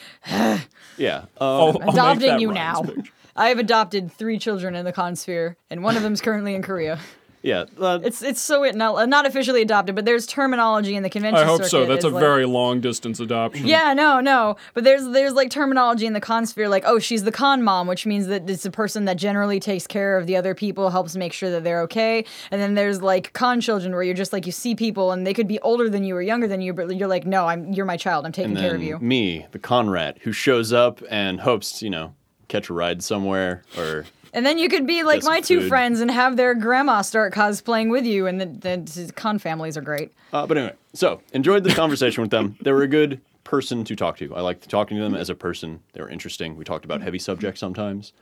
S3: yeah. Um,
S2: I'll- I'll make
S1: adopting
S2: that
S1: you
S2: Ryan's
S1: now. [laughs]
S2: picture.
S1: I have adopted three children in the con sphere, and one of them's currently in Korea.
S3: Yeah. uh,
S1: It's it's so it not, not officially adopted, but there's terminology in the convention.
S2: I hope so.
S1: circuit
S2: That's a
S1: is like-
S2: very long distance adoption.
S3: Mm.
S1: yeah, no, no. But there's there's like terminology in the con sphere, like oh, she's the con mom, which means that it's a person that generally takes care of the other people, helps make sure that they're okay. And then there's like con children, where you're just like you see people, and they could be older than you or younger than you, but you're like, no, I'm you're my child, I'm taking
S3: and
S1: care of
S3: then
S1: you.
S3: me, the Conrad, who shows up and hopes, you know, catch a ride somewhere or
S1: And then you could be like
S3: Get some
S1: my two
S3: food.
S1: friends and have their grandma start cosplaying with you, and the, the con families are great.
S3: Uh, but anyway, so enjoyed the conversation with them. They were a good person to talk to. I liked talking to them as a person. They were interesting. We talked about heavy subjects sometimes.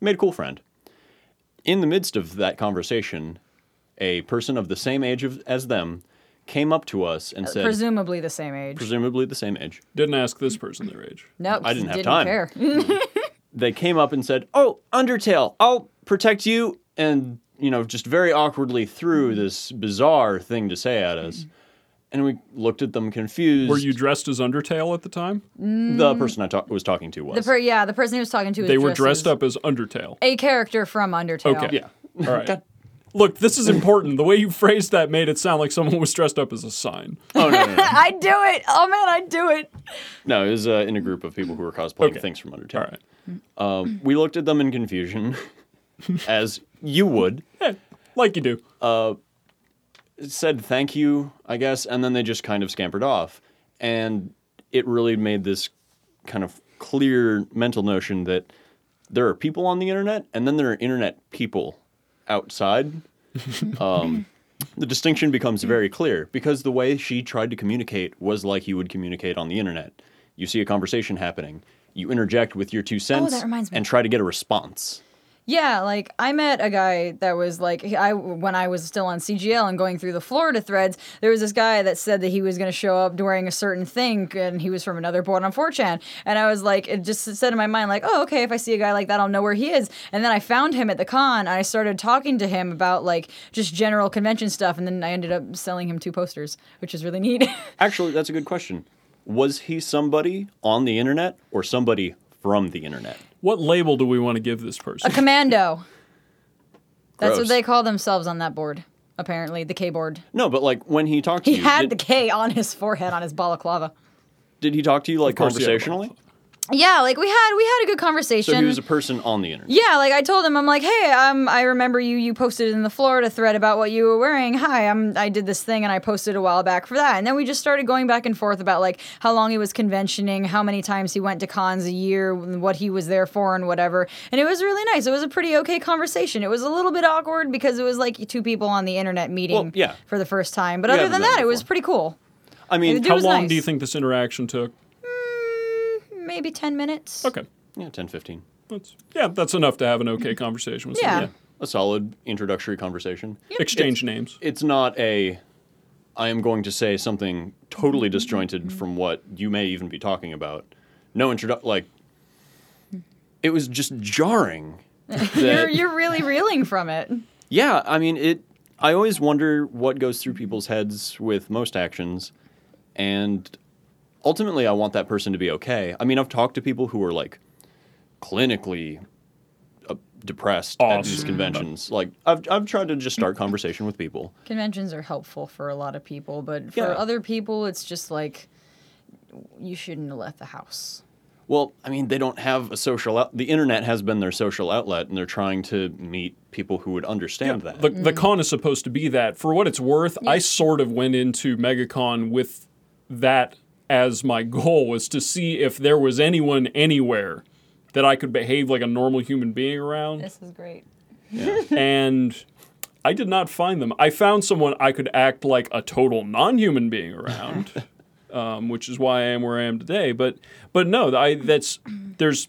S3: Made a cool friend. In the midst of that conversation, a person of the same age of, as them came up to us and said,
S1: Presumably the same age.
S3: presumably the same age.
S2: Didn't ask this person their age.
S1: Nope,
S3: I didn't have
S1: didn't
S3: time.
S1: care. [laughs]
S3: They came up and said, "Oh, Undertale, I'll protect you," and you know, just very awkwardly threw this bizarre thing to say at us. And we looked at them confused.
S2: Were you dressed as Undertale at the time?
S3: the person I ta- was talking to was?
S1: The per- yeah, the person he was talking to. was
S2: They were dressed
S1: as
S2: up as Undertale.
S1: a character from Undertale.
S2: Okay.
S3: Yeah.
S2: All
S3: [laughs]
S2: right. Look, this is important. The way you phrased that made it sound like someone was dressed up as a sign.
S3: [laughs] Oh no, no, no.
S1: I do it. Oh man, I do it.
S3: No, it was uh, in a group of people who were cosplaying
S2: Okay.
S3: things from Undertale.
S2: All right.
S3: Um, we looked at them in confusion, [laughs] as you would.
S2: Eh, like you do.
S3: Said thank you, I guess, and then they just kind of scampered off, and it really made this kind of clear mental notion that there are people on the internet, and then there are internet people
S1: [laughs]
S3: outside. um, the distinction becomes very clear because the way she tried to communicate was like you would communicate on the internet. You see a conversation happening, you interject with your two cents,
S1: Oh, reminds me.
S3: and try to get a response.
S1: Yeah, like I met a guy that was like he- I when I was still on CGL and going through the Florida threads, there was this guy that said that he was going to show up wearing a certain thing and he was from another board on 4chan. And I was like it just said in my mind like, "Oh, okay, if I see a guy like that, I'll know where he is." And then I found him at the con and I started talking to him about like just general convention stuff and then I ended up selling him two posters, which is really neat. [laughs]
S3: Actually, that's a good question. Was he somebody on the internet or somebody from the internet?
S2: What label do we want to give this person?
S1: A commando. That's what
S3: Gross.
S1: they call themselves on that board. Apparently, the K board.
S3: No, but like when he talked to
S1: He
S3: you,
S1: had
S3: did,
S1: the K on his forehead on his balaclava.
S3: did he talk to you like
S2: course he had a
S3: conversationally?
S1: Yeah, like we had we had a good conversation.
S3: So he was a person on the internet.
S1: Yeah, like I told him, I'm like, hey, um, I remember you. You posted in the Florida thread about what you were wearing. Hi, I'm. I did this thing and I posted a while back for that. And then we just started going back and forth about like how long he was conventioning, how many times he went to cons a year, what he was there for, and whatever. And it was really nice. It was a pretty okay conversation. It was a little bit awkward because it was like two people on the internet meeting
S3: Well, yeah.
S1: for the first time. But
S3: You
S1: other
S3: haven't
S1: than
S3: done
S1: that,
S3: it
S1: it was
S3: before.
S1: pretty cool.
S3: I mean,
S1: It
S2: How
S1: was
S2: long
S1: nice.
S2: do you think this interaction took?
S1: Mm, Maybe ten minutes.
S2: Okay.
S3: yeah, 10, 15.
S2: That's, yeah, that's enough to have an okay conversation with
S1: Yeah.
S2: someone.
S3: Yeah, a solid introductory conversation.
S2: Exchange names.
S3: It's not a. I am going to say something totally disjointed from what you may even be talking about. No introdu like. It was just
S1: [laughs]
S3: jarring.
S1: You're
S3: that-
S1: you're really reeling from it.
S3: Yeah, I mean it. I always wonder what goes through people's heads with most actions, and ultimately, I want that person to be okay. I mean, I've talked to people who are like clinically uh, depressed at these
S2: Awesome.
S3: conventions. Like, I've I've tried to just start conversation with people.
S1: conventions are helpful for a lot of people, but for
S3: Yeah.
S1: other people, it's just like you shouldn't have left the house.
S3: Well, I mean, they don't have a social. Out- the internet has been their social outlet, and they're trying to meet people who would understand that.
S2: The, the con is supposed to be that. For what it's worth, I sort of went into MegaCon with that as my goal was to see if there was anyone anywhere that I could behave like a normal human being around.
S1: This is great.
S2: and I did not find them. I found someone I could act like a total non-human being
S3: [laughs]
S2: around, um, which is why I am where I am today. But but no, I that's there's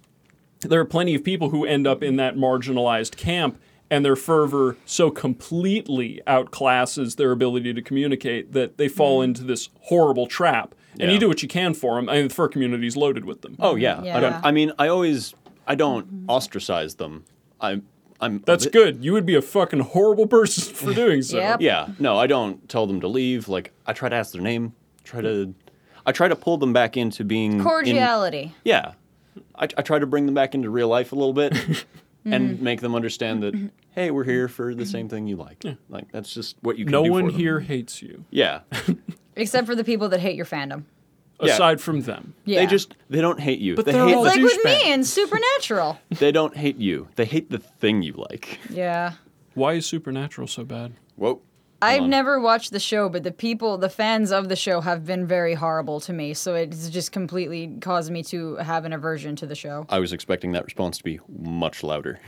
S2: there are plenty of people who end up in that marginalized camp and their fervor so completely outclasses their ability to communicate that they fall into this horrible trap. And you
S3: Mm. Yeah.
S2: do what you can for them. I mean, the fur community is loaded with them.
S3: oh yeah, I
S1: Yeah.
S3: don't. I mean, I always I don't ostracize them. I I'm a
S2: That's
S3: bit-
S2: good. You would be a fucking horrible person [laughs] for doing so.
S1: Yep.
S3: Yeah, no, I don't tell them to leave. Like I try to ask their name, try to, I try to pull them back into being in-
S1: Cordiality.
S3: yeah, I, I try to bring them back into real life a little
S1: [laughs]
S3: bit,
S1: Mm-hmm.
S3: and make them understand that hey, we're here for the same thing you like. Like that's just what you. can
S2: No
S3: do for
S2: one
S3: them.
S2: here hates you.
S1: [laughs]
S3: Yeah.
S1: Except for the people that hate your fandom.
S3: Yeah.
S2: aside from them.
S1: Yeah.
S3: they just they don't hate you.
S2: But
S3: they
S2: they're
S3: hate
S2: all
S1: It's
S3: the-
S1: like with
S2: douchebag.
S1: me and
S3: [laughs]
S1: Supernatural.
S3: they don't hate you. They hate the thing you like.
S1: yeah.
S2: Why is Supernatural so bad?
S3: Whoa.
S1: I've
S3: on.
S1: never watched the show, but the people, the fans of the show have been very horrible to me, so it's just completely caused me to have an aversion to the show.
S3: I was expecting that response to be much louder.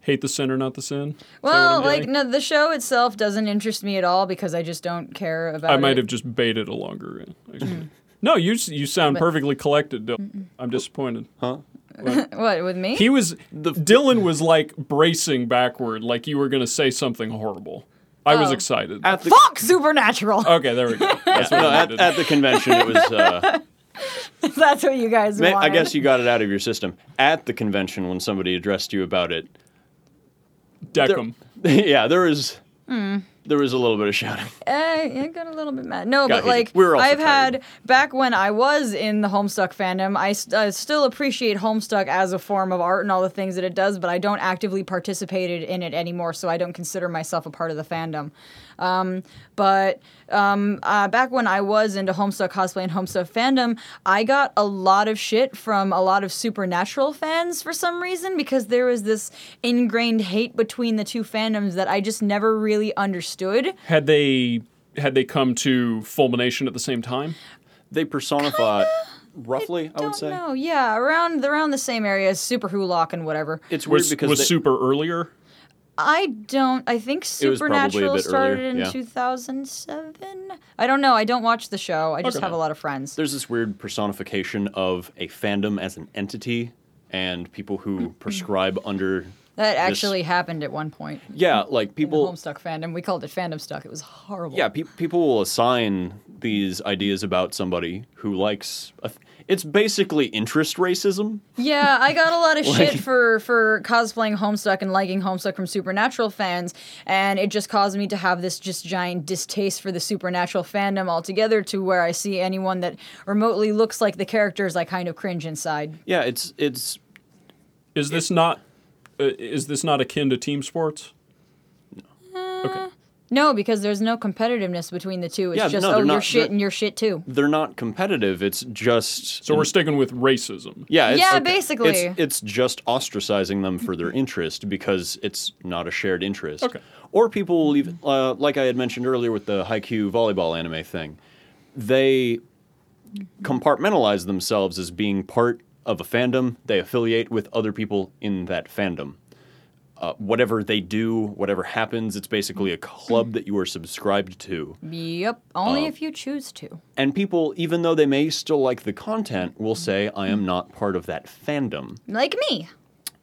S2: Hate the sinner, not the sin.
S1: Well, like
S2: getting?
S1: no, the show itself doesn't interest me at all because I just don't care about
S2: I might
S1: it.
S2: have just baited a longer. in, Actually. no, you s- you sound perfectly collected. Dylan. I'm disappointed.
S1: [laughs] What with me?
S2: He was Dylan was like bracing backward, like you were going to say something horrible. I was
S1: Oh.
S2: excited.
S3: At the
S1: Fuck Supernatural.
S2: okay, there we
S3: [laughs]
S2: go. That's what
S3: no,
S2: I
S3: at,
S2: did.
S3: at the convention it was. Uh,
S1: [laughs] That's what you guys
S3: Ma-
S1: want.
S3: I guess you got it out of your system at the convention when somebody addressed you about it. [laughs]
S2: Deckham.
S3: yeah, there was
S1: Hmm.
S3: there was a little bit of shouting.
S1: I eh, got a little bit mad. No,
S3: Got
S1: but
S3: heated.
S1: like
S3: We were also
S1: I've
S3: tired.
S1: had back when I was in the Homestuck fandom, I st- uh, still appreciate Homestuck as a form of art and all the things that it does, but I don't actively participate in it anymore, so I don't consider myself a part of the fandom. Um, but um, uh, back when I was into Homestuck cosplay and Homestuck fandom, I got a lot of shit from a lot of Supernatural fans for some reason because there was this ingrained hate between the two fandoms that I just never really understood.
S2: Had they had they come to fulmination at the same time?
S1: [laughs]
S3: They personify roughly, I, would
S1: don't
S3: say.
S1: know. Yeah, around around the same area as Super Hulock and whatever.
S3: It's weird
S2: Was
S3: because
S2: was
S3: they-
S2: super earlier?
S1: I don't. I think
S3: It was probably a
S1: Supernatural
S3: bit
S1: started
S3: earlier,
S1: in
S3: yeah.
S1: 2007. I don't know. I don't watch the show. I just
S2: Okay.
S1: have a lot of friends.
S3: there's this weird
S1: Mm-hmm.
S3: personification of a fandom as an entity and people who prescribe under
S1: That actually happened at one point.
S3: Yeah, like
S1: In the
S3: people
S1: Homestuck fandom, we called it fandom stuck. It was horrible.
S3: Yeah, pe- people will assign these ideas about somebody who likes. A th- it's basically interest racism.
S1: Yeah, I got a lot
S3: [laughs]
S1: of
S3: Like-
S1: shit for for cosplaying Homestuck and liking Homestuck from Supernatural fans, and it just caused me to have this just giant distaste for the Supernatural fandom altogether. To where I see anyone that remotely looks like the characters, I kind of cringe inside.
S3: Yeah, it's it's
S2: Is this not uh, is this not akin to team sports?
S1: No, because there's no competitiveness between the two. It's
S3: Yeah,
S1: just
S3: no,
S1: oh,
S3: they're
S1: you're
S3: not-
S1: shit
S3: they're-
S1: and you're shit too.
S3: they're not competitive. It's just
S2: So we're sticking with racism.
S3: yeah, it's,
S1: Mm. Yeah,
S3: okay,
S1: basically.
S3: it's, it's just ostracizing them for their interest because it's not a shared interest.
S2: Okay.
S3: Or people will even uh, like I had mentioned earlier with the haiku volleyball anime thing. They compartmentalize themselves as being part of a fandom. They affiliate with other people in that fandom. Uh, whatever they do, whatever happens, it's basically a club that you are subscribed to.
S1: Yep,
S3: Oh.
S1: only if you choose to.
S3: And people, even though they may still like the content, will say, I am not part of that fandom.
S1: Like me.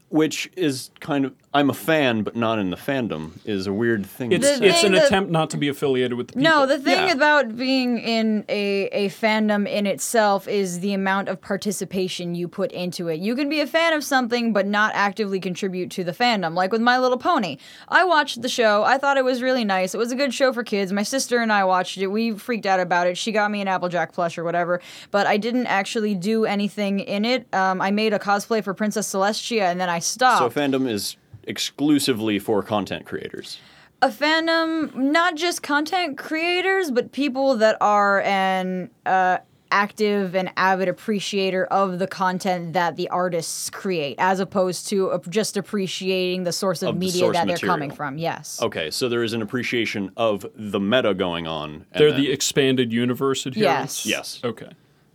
S3: Which is kind of, I'm a fan, but not in the fandom, is a weird thing.
S2: It's
S1: The
S2: it's
S1: thing
S2: an
S1: that-
S2: attempt not to be affiliated with the people.
S1: No, the thing
S3: Yeah.
S1: about being in a, a fandom in itself is the amount of participation you put into it. You can be a fan of something but not actively contribute to the fandom. Like with My Little Pony. I watched the show. I thought it was really nice. It was a good show for kids. My sister and I watched it. We freaked out about it. She got me an Applejack plush or whatever, but I didn't actually do anything in it. Um, I made a cosplay for Princess Celestia and then I stopped.
S3: so, fandom is exclusively for content creators.
S1: a fandom not just content creators but people that are an uh, active and avid appreciator of the content that the artists create as opposed to uh, just appreciating the source of,
S3: Of the
S1: media
S3: source
S1: that they're
S3: material. Oh.
S1: coming from yes
S3: Okay, so there is an appreciation of the meta going on. and
S2: They're
S3: then-
S2: the Oh. expanded universe adherents.
S1: Yes.
S3: Yes.
S2: Okay.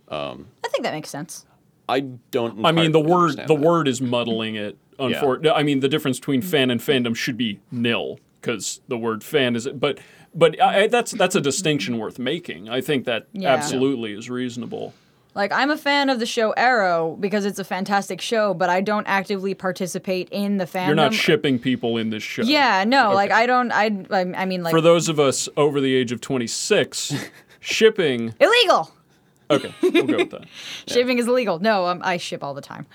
S1: i think that makes sense
S3: I don't.
S2: I mean the
S3: entirely
S2: word
S3: understand
S2: the
S3: that.
S2: word is muddling it. Unfortunately, I mean the difference between fan and fandom should be nil because the word fan is but but I, I- that's that's a distinction worth making. I think that
S1: Yeah.
S2: absolutely is reasonable.
S1: like i'm a fan of the show arrow because it's a fantastic show but i don't actively participate in the fandom
S2: You're not shipping people in this show.
S1: uh, yeah no like i don't i i, I mean like
S2: For those of us over the age of 26, shipping.
S1: illegal
S2: Okay, we'll go with that.
S1: shipping is illegal no um, i ship all the time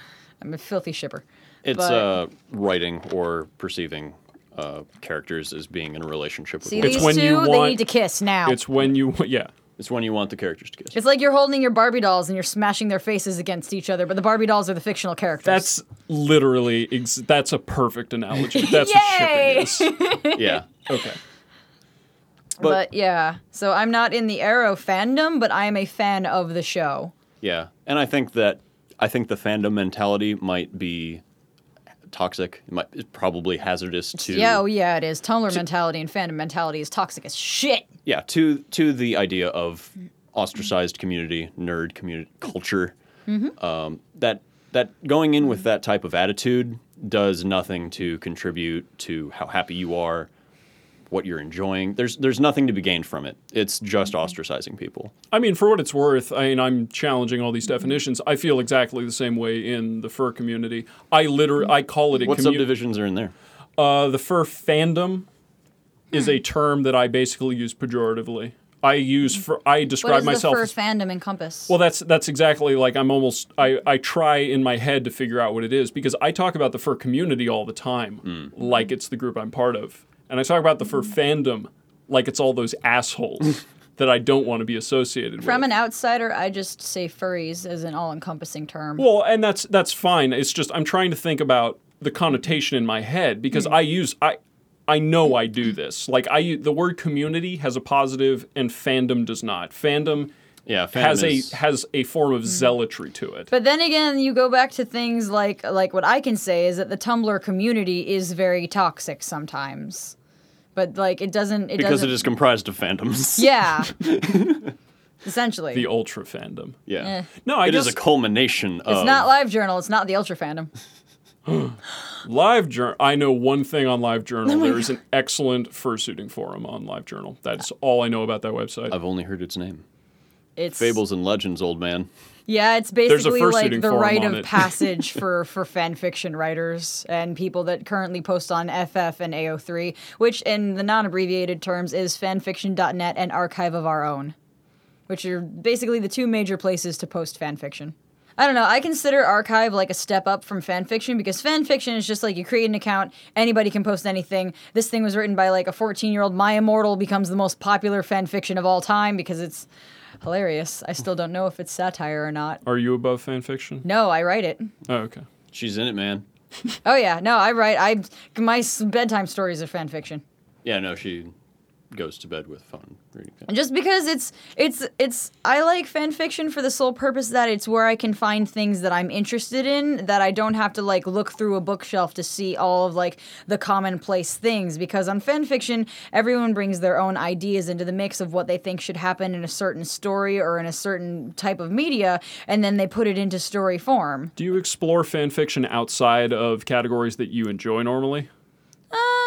S1: i'm a filthy shipper
S3: It's
S1: but-
S3: uh, writing or perceiving uh, characters as being in a relationship with.
S1: See
S3: one
S1: these
S2: It's when
S1: two?
S2: you
S1: they
S2: want-
S1: need to kiss now. It's,
S2: It's when you yeah.
S3: It's when you want the characters to kiss.
S1: like you're holding your Barbie dolls and you're smashing their faces against each other, but the Barbie dolls are the fictional characters.
S2: That's literally ex- that's a
S1: [laughs]
S2: perfect analogy. That's
S1: Yay!
S2: what shipping is.
S3: yeah.
S2: Okay.
S1: but, yeah. So I'm not in the Arrow fandom, but I am a fan of the show.
S3: Yeah. And I think that I think the fandom mentality might be toxic. It might it's probably hazardous to
S1: Yeah, oh yeah, it is. Tumblr mentality and fandom mentality is toxic as shit.
S3: yeah, to to the idea of ostracized community, nerd community culture.
S1: Mm-hmm.
S3: Um, that that going in with that type of attitude does nothing to contribute to how happy you are, what you're enjoying. There's there's nothing to be gained from it. It's just
S1: Mm-hmm.
S3: ostracizing people.
S2: I mean, for what it's worth, I mean, I'm challenging all these definitions. I feel exactly the same way in the fur community. I literally, I call it a
S3: What
S2: community.
S3: subdivisions are in there?
S2: Uh, the fur fandom
S1: Hmm.
S2: is a term that I basically use pejoratively. I use for
S1: Hmm.
S2: I
S1: What
S2: describe
S1: does the
S2: myself
S1: fur
S2: as
S1: fandom encompass?
S2: Well, that's that's exactly like I'm almost I, I try in my head to figure out what it is because I talk about the fur community all the time,
S3: Hmm.
S2: like it's the group I'm part of, and I talk about the fur fandom like it's all those
S3: [laughs]
S2: assholes that I don't want to be associated
S1: From
S2: with.
S1: an outsider, I just say furries as an all-encompassing term.
S2: well, and that's that's fine. It's just I'm trying to think about the connotation in my head because I use I. I know I do this. Like I, u- the word community has a positive, and fandom does not. Fandom,
S3: Yeah, fandom
S2: has
S3: is-
S2: a has a form of zealotry to it.
S1: But then again, you go back to things like like what I can say is that the Tumblr community is very toxic sometimes. But like it doesn't it
S3: because
S1: doesn't
S3: it is comprised of fandoms.
S1: Yeah. Essentially.
S2: the ultra fandom.
S3: [laughs] Yeah.
S1: Eh.
S2: No, I
S3: It is
S2: just
S3: a culmination of
S1: it's not live journal, it's not the ultra fandom.
S2: live journal. I know one thing on live
S1: Oh
S2: journal. there is an excellent fursuiting forum on live journal. That's all I know about that website.
S3: I've only heard its name.
S1: It's
S3: Fables and legends, old man.
S1: Yeah, it's
S2: There's a
S1: basically
S2: fursuiting
S1: like the
S2: forum
S1: rite
S2: on
S1: of
S2: it. [laughs]
S1: passage for for fan fiction writers and people that currently post on FF and AO3, which in the non-abbreviated terms is fanfiction.net and Archive of Our Own, which are basically the two major places to post fan fiction. I don't know. I consider Archive like a step up from fan fiction because fan fiction is just like you create an account, anybody can post anything. This thing was written by like a 14-year-old. My Immortal becomes the most popular fan fiction of all time because it's hilarious. I still don't know if it's satire or not.
S2: Are you above fan fiction?
S1: No, I write it.
S2: Oh, okay.
S3: She's in it, man.
S1: Oh yeah, no, I write. I my s- bedtime stories are fan fiction.
S3: Yeah, no, she goes to bed with phone reading.
S1: And just because it's it's it's I like fan fiction for the sole purpose that it's where I can find things that I'm interested in that I don't have to like look through a bookshelf to see all of like the commonplace things because on fan fiction everyone brings their own ideas into the mix of what they think should happen in a certain story or in a certain type of media and then they put it into story form.
S2: Do you explore fan fiction outside of categories that you enjoy normally?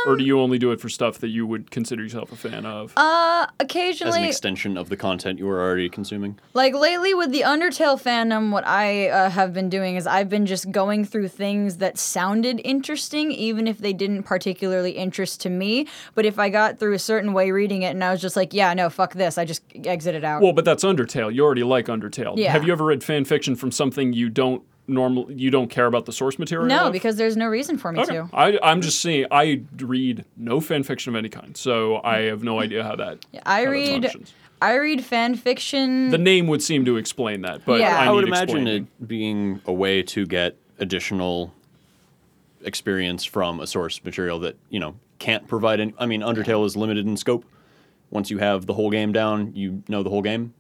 S2: or do you only do it for stuff that you would consider yourself a fan
S1: Um,
S2: of?
S1: Uh
S3: As an
S1: occasionally
S3: extension of the content you were already consuming.
S1: Like lately with the Undertale fandom, what I uh, have been doing is I've been just going through things that sounded interesting, even if they didn't particularly interest to me. But if I got through a certain way reading it, and I was just like, yeah, no, fuck this, I just exited out.
S2: well, but that's Undertale. You already like Undertale.
S1: Yeah.
S2: Have you ever read fan fiction from something you don't normally you don't care about the source material?
S1: no,
S2: of?
S1: because there's no reason for me
S2: Okay. Oh,
S1: to.
S2: I, I'm just saying I read no fan fiction of any kind, so I have no idea how that.
S1: Mm-hmm. I
S2: how that
S1: read,
S2: functions.
S1: I read fan fiction.
S2: The name would seem to explain that, but
S1: Yeah.
S2: I,
S1: I
S3: I, would
S2: need
S3: imagine
S2: explaining.
S3: it being a way to get additional experience from a source material that you know can't provide. Any, I mean, Undertale is limited in scope. Once you have the whole game down, you know the whole game.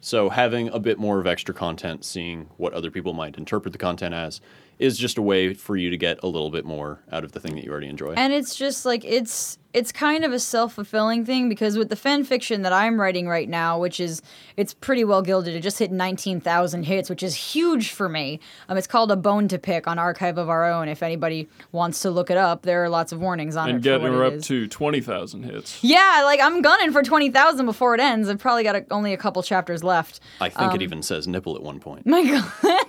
S3: So having a bit more of extra content, seeing what other people might interpret the content as, is just a way for you to get a little bit more out of the thing that you already enjoy.
S1: And it's just like it's it's kind of a self-fulfilling thing because with the fan fiction that I'm writing right now, which is it's pretty well gilded. It just hit 19,000 hits, which is huge for me. Um it's called A Bone to Pick on Archive of Our Own if anybody wants to look it up. There are lots of warnings on it.
S2: and
S1: for
S2: getting
S1: what
S2: her
S1: it
S2: up
S1: is.
S2: to twenty thousand hits.
S1: Yeah, like I'm gunning for 20,000 before it ends. I've probably got a, only a couple chapters left.
S3: I think it even says nipple at one
S1: [laughs]
S3: point.
S1: My god.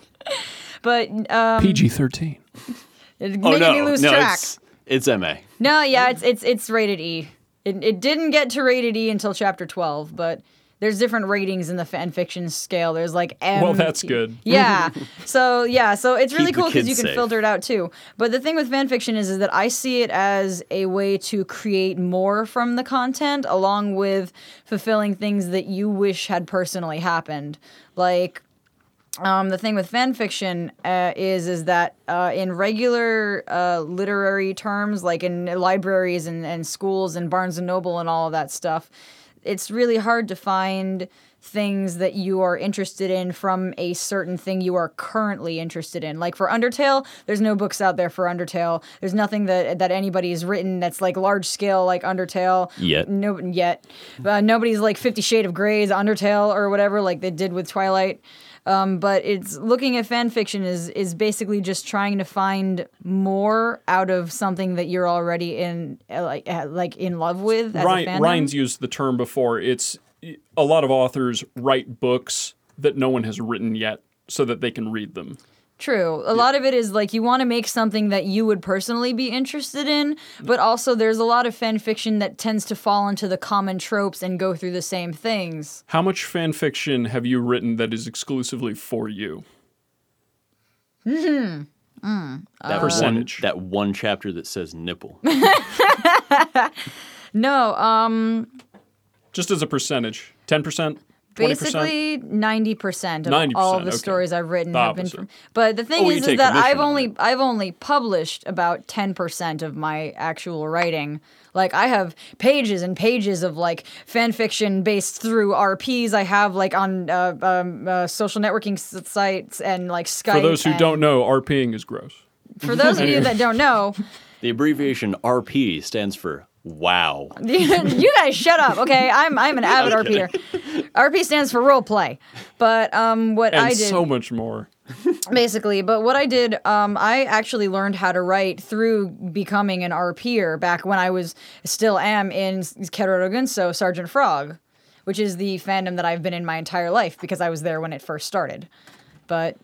S1: but um
S2: PG thirteen.
S1: it's
S3: Oh
S1: making
S3: no,
S1: me lose
S3: no,
S1: track.
S3: it's it's MA.
S1: No, yeah, it's it's it's rated E. It, it didn't get to rated E until chapter twelve, but there's different ratings in the fan fiction scale. There's like M.
S2: Well, that's
S1: T-
S2: good.
S1: [laughs]
S3: [laughs]
S1: Yeah. so yeah, so it's really
S3: Keep the
S1: cool because
S3: kids
S1: you can
S3: safe.
S1: filter it out too. But the thing with fan fiction is, is that I see it as a way to create more from the content, along with fulfilling things that you wish had personally happened, like um, the thing with fan fiction uh, is is that uh, in regular uh, literary terms, like in libraries and, and schools and Barnes and Noble and all of that stuff, it's really hard to find things that you are interested in from a certain thing you are currently interested in. Like for Undertale, there's no books out there for Undertale. There's nothing that that anybody has written that's like large scale like Undertale
S3: Yet.
S1: no yet uh, nobody's like 50 shade of gray's undertale or whatever like they did with twilight um, but it's looking at fan fiction is is basically just trying to find more out of something that you're already in uh, like uh, like in love with as a
S2: Ryan,
S1: fandom.
S2: Ryan's used the term before. It's a lot of authors write books that no one has written yet so that they can read them.
S1: True. A lot of it is like you want to make something that you would personally be interested in, but also there's a lot of fan fiction that tends to fall into the common tropes and go through the same things.
S2: How much fan fiction have you written that is exclusively for you?
S1: Oh.
S3: That
S2: Percentage.
S3: One, that one chapter that says nipple. [laughs]
S1: No, um
S2: Just as a percentage, ten percent, twenty percent.
S1: Basically, ninety percent of
S2: 90%,
S1: all of the
S2: okay.
S1: stories I've written
S2: The
S1: have been.
S2: opposite.
S1: From, but the thing
S3: Oh, you
S1: is,
S3: take
S1: is that
S3: commission
S1: I've
S3: on
S1: only I've only published about ten percent of my actual writing. Like I have pages and pages of like fan fiction based through RPs. I have like on uh, um, uh, social networking s- sites and like Skype.
S2: For those who
S1: and-
S2: don't know, RPing is gross.
S1: for those of you that don't know, [laughs]
S3: The abbreviation RP stands for wow.
S1: you guys shut up. Okay, I'm I'm
S2: [laughs]
S1: an avid RPer. RP stands for role play. But um, what
S2: And
S1: I did
S2: so much more.
S1: basically. But what I did, um, I actually learned how to write through becoming er an RPer back when I was still am in Keroro Gunso, Sergeant Frog. which is the fandom that I've been in my entire life because I was there when it first started. But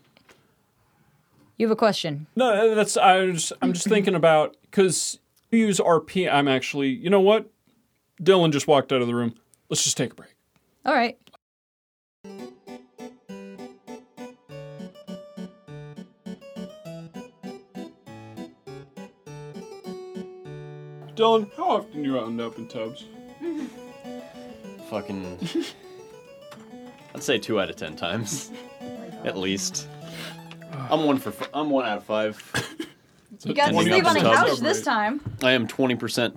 S1: you have a question.
S2: No, uh, that's I was, I'm just thinking about because you use RP. I'm actually, you know what? Dylan just walked out of the room. Let's just take a break.
S1: All right.
S2: Dylan, how often do you end up in tubs?
S3: Fucking. I'd say two out of
S1: [laughs]
S3: ten times, at least. I'm one for. F- I'm one out of five.
S1: You got to
S3: Twenty
S1: sleep on a
S3: episodes.
S1: couch this time.
S3: I am 20%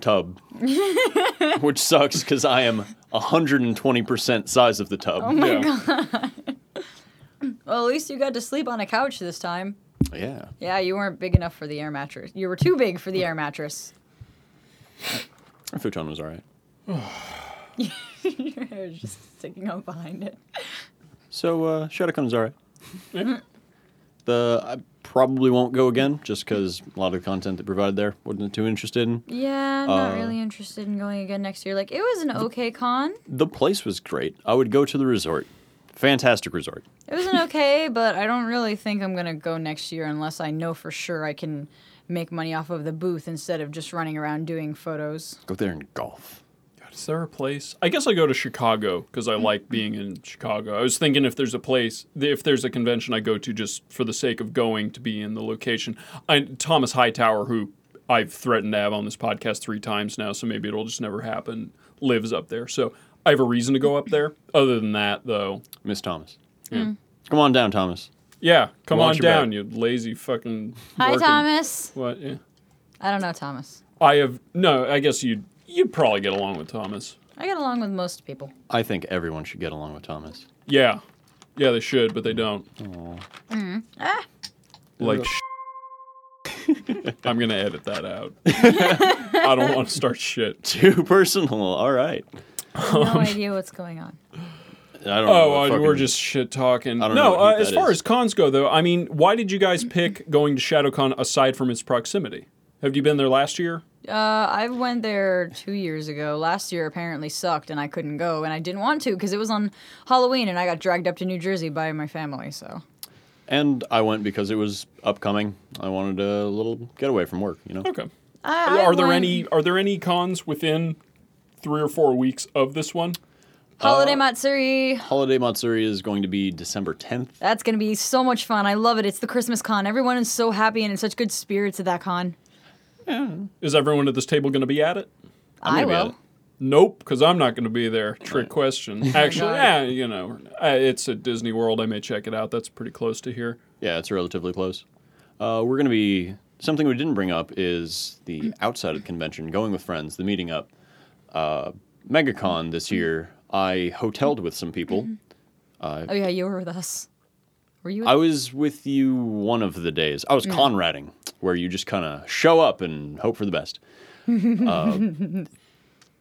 S1: [laughs]
S3: tub, which sucks because I am 120% size of the tub.
S1: Oh
S2: yeah.
S1: Well, at least you got to sleep on a couch this time.
S3: Yeah.
S1: Yeah, you weren't big enough for the air mattress. You were too big for the air mattress. [laughs]
S3: Our futon was all right.
S1: Your hair is just sticking up behind it.
S3: So uh, Shadowcon's all right.
S1: Mm-hmm.
S2: Yeah.
S3: The I probably won't go again just because a lot of the content that provided there wasn't too interested in.
S1: Yeah, not
S3: Uh,
S1: really interested in going again next year. Like, it was an okay con.
S3: The place was great. I would go to the resort. Fantastic resort.
S1: It was an okay, but I don't really think I'm going to go next year unless I know for sure I can make money off of the booth instead of just running around doing photos.
S3: Go there and golf.
S2: God, is there a place? I guess I go to Chicago because I like being in Chicago. I was thinking if there's a place, if there's a convention I go to just for the sake of going to be in the location. I, Thomas Hightower, who I've threatened to have on this podcast three times now, so maybe it'll just never happen, lives up there. So I have a reason to go up there. Other than that, though,
S3: Miss Thomas.
S1: Mm.
S3: Come on down, Thomas.
S2: yeah, come on
S3: Watch your
S2: down,
S3: back.
S2: you lazy fucking.
S1: Hi,
S2: working-
S1: Thomas.
S2: What? Yeah.
S1: I don't know Thomas.
S2: I have no. I guess you you'd probably get along with Thomas.
S1: I get along with most people.
S3: I think everyone should get along with Thomas. [laughs]
S2: Yeah, yeah, they should, but they don't.
S1: Ah,
S2: like [laughs] I'm gonna edit that out. I don't want to start shit.
S3: [laughs] Too personal. All right.
S1: no
S2: [laughs]
S1: idea what's going on.
S3: I don't know.
S2: Oh,
S3: what
S2: uh,
S3: fucking-
S2: we're just shit talking.
S3: I don't
S2: no,
S3: know what
S2: uh,
S3: heat
S2: as
S3: that
S2: far
S3: is.
S2: as cons go, though, I mean, why did you guys pick going to ShadowCon aside from its proximity? Have you been there last year?
S1: Uh, I went there two years ago. Last year apparently sucked, and I couldn't go, and I didn't want to because it was on Halloween, and I got dragged up to New Jersey by my family. So
S3: And I went because it was upcoming. I wanted a little getaway from work, you know?
S2: Okay.
S1: I, Uh, I
S2: are there
S1: went-
S2: any Are there any cons within three or four weeks of this one?
S1: holiday
S2: uh,
S1: Matsuri?
S3: Holiday Matsuri is going to be December 10th.
S1: That's gonna be so much fun. I love it. It's the Christmas con. Everyone is so happy and in such good spirits at that con.
S2: Is everyone at this table going to be at it?
S1: I
S3: gonna be at
S1: will.
S3: it.
S2: Nope, because I'm not going to be there. Trick
S3: [laughs]
S2: question. Actually,
S1: God.
S2: yeah, you know, uh, it's at Disney World. I may check it out. That's pretty close to here.
S3: Yeah, it's relatively close. Uh, we're going to be. Something we didn't bring up is the outside of the convention, going with friends, the meeting up. Uh, MegaCon this year, I hoteled with some people.
S1: Mm-hmm. Oh yeah, you were with us. Were you?
S3: Uh, I was with you one of the days. I was Conrading, where you just kind of show up and hope for the best.
S1: [laughs]
S3: Uh,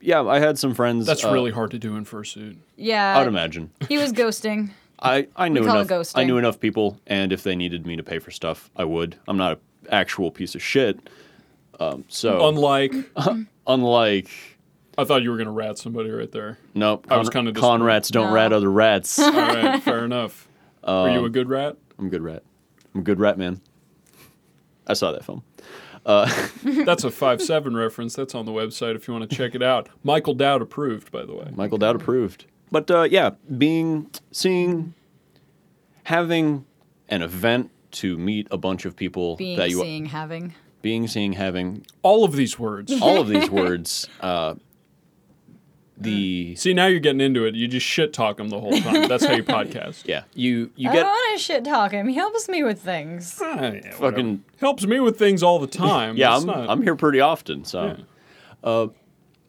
S3: yeah, I had some friends.
S2: That's
S3: uh,
S2: really hard to do in fursuit.
S1: yeah.
S3: I would imagine.
S1: He was ghosting.
S3: I, I knew
S1: call it
S3: enough. I
S1: ghosting.
S3: knew enough people, and if they needed me to pay for stuff, I would. I'm not an actual piece of shit.
S2: Oh,
S3: Um, so
S2: Unlike,
S3: unlike
S2: I thought you were going to rat somebody right there.
S3: nope,
S2: I was
S3: con,
S2: kinda
S3: con
S2: disappointed.
S3: rats don't
S1: No.
S3: rat other
S1: [laughs]
S3: rats.
S2: All
S3: [laughs]
S2: right, fair enough. Are
S3: Um,
S2: you a good rat?
S3: I'm a good rat. I'm a good rat man. I saw that film.
S2: That's a five seven reference. That's on the website if you want to check it out. Michael Dowd approved, by the way.
S3: Michael Dowd approved. But uh, yeah, being, seeing, having an event to meet a bunch of people
S1: Being,
S3: that you
S1: seeing, having.
S3: being, seeing, having
S2: All of these words.
S3: all
S1: [laughs]
S3: of these words. Uh, the
S2: See, now you're getting into it. You just shit talk them the whole time. That's how you podcast.
S3: [laughs] yeah, you you
S1: I
S3: get
S1: don't want to shit talk him. He helps me with things.
S2: Ah, yeah, whatever.
S3: Fucking-
S2: helps me with things all the time.
S3: yeah.
S2: It's
S3: I'm,
S2: not-
S3: I'm here pretty often, so.
S2: Yeah.
S3: Uh,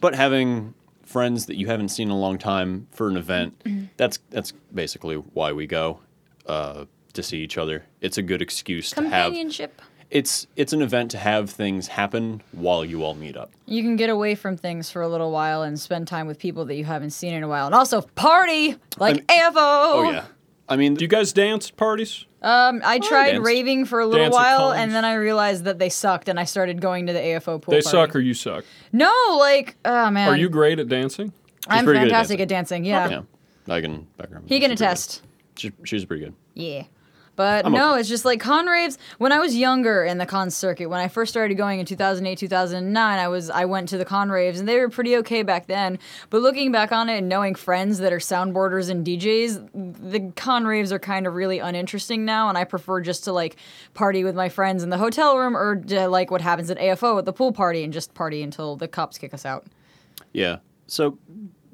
S3: but having friends that you haven't seen in a long time for an event,
S2: Mm-hmm.
S3: that's that's basically why we go uh, to see each other. It's a good excuse [laughs] to have.
S1: Companionship.
S3: It's it's an event to have things happen while you all meet up.
S1: You can get away from things for a little while and spend time with people that you haven't seen in a while, and also party like AFO.
S3: Oh yeah, I mean,
S2: Do you guys dance at parties?
S1: Um, I tried
S3: danced.
S1: raving for a little
S2: Dance at
S1: while,
S2: college.
S1: and then I realized that they sucked, and I started going to the AFO pool.
S2: They
S1: party.
S2: suck or you suck.
S1: no, like oh man.
S2: Are you great at dancing?
S1: I'm
S3: pretty good at
S1: fantastic
S3: dancing.
S1: at dancing. Yeah.
S3: Yeah, I can background.
S1: He can
S3: She's pretty
S1: attest.
S3: good. She, she's pretty good.
S1: Yeah. But
S3: I'm
S1: no,
S3: okay.
S1: it's just like con raves. When I was younger in the con circuit, when I first started going in 2008, 2009, I was I went to the con raves and they were pretty okay back then. But looking back on it and knowing friends that are soundboarders and DJs, the con raves are kind of really uninteresting now, and I prefer just to like party with my friends in the hotel room or to, like what happens at AFO at the pool party and just party until the cops kick us out.
S3: Yeah. So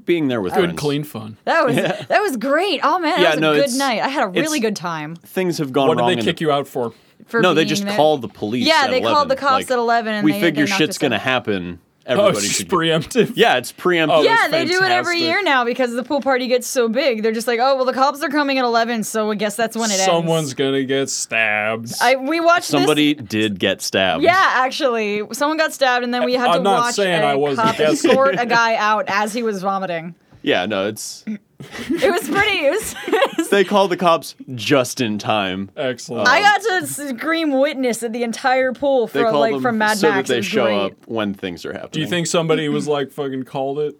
S3: being there with
S2: Good,
S3: friends,
S2: clean fun.
S1: That was that was great. Oh man, that
S3: Yeah,
S1: was a
S3: no,
S1: good
S3: it's-
S1: night. I had a really
S3: it's-
S1: good time.
S3: things have gone
S2: What
S3: wrong.
S2: did they
S3: in
S2: kick
S3: the,
S2: you out for?
S1: For
S3: no, they
S1: being
S3: just
S1: there.
S3: called the police.
S1: Yeah,
S3: at
S1: they
S3: 11.
S1: called the cops
S3: Like,
S1: at 11 and
S3: we
S1: they-
S3: figure
S1: they knocked
S3: shit's
S1: us
S3: gonna
S1: out.
S3: happen.
S2: Oh,
S3: Everybody
S2: it's just
S3: should.
S2: preemptive.
S3: Yeah, it's preemptive.
S2: Oh,
S1: Yeah,
S2: That's
S1: they do it every
S2: fantastic.
S1: year now because the pool party gets so big. They're just like, oh well, the cops are coming at eleven, so I guess that's when it
S2: Someone's
S1: ends.
S2: gonna get stabbed.
S1: I we watched this-
S3: Somebody did get stabbed.
S1: Yeah, actually, someone got stabbed, and then we had
S2: I'm
S1: to
S2: not
S1: watch
S2: saying
S1: a
S2: I wasn't
S1: cop
S2: guessing.
S1: escort a guy out as he was vomiting.
S3: Yeah,
S1: [laughs]
S3: no, it's
S1: It was pretty. It was,
S3: they called the cops just in time.
S2: Uh, Excellent.
S1: I got to scream witness at the entire pool
S3: They
S1: for
S3: called
S1: like
S3: them
S1: from Mad
S3: so
S1: Max. It
S3: that they
S1: was
S3: show
S1: great.
S3: up when things are happening.
S2: do you think somebody was like fucking called it?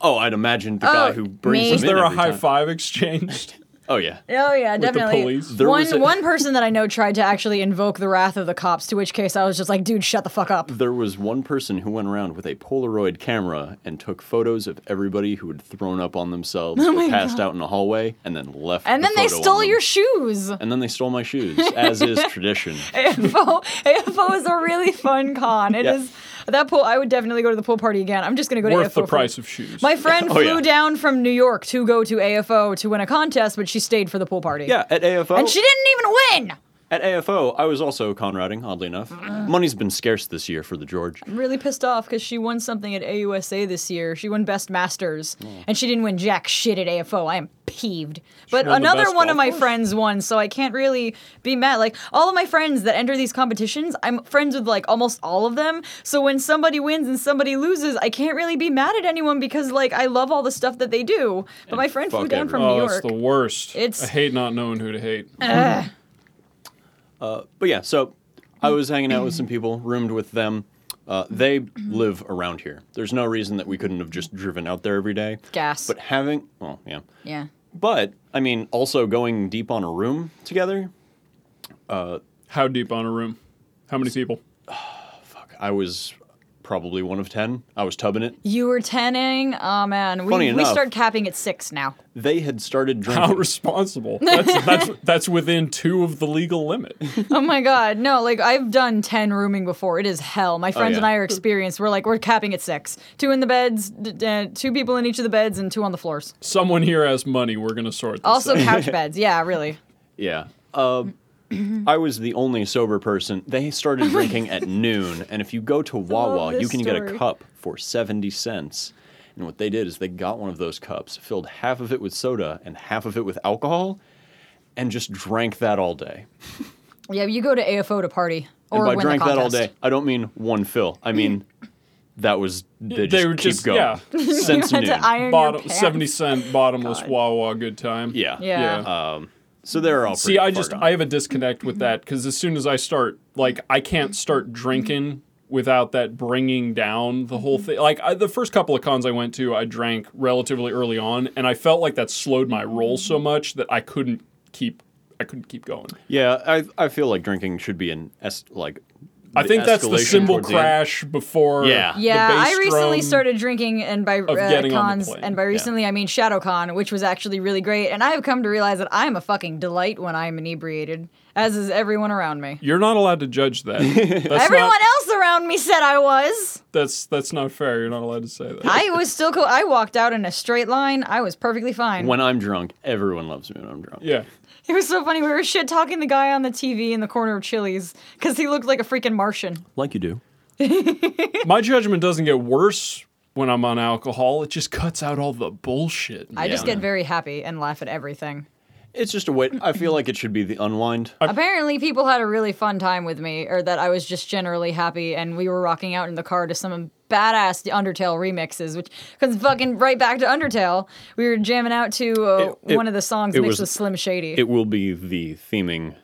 S3: Oh, I'd imagine the guy
S1: Oh,
S3: who brings
S1: me.
S3: them
S1: Was
S2: Is there
S3: in
S2: a
S3: every
S2: high
S3: time.
S1: [laughs]
S2: five exchanged?
S3: Oh yeah.
S1: Oh yeah,
S2: the
S1: definitely.
S2: police.
S3: There was
S1: one
S3: a-
S1: one person that I know tried to actually invoke the wrath of the cops, to which case I was just like, dude, shut the fuck up.
S3: There was one person who went around with a Polaroid camera and took photos of everybody who had thrown up
S1: [laughs]
S3: on themselves or passed out in the hallway and then left.
S1: Oh And
S3: the
S1: then they
S3: photo on
S1: stole
S3: them.
S1: your shoes. [laughs]
S3: And then they stole my shoes, as is tradition.
S1: AFO, AFO is a really fun con. It
S3: Yeah.
S1: is that pool. I would definitely go to the pool party again. I'm just gonna go to
S2: Worth
S1: AFO
S2: the
S1: for-
S2: price of shoes.
S1: My friend
S3: [laughs] Oh,
S1: flew
S3: yeah.
S1: down from New York to go to AFO to win a contest, but she stayed for the pool party.
S3: Yeah, at AFO.
S1: and she didn't even win.
S3: At AFO, I was also conrading, oddly enough. Money's been scarce this year for the George.
S1: I'm really pissed off because she won something at AUSA this year. She won Best Masters, and she didn't win jack shit at AFO. I am peeved. But
S2: won the
S1: another
S2: best
S1: one of
S2: golf
S1: my
S2: course.
S1: friends won, so I can't really be mad. Like all of my friends that enter these competitions, I'm friends with like almost all of them. So when somebody wins and somebody loses, I can't really be mad at anyone because like I love all the stuff that they do. But
S3: And
S1: my friend flew
S3: fuck
S1: down from
S2: oh,
S1: New
S2: that's
S1: York.
S2: the worst.
S1: It's-
S2: I hate not knowing who to hate.
S3: But yeah, so I was hanging out with some people, roomed with them. Uh, they live around here. There's no reason that we couldn't have just driven out there every day.
S1: Gas.
S3: But having, well, yeah.
S1: yeah.
S3: But, I mean, also going deep on a room together,
S2: How deep on a room? How many people?
S3: I was probably one of 10. I was tubbing it.
S1: You were tenning. Oh man, we,
S3: Funny
S1: we
S3: enough-
S1: start capping at six now.
S3: They had started
S2: How
S3: drinking.
S2: responsible? That's, that's that's within two of the legal
S1: [laughs]
S2: limit.
S1: Oh my god, no! Like I've done ten rooming before. It is hell. My friends and
S3: Oh, yeah.
S1: I are experienced. We're like we're capping at six, two in the beds, d- d- two people in each of the beds, and two on the floors.
S2: Someone here has money. We're gonna sort this.
S1: Also
S2: out.
S1: couch beds. Yeah, really.
S3: yeah. Uh, I was the only sober person. They started
S1: [laughs]
S3: drinking at noon, and if you go to Wawa,
S1: this
S3: you can get a
S1: story.
S3: cup for 70 cents. And what they did is they got one of those cups, filled half of it with soda and half of it with alcohol, and just drank that all day.
S1: Yeah, you go to AFO to party or
S3: and by
S1: win
S3: drank
S1: the
S3: that all
S1: contest.
S3: day, I don't mean one fill. I mean that was they just
S2: They were
S3: keep
S2: just-
S3: going
S2: yeah.
S3: since
S1: [laughs] [laughs] You had
S3: noon.
S1: to iron your
S2: Bottom,
S1: pants.
S2: seventy cent bottomless Wawa good time.
S3: yeah,
S1: Yeah.
S2: Yeah.
S3: So they're all
S2: See,
S3: pretty
S2: I
S3: far
S2: just
S3: gone.
S2: I have a disconnect with that because as soon as I start, like, I can't start drinking without that bringing down the
S1: Mm-hmm.
S2: whole thing. Like I, the first couple of cons I went to, I drank relatively early on, and I felt like that slowed my roll so
S1: Mm-hmm.
S2: much that I couldn't keep I couldn't keep going.
S3: Yeah, I I feel like drinking should be an es- like.
S2: I think that's the
S3: escalation
S2: symbol
S3: towards the end.
S2: crash before.
S3: Yeah.
S2: the
S1: Yeah,
S2: bass
S1: I recently
S2: drum.
S1: started drinking, and by uh,
S2: getting on the
S1: cons,
S2: plane.
S1: and by recently I mean ShadowCon, which was actually really great. And I have come to realize that I am a fucking delight when I am inebriated, as is everyone around me.
S2: You're not allowed to
S1: [laughs]
S2: judge that. That's
S1: everyone
S2: not,
S1: else around me said I was.
S2: that's that's not fair. You're not allowed to say that.
S1: I was still cool. I walked out in a straight line. I was perfectly fine.
S3: When I'm drunk, everyone loves me when I'm drunk.
S2: yeah.
S1: it was so funny. We were shit talking the guy on the TV in the corner of Chili's because he looked like a freaking Martian.
S3: Like you do.
S2: My judgment doesn't get worse when I'm on alcohol. It just cuts out all the bullshit.
S1: I just
S3: Yeah.
S1: get very happy and laugh at everything.
S3: It's just a way. I feel like it should be the unwind.
S1: Apparently, people had a really fun time with me, or that I was just generally happy, and we were rocking out in the car to some badass Undertale remixes, which comes fucking right back to Undertale. We were jamming out to uh,
S3: It- it-
S1: one of the songs
S3: it
S1: mixed
S3: was-
S1: with Slim Shady.
S3: It will be the theming.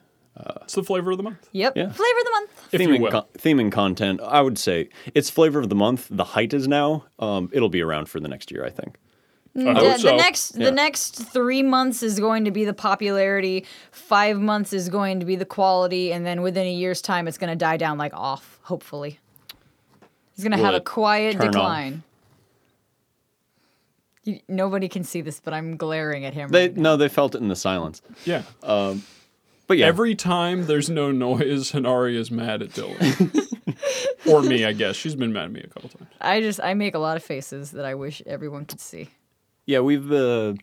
S2: It's the flavor of the month.
S1: yep,
S3: yeah.
S1: flavor of the month.
S2: If you
S3: theming,
S2: will.
S3: con- theming content, I would say it's flavor of the month. The height is now. Um, it'll be around for the next year, I think.
S2: I
S1: Mm, the,
S2: hope
S1: the
S2: so.
S1: next
S3: Yeah.
S1: the next three months is going to be the popularity. Five months is going to be the quality, and then within a year's time, it's going to die down like off. Hopefully, it's going to
S3: Will
S1: have a
S3: it
S1: quiet
S3: turn off?
S1: decline. You, nobody can see this, but I'm glaring at him.
S3: They
S1: right
S3: no, they felt it in the silence.
S2: Yeah.
S3: Oh. But yeah,
S2: Every time there's no noise, [laughs] Hanari is mad at Dylan. or me, I guess. She's been mad at me a couple times.
S1: I just I make a lot of faces that I wish everyone could see.
S3: yeah, we've uh,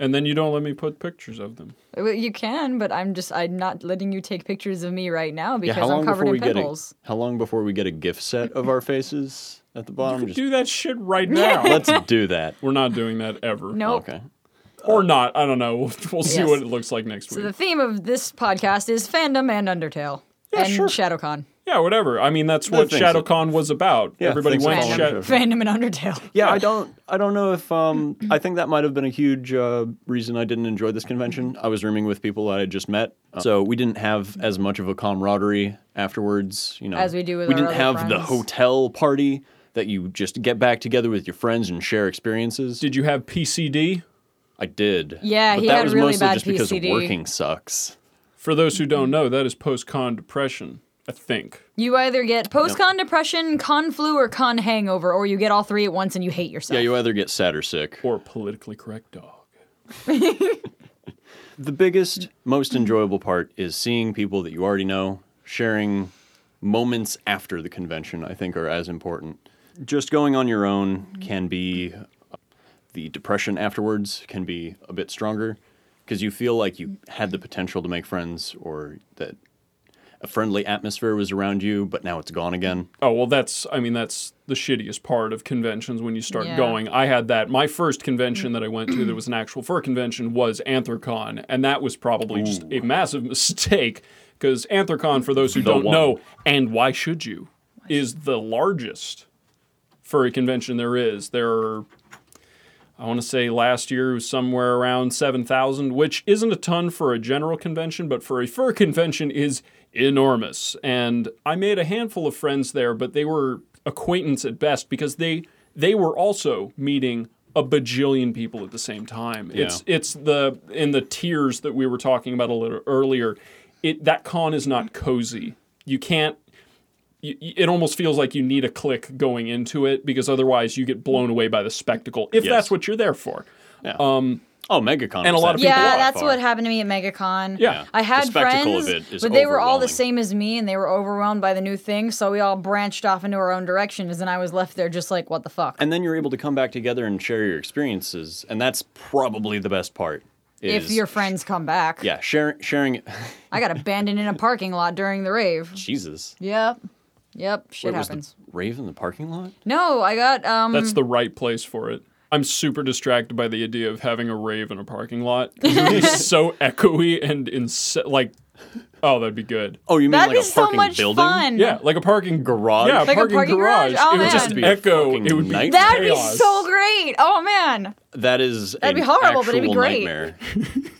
S2: And then you don't let me put pictures of them.
S1: Well, You can, but I'm just I'm not letting you take pictures of me right now
S3: yeah.
S1: because
S3: How long
S1: I'm covered
S3: before
S1: in
S3: we get a,
S1: pimples.
S3: how long before we get a gift set of our faces at the bottom? Just,
S2: Do that shit right now.
S3: let's do that.
S2: We're not doing that ever.
S1: [laughs] Nope.
S3: Okay.
S2: Or not. I don't know. We'll, we'll see
S1: Yes.
S2: what it looks like next
S1: So
S2: week.
S1: the theme of this podcast is fandom and Undertale
S2: Yeah,
S1: and
S2: sure.
S1: ShadowCon.
S2: yeah, whatever. I mean, that's what
S3: things that-
S2: ShadowCon was about.
S3: Yeah,
S2: Everybody
S3: things
S2: went
S3: that
S2: to
S3: follow
S2: Shadow.
S3: each
S1: Fandom and Undertale.
S3: Yeah, I don't. I don't know if. Um, I think that might have been a huge uh, reason I didn't enjoy this convention. I was rooming with people I had just met, uh, so we didn't have as much of a camaraderie afterwards. You know,
S1: As we do with
S3: we
S1: our
S3: didn't
S1: other
S3: have the
S1: friends.
S3: hotel party that you just get back together with your friends and share experiences.
S2: Did you have PCD?
S3: I did.
S1: Yeah,
S3: but
S1: he
S3: that
S1: had
S3: was
S1: really
S3: mostly
S1: bad
S3: just because
S1: PCD.
S3: working sucks.
S2: For those who don't know, that is post con depression, I think.
S1: You either get post con depression, con flu, or con hangover, or you get all three at once and you hate yourself.
S3: Yeah, you either get sad or sick.
S2: Or politically correct dog.
S3: The biggest, most enjoyable part is seeing people that you already know, sharing moments after the convention, I think are as important. Just going on your own can be, the depression afterwards can be a bit stronger because you feel like you had the potential to make friends or that a friendly atmosphere was around you, but now it's gone again.
S2: Oh well, that's I mean that's the shittiest part of conventions when you start
S1: Yeah.
S2: going. I had that. My first convention that I went to that was an actual fur convention was Anthrocon, and that was probably just a massive [laughs] mistake because Anthrocon, for those who
S3: The
S2: don't
S3: one.
S2: know, and why should you, is the largest furry convention there is. There are I want to say last year was somewhere around 7,000, which isn't a ton for a general convention, but for a fur [laughs] convention is enormous. And I made a handful of friends there, but they were acquaintance at best because they they were also meeting a bajillion people at the same time. It's it's the in the tiers that we were talking about a little earlier. It that con is not cozy. You can't y- y- it almost feels like you need a click going into it because otherwise you get blown away by the spectacle if
S3: Yes.
S2: that's what you're there for.
S3: Yeah. Um, oh, MegaCon.
S2: and a
S3: was
S2: lot
S3: that
S2: of
S3: big.
S2: people
S1: Yeah,
S2: walk
S1: that's
S3: far.
S1: what happened to me at MegaCon.
S2: Yeah.
S1: I
S2: The
S1: had
S3: spectacle of
S1: friends,
S3: it is
S1: but they were all the
S3: overwhelming.
S1: same as me, and they were overwhelmed by the new thing. So we all branched off into our own directions, and I was left there just like, what the fuck?
S3: and then you're able to come back together and share your experiences and that's probably the best part
S1: if
S3: is-
S1: your friends come back,
S3: yeah sharing sharing [laughs]
S1: I got abandoned in a parking lot during the rave.
S3: jesus
S1: Yep, yep, shit
S3: Wait, was the
S1: happens.
S3: rave in the parking lot
S1: No, I got um.
S2: That's the right place for it. I'm super distracted by the idea of having a rave in a parking
S1: [laughs]
S2: lot. It's so echoey and inse- like, oh, that'd be good.
S3: oh you mean
S1: That'd
S3: like
S1: be
S3: a
S1: so
S3: parking
S1: much
S3: building
S1: fun.
S2: Yeah, like a parking
S3: Garage?
S2: Yeah, a
S3: Like
S1: Mm-hmm. a
S2: parking,
S1: parking
S2: garage.
S1: garage? Oh,
S2: it would just
S1: man.
S3: Be a
S2: echo.
S3: fucking
S2: It would be
S3: nightmare.
S1: That'd
S2: chaos.
S1: be so great. Oh man.
S3: that is
S1: That'd
S3: a
S1: be horrible, but it'd be
S3: actual
S1: great.
S3: nightmare. [laughs]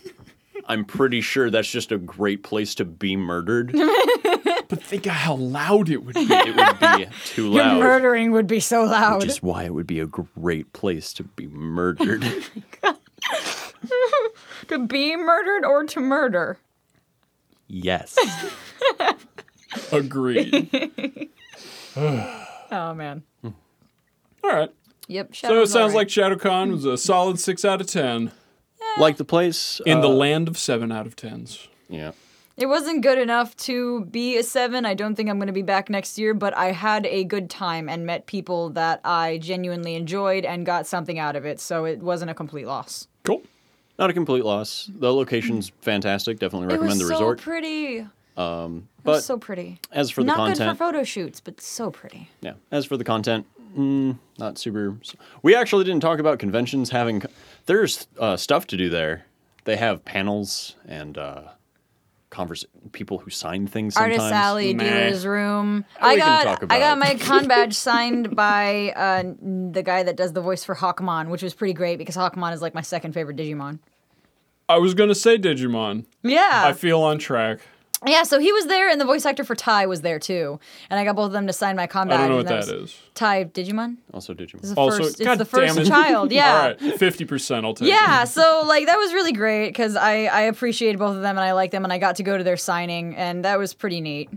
S3: i'm pretty sure that's just a great place to
S1: [laughs]
S3: be murdered
S2: But think of how loud it would be.
S3: it would be too
S1: Your
S3: loud
S1: murdering would be so loud.
S3: which is why it would be a great place to be murdered [laughs]
S1: to be murdered or to murder. [laughs]
S3: yes
S2: Agreed.
S1: Oh man.
S2: All right.
S1: Yep.
S2: So it sounds like ShadowCon was a solid six out of ten
S3: like the place
S2: in the
S3: uh,
S2: land of seven out of tens.
S3: yeah
S1: it wasn't good enough to be a seven. I don't think I'm going to be back next year, but I had a good time and met people that I genuinely enjoyed and got something out of it. So it wasn't a complete loss.
S2: Cool.
S3: Not a complete loss. The location's fantastic. Definitely
S1: It
S3: recommend
S1: was
S3: the
S1: so
S3: resort.
S1: pretty. Um, it
S3: but
S1: was so pretty.
S3: as for the
S1: Not good for
S3: content,
S1: photo shoots, but so pretty.
S3: yeah. As for the content, mm, not super. We actually didn't talk about conventions having. There's uh, stuff to do there. They have panels and uh, converse people who sign things. Sometimes.
S1: Artist Alley,
S2: Meh.
S1: dealer's room.
S3: We
S1: I
S3: can
S1: got
S3: talk
S1: I got
S3: about
S2: [laughs]
S3: it.
S1: my con badge signed by uh, n- the guy that does the voice for Hawkmon, which was pretty great because Hawkmon is like my second favorite Digimon.
S2: I was gonna say Digimon.
S1: Yeah,
S2: I feel on track.
S1: Yeah, so he was there, and the voice actor for Ty was there too. And I got both of them to sign my combat.
S2: I don't know
S1: and
S2: what that
S1: was
S2: is.
S1: Ty Digimon.
S3: Also Digimon.
S1: It's the
S2: Also,
S1: first, it's
S2: God
S1: the first
S2: damn it. [laughs]
S1: child. Yeah.
S2: All right, 50% I'll take. it.
S1: Yeah, so like that was really great because I I appreciated both of them and I liked them and I got to go to their signing and that was pretty neat.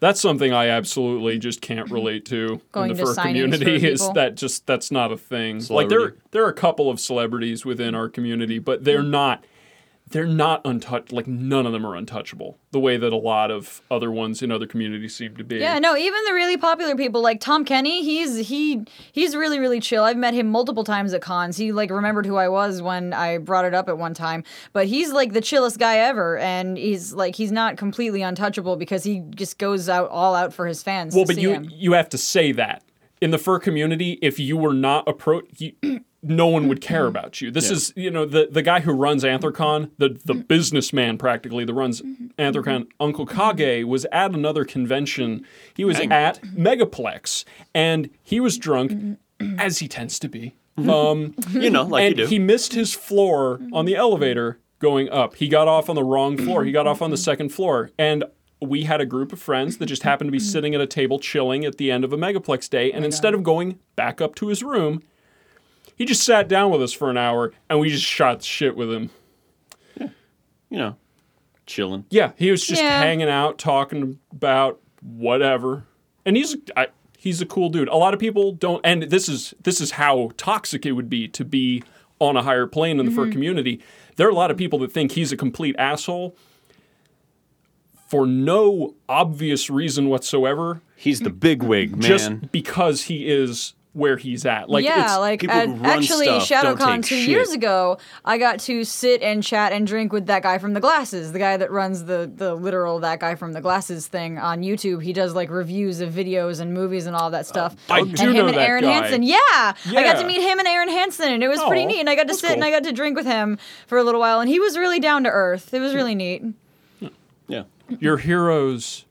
S2: That's something I absolutely just can't relate to
S1: Going
S2: in
S1: to
S2: the fur
S1: signings
S2: community.
S1: for
S2: Is
S1: people.
S2: that just that's not a thing? Like
S3: Celebrity.
S2: there there are a couple of celebrities within our community, but they're
S1: Mm.
S2: not they're not untouched. Like none of them are untouchable. The way that a lot of other ones in other communities seem to be.
S1: Yeah, no, even the really popular people like Tom Kenny, he's he he's really really chill. I've met him multiple times at cons. He like remembered who I was when I brought it up at one time, but he's like the chillest guy ever and he's like he's not completely untouchable because he just goes out all out for his fans.
S2: Well,
S1: to
S2: but
S1: see
S2: you
S1: him.
S2: you have to say that in the fur community. If you were not approach, you, no one would
S1: Mm-hmm.
S2: care about you. This is you know the the guy who runs Anthrocon, the
S1: Mm-hmm.
S2: the businessman practically that runs Anthrocon. Uncle Kage was at another convention. He was at Megaplex, and he was drunk,
S1: Mm-hmm.
S2: as he tends to be. Um,
S3: You know, like
S2: and
S3: you do.
S2: he missed his floor on the elevator going up. He got off on the wrong floor. He got off on the second floor. And we had a group of friends that just happened to be sitting at a table chilling at the end of a Megaplex day. And instead of going back up to his room, he just sat down with us for an hour and we just shot shit with him.
S3: you know, chilling.
S2: Yeah, he was just
S1: Yeah.
S2: hanging out, talking about whatever. And he's I, he's a cool dude. A lot of people don't, and this is this is how toxic it would be to be on a higher plane in the
S1: Mm-hmm.
S2: fur community. There are a lot of people that think he's a complete asshole for no obvious reason whatsoever,
S3: He's the bigwig
S2: [laughs]
S3: man.
S2: just because he is where he's at. Like
S1: yeah,
S2: it's,
S1: like
S3: people
S1: at-
S3: who run
S1: actually,
S3: stuff don't
S1: ShadowCon
S3: take
S1: two
S3: shit.
S1: years ago, I got to sit and chat and drink with that guy from the glasses, the guy that runs the the literal that guy from the glasses thing on YouTube. He does like reviews of videos and movies and all that stuff.
S2: Uh, I
S1: and
S2: do
S1: him
S2: know
S1: and
S2: that
S1: Aaron
S2: guy.
S1: Hansen. Yeah, I got
S2: Yeah.
S1: to meet him and Aaron Hansen, and it was pretty
S2: Oh,
S1: neat. And I got to
S2: that's
S1: sit and
S2: cool.
S1: I got to drink with him for a little while, and he was really down to earth. It was really neat.
S3: yeah.
S2: your heroes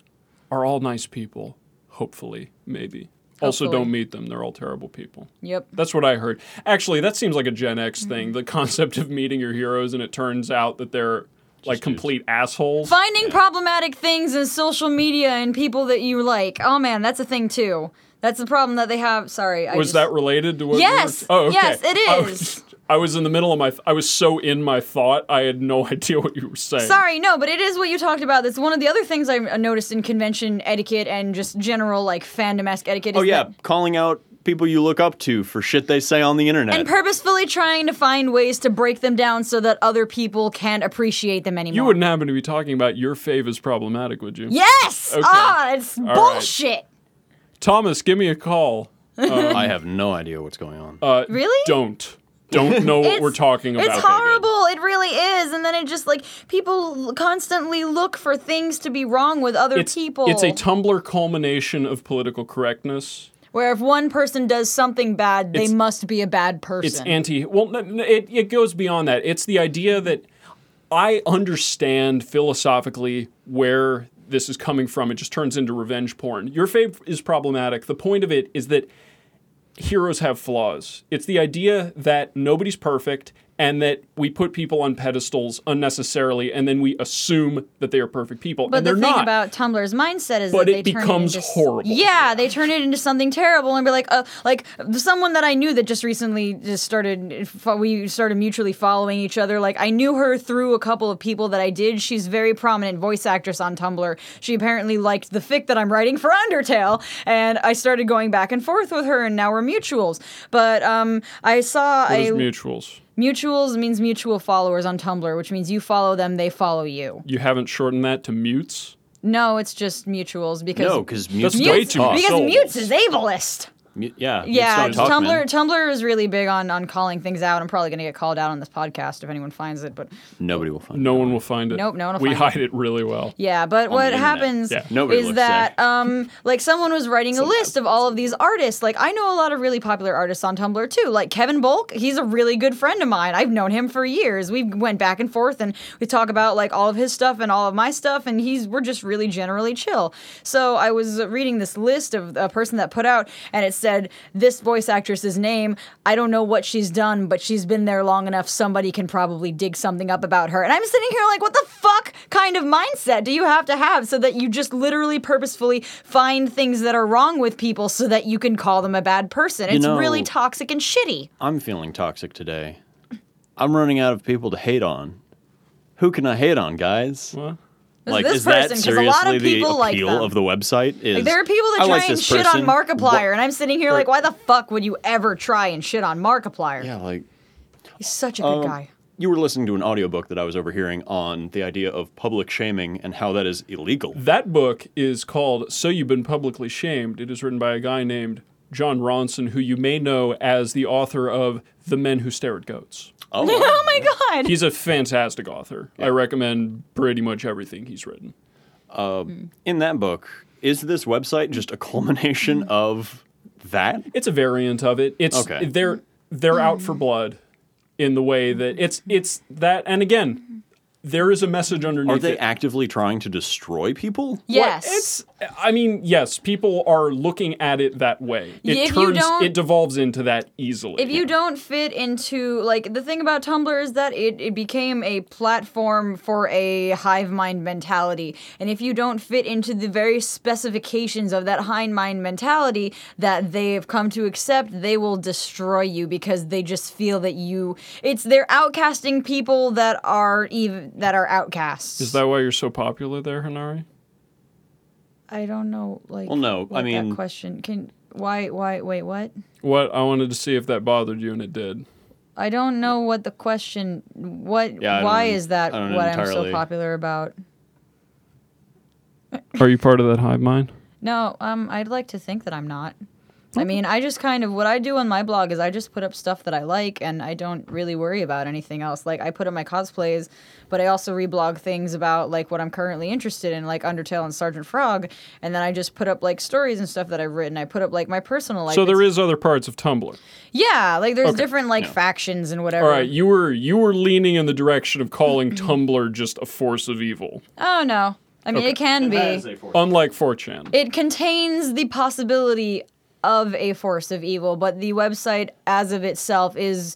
S2: are all nice people, hopefully, maybe. Also,
S1: Hopefully.
S2: don't meet them; they're all terrible people.
S1: Yep.
S2: That's what I heard. Actually, that seems like a Gen X
S1: Mm-hmm.
S2: thing, the [laughs] concept of meeting your heroes and it turns out that they're like complete assholes.
S1: Finding problematic things in social media and people that you like. Oh man, that's a thing too. That's the problem that they have. Sorry, I
S2: Was
S1: just-
S2: that related to what? we were-
S1: Yes!
S2: oh, okay.
S1: Yes, it
S2: I was-
S1: is.
S2: [laughs] I was in the middle of my. I was so in my thought, I had no [laughs] idea what you were saying.
S1: [laughs] Sorry, no, but it is what you talked about. That's one of the other things I noticed in convention etiquette and just general like fandom esque etiquette. Is
S3: Oh yeah,
S1: that-
S3: calling out people you look up to for shit they say on the internet.
S1: and purposefully trying to find ways to break them down so that other people can't appreciate them anymore.
S2: You wouldn't happen to be talking about your fave is problematic, would you?
S1: Yes.
S2: Okay.
S1: Ah, it's
S2: right.
S1: bullshit.
S2: Thomas, give me a call.
S3: I have no idea what's going on.
S2: Uh,
S1: Really?
S2: Don't. Don't know
S1: [laughs]
S2: what
S1: It's-
S2: we're talking about.
S1: It's horrible. It really is. And then it just like people constantly look for things to be wrong with other
S2: It's,
S1: people.
S2: it's a Tumblr culmination of political correctness.
S1: where if one person does something bad, they
S2: It's-
S1: must be a bad person.
S2: It's anti. Well, no, no, it it goes beyond that. It's the idea that I understand philosophically where this is coming from. It just turns into revenge porn. Your fave is problematic. The point of it is that heroes have flaws. It's the idea that nobody's perfect and that we put people on pedestals unnecessarily and then we assume that they are perfect people
S1: But
S2: and
S1: the
S2: they're
S1: thing
S2: not.
S1: about Tumblr's mindset is
S2: But
S1: that
S2: it
S1: they
S2: becomes
S1: turn it into,
S2: horrible.
S1: Yeah, they turn it into something terrible and be like, uh, like someone that I knew that just recently just started, fo- we started mutually following each other. Like I knew her through a couple of people that I did. She's a very prominent voice actress on Tumblr. She apparently liked the fic that I'm writing for [laughs] Undertale, and I started going back and forth with her, and now we're mutuals. But um, I saw
S2: What is
S1: a
S2: mutuals.
S1: mutuals means mutual followers on Tumblr, which means you follow them, they follow you.
S2: You haven't shortened that to mutes.
S1: No, it's just mutuals because
S3: no, because mutes
S2: That's way
S3: don't
S2: too
S3: talk.
S2: much.
S1: because
S2: Souls.
S1: mutes is ableist.
S3: Mu- yeah, mutes
S1: Yeah,
S3: don't talk,
S1: Tumblr
S3: man.
S1: Tumblr is really big on on calling things out. I'm probably gonna get called out on this podcast if anyone finds it, but
S3: Nobody will find.
S2: No one will find it.
S1: Nope, no one will
S2: We
S1: find it.
S2: hide it really well.
S1: yeah. But what
S3: internet.
S1: happens
S2: Yeah,
S3: nobody
S1: is
S3: looks
S1: that
S3: there.
S1: um like someone was writing a list of all of these artists. Like I know a lot of really popular artists on Tumblr too. Like Kevin Bulk, he's a really good friend of mine. I've known him for years. We went back and forth and we talk about like all of his stuff and all of my stuff, and he's we're just really generally chill. So I was reading this list of a person that put out, and it's said this voice actress's name. I don't know what she's done, but she's been there long enough. Somebody can probably dig something up about her. And I'm sitting here like, what the fuck kind of mindset do you have to have so that you just literally purposefully find things that are wrong with people so that you can call them a bad person?
S3: You
S1: it's
S3: know-
S1: really toxic and shitty.
S3: I'm feeling toxic today. I'm running out of people to hate on. Who can I hate on, guys?
S2: Well,
S3: Like,
S1: this
S3: is that
S1: person, 'cause a
S3: seriously
S1: lot of
S3: the appeal
S1: people like them.
S3: of the website? Is
S1: Like, there are people that
S3: I
S1: try
S3: like
S1: and
S3: this
S1: shit on
S3: person.
S1: Markiplier,
S3: What-
S1: and I'm sitting here like, why the fuck would you ever try and shit on Markiplier?
S3: yeah, like
S1: He's such a good
S3: Um,
S1: guy. [laughs]
S3: You were listening to an audiobook that I was overhearing on the idea of public shaming and how that is
S1: [laughs]
S3: illegal.
S2: That book is called So You've Been Publicly Shamed. It is written by a guy named John Ronson, who you may know as the author of The Men Who Stare at Goats.
S3: Oh,
S1: Oh my god!
S2: He's a fantastic author. I recommend pretty much everything he's written.
S3: in that book, is this website just a culmination of that?
S2: It's a variant of it. It's
S3: Okay.
S2: they're they're out for blood in the way that it's it's that and again, there is a message underneath
S3: Are they
S2: it.
S3: actively trying to destroy people?
S2: Well,
S1: yes.
S2: it's I mean, yes, people are looking at it that way. It
S1: If you
S2: turns
S1: don't-
S2: it devolves into that easily.
S1: if you don't fit into like the thing about tumblr is that it, it became a platform for a hive mind mentality and if you don't fit into the very specifications of that hive mind mentality that they have come to accept they will destroy you because they just feel that you it's they're outcasting people that are even that are outcasts
S2: Is that why you're so popular there, Hanari?
S1: i don't know like
S3: Well, no, I
S1: what that
S3: mean-
S1: question can why why wait what
S2: What I wanted to see if that bothered you, and it did.
S1: I don't know what the question. What?
S3: Yeah, I
S1: why
S3: don't-
S1: is that
S3: I
S1: what
S3: don't
S1: I'm so
S3: entirely-
S1: popular about?
S2: Are you part of that hive mind?
S1: No, um, I'd like to think that I'm not. I mean, I just kind of what I do on my blog is I just put up stuff that I like, and I don't really worry about anything else. Like I put up my cosplays, but I also reblog things about like what I'm currently interested in, like Undertale and Sergeant Frog, and then I just put up like stories and stuff that I've written. I put up like my personal life.
S2: So there
S1: It's-
S2: is other parts of Tumblr.
S1: yeah, like there's
S2: Okay,
S1: different like factions and whatever.
S2: All right, you were you were leaning in the direction
S1: [clears throat]
S2: of calling Tumblr just a force of evil,
S1: Oh no, I mean it can be.
S2: unlike 4chan.
S1: It contains the possibility of a force of evil, but the website as of itself is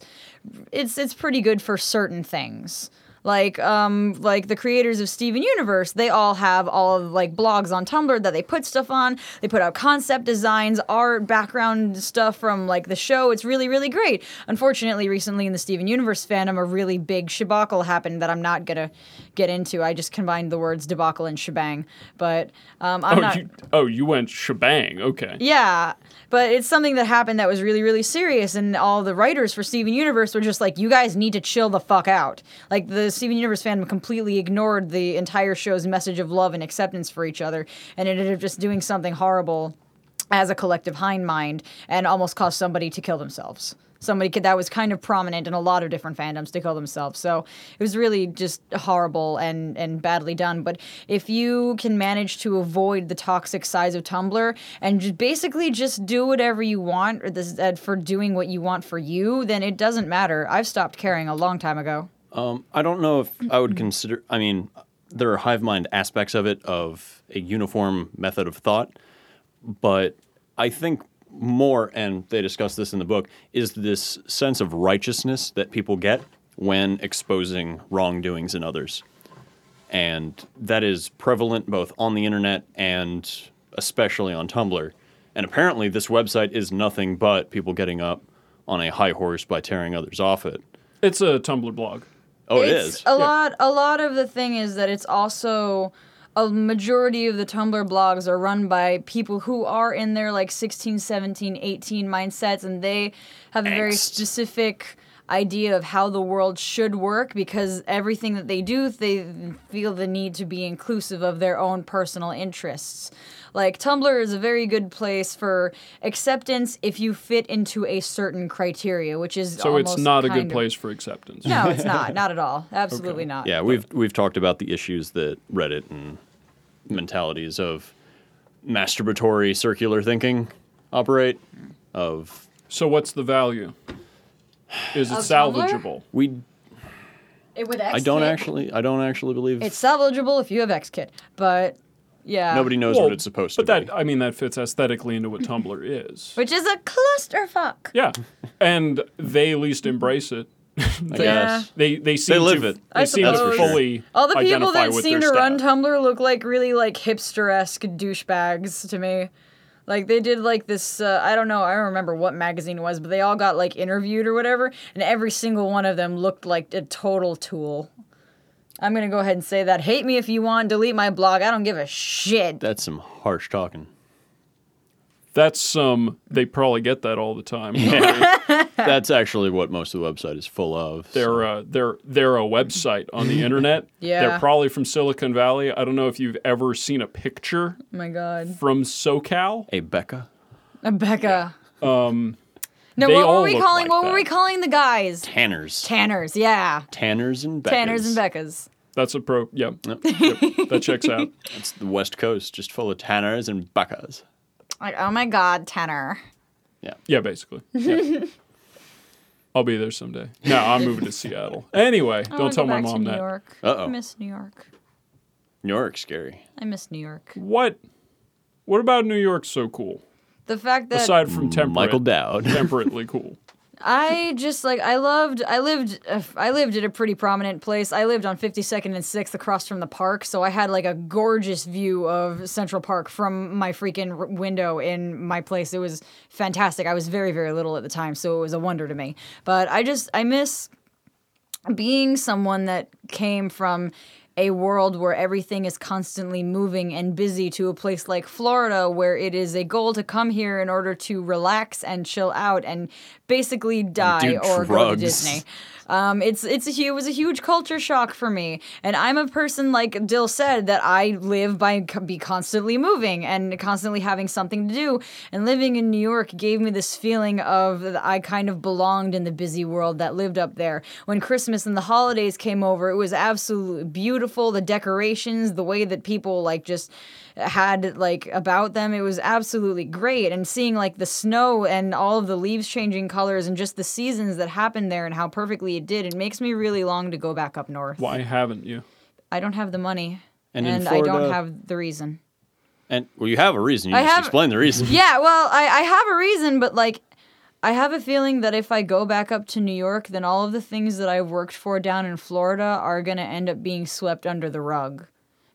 S1: it's it's pretty good for certain things. Like um like the creators of Steven Universe, they all have all of like blogs on Tumblr that they put stuff on. They put out concept designs, art, background stuff from like the show. It's really really great. Unfortunately, recently in the Steven Universe fandom, a really big shebacle happened that I'm not gonna get into. I just combined the words debacle and shebang, but um, I'm
S2: oh,
S1: not.
S2: you, oh, you went shebang. Okay.
S1: [laughs] Yeah, but it's something that happened that was really, really serious, and all the writers for Steven Universe were just like, "You guys need to chill the fuck out." Like the Steven Universe fandom completely ignored the entire show's message of love and acceptance for each other, and ended up just doing something horrible as a collective hind mind, and almost caused somebody to kill themselves. Somebody could, that was kind of prominent in a lot of different fandoms to kill themselves. So it was really just horrible and, and badly done. But if you can manage to avoid the toxic sides of Tumblr and just basically just do whatever you want or this, uh, for doing what you want for you, then it doesn't matter. I've stopped caring a long time ago.
S3: Um, I don't know if I would consider. I mean, there are hive mind aspects of it, of a uniform method of thought, but I think more, and they discuss this in the book, is this sense of righteousness that people get when exposing wrongdoings in others, and that is prevalent both on the internet and especially on Tumblr. And apparently, this website is nothing but people getting up on a high horse by tearing others off it.
S2: It's a Tumblr blog.
S3: Oh, it
S1: it's
S3: is.
S1: A lot a lot of the thing is that it's also a majority of the Tumblr blogs are run by people who are in their like 16, 17, 18 mindsets and they have a very
S3: Angst.
S1: specific idea of how the world should work because everything that they do they feel the need to be inclusive of their own personal interests. Like Tumblr is a very good place for acceptance if you fit into a certain criteria, which is
S2: So it's
S1: almost
S2: not a
S1: kind
S2: good
S1: of-
S2: place for acceptance.
S1: no,
S2: [laughs]
S1: it's not. Not at all. Absolutely not.
S3: Yeah, we've we've talked about the issues that Reddit and mentalities of masturbatory circular thinking operate of
S2: So what's the value? Is it
S1: Of Tumblr?
S2: salvageable?
S3: we
S1: It, with X
S3: I don't actually I don't actually believe
S1: It's salvageable if you have X Kit, but Yeah.
S3: Nobody knows
S2: Well,
S3: what it's supposed
S2: but
S3: to be.
S2: that I mean that fits aesthetically into what Tumblr is.
S1: [clears throat] Which is a clusterfuck.
S2: Yeah, and they at least embrace it.
S3: I
S2: they,
S3: guess.
S2: they they seem
S3: They live
S2: to,
S3: it.
S2: They
S1: I
S2: seem to
S1: suppose.
S2: fully
S1: All the people
S2: identify
S1: that
S2: with
S1: seem to
S2: their
S1: run
S2: staff.
S1: Tumblr look like really like hipster-esque douchebags to me. Like they did like this uh, I don't know, I don't remember what magazine it was, but they all got like interviewed or whatever, and every single one of them looked like a total tool. I'm going to go ahead and say that. Hate me if you want, delete my blog. I don't give a shit.
S3: That's some harsh
S1: [laughs]
S3: talking.
S2: That's some. they probably get that all the time.
S1: [laughs]
S3: That's actually what most of the website is full of. so-
S2: they're uh, they're they're a website on the internet.
S1: [laughs] Yeah.
S2: they're probably from Silicon Valley. I don't know if you've ever seen a picture
S1: Oh my god.
S2: from SoCal.
S3: Hey, Becca.
S1: Becca. Um No,
S2: they
S1: what were
S2: all
S1: we
S2: look
S1: calling
S2: like
S1: what were
S2: that.
S1: we calling the guys?
S3: Tanners.
S1: Tanners, yeah.
S3: Tanners and Beccas.
S1: Tanners and Beccas.
S2: That's a pro. Yeah, Yep. that
S1: [laughs]
S2: checks out.
S3: It's the West Coast, just full of Tanners and Beccas.
S1: Like, oh my god, Tanner.
S2: Yeah, basically. Yeah. I'll be there someday. No, I'm moving to Seattle. Anyway,
S1: I
S2: don't
S1: wanna
S2: tell
S1: go
S2: my
S1: back to
S2: mom
S1: New
S2: that.
S1: York.
S3: Uh-oh.
S1: I miss New York.
S3: New York's scary.
S1: I miss New York.
S2: What? What about New York? So cool.
S1: The fact that
S2: Aside from temperate,
S3: Michael
S2: [laughs]
S3: Dowd.
S2: temperately cool.
S1: I just like I loved I lived uh, I lived at a pretty prominent place. I lived on 52nd and 6th across from the park, so I had like a gorgeous view of Central Park from my freaking r- window in my place. It was fantastic. I was very very little at the time, so it was a wonder to me. But I just I miss being someone that came from a world where everything is constantly moving and busy to a place like Florida, where it is a goal to come here in order to relax and chill out and basically die
S3: do
S1: or go to
S3: drugs.
S1: Disney. Um, it's it's a, hu- it was a huge culture shock for me, and I'm a person like Dill said that I live by c- be constantly moving and constantly having something to do. And living in New York gave me this feeling of that I kind of belonged in the busy world that lived up there. When Christmas and the holidays came over, it was absolutely beautiful. The decorations, the way that people like just had like about them, it was absolutely great. And seeing like the snow and all of the leaves changing colors and just the seasons that happened there and how perfectly it did, it makes me really long to go back up north.
S2: Why haven't you?
S1: I don't have the money,
S3: And
S1: and,
S3: in
S1: I don't
S3: Florida-
S1: have the reason.
S3: And well, you have a reason. You
S1: I
S3: just
S1: have-
S3: explain the reason.
S1: Yeah, well, I, I have a reason, but like, I have a feeling that if I go back up to New York, then all of the things that I've worked for down in Florida are going to end up being swept under the rug.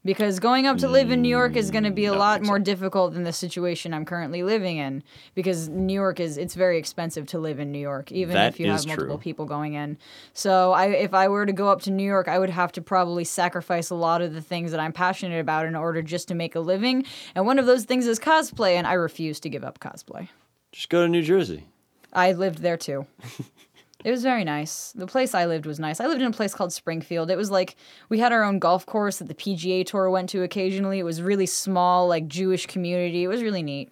S1: Because going up to live in New York is going to be a lot more difficult than the situation I'm currently living in. Because New York is, it's very expensive to live in New York, even
S3: That
S1: if you
S3: is
S1: have multiple
S3: true.
S1: people going in. So I, if I were to go up to New York, I would have to probably sacrifice a lot of the things that I'm passionate about in order just to make a living. And one of those things is cosplay, and I refuse to give up cosplay.
S3: Just go to New Jersey.
S1: I lived there
S3: [laughs]
S1: too. It was very nice. The place I lived was nice. I lived in a place called Springfield. It was like we had our own golf course that the PGA Tour went to occasionally. It was really small, like Jewish community. It was really neat.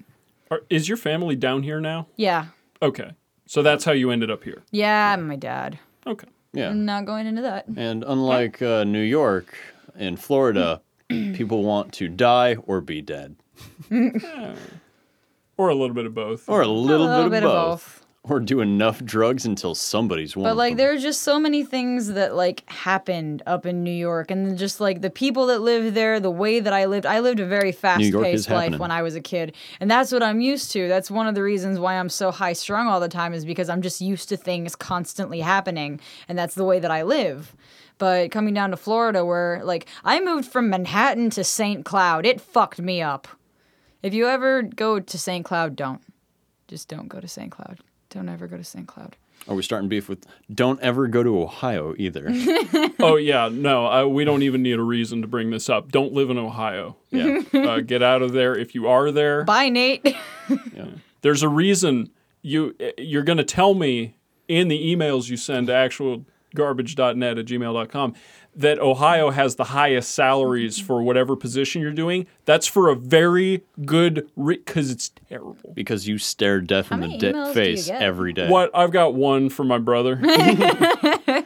S2: Are, is your family down here now?
S1: Yeah.
S2: Okay, so that's how you ended up here.
S1: Yeah, I'm my dad.
S2: Okay,
S3: Yeah.
S1: I'm not going into that.
S3: And unlike uh, New York,
S1: [clears throat]
S3: in Florida, people want to die or be dead,
S2: or a little bit of both.
S3: or a little,
S1: a little
S3: bit,
S1: bit of
S3: both. or do enough drugs until somebody's one.
S1: But
S3: of
S1: like
S3: them.
S1: there are just so many things that like happened up in New York and then just like the people that lived there, the way that I lived. I lived a very
S3: New
S1: fast
S3: York is
S1: paced life
S3: happening.
S1: when I was a kid. And that's what I'm used to. That's one of the reasons why I'm so high strung all the time is because I'm just used to things constantly happening and that's the way that I live. But coming down to Florida where like I moved from Manhattan to St. Cloud, it fucked me up. If you ever go to St. Cloud, don't. Just don't go to St. Cloud. Don't ever go to St. Cloud.
S3: Are we starting beef with? Don't ever go to Ohio
S1: [laughs]
S3: either.
S2: oh yeah, no, I, we don't even need a reason to bring this up. Don't live in Ohio.
S3: yeah.
S2: Uh, get out of there if you are there.
S1: Bye, Nate. [laughs]
S2: There's a reason you eh, you're going to tell me in the emails you send to actualgarbage.net at gmail.com that Ohio has the highest salaries for whatever position you're doing. That's for a very good because it's terrible.
S3: Because you stare death in the
S1: many emails do
S3: de-
S1: you
S3: face
S1: get?
S3: every day.
S2: What I've got one for
S1: [laughs]
S2: my brother,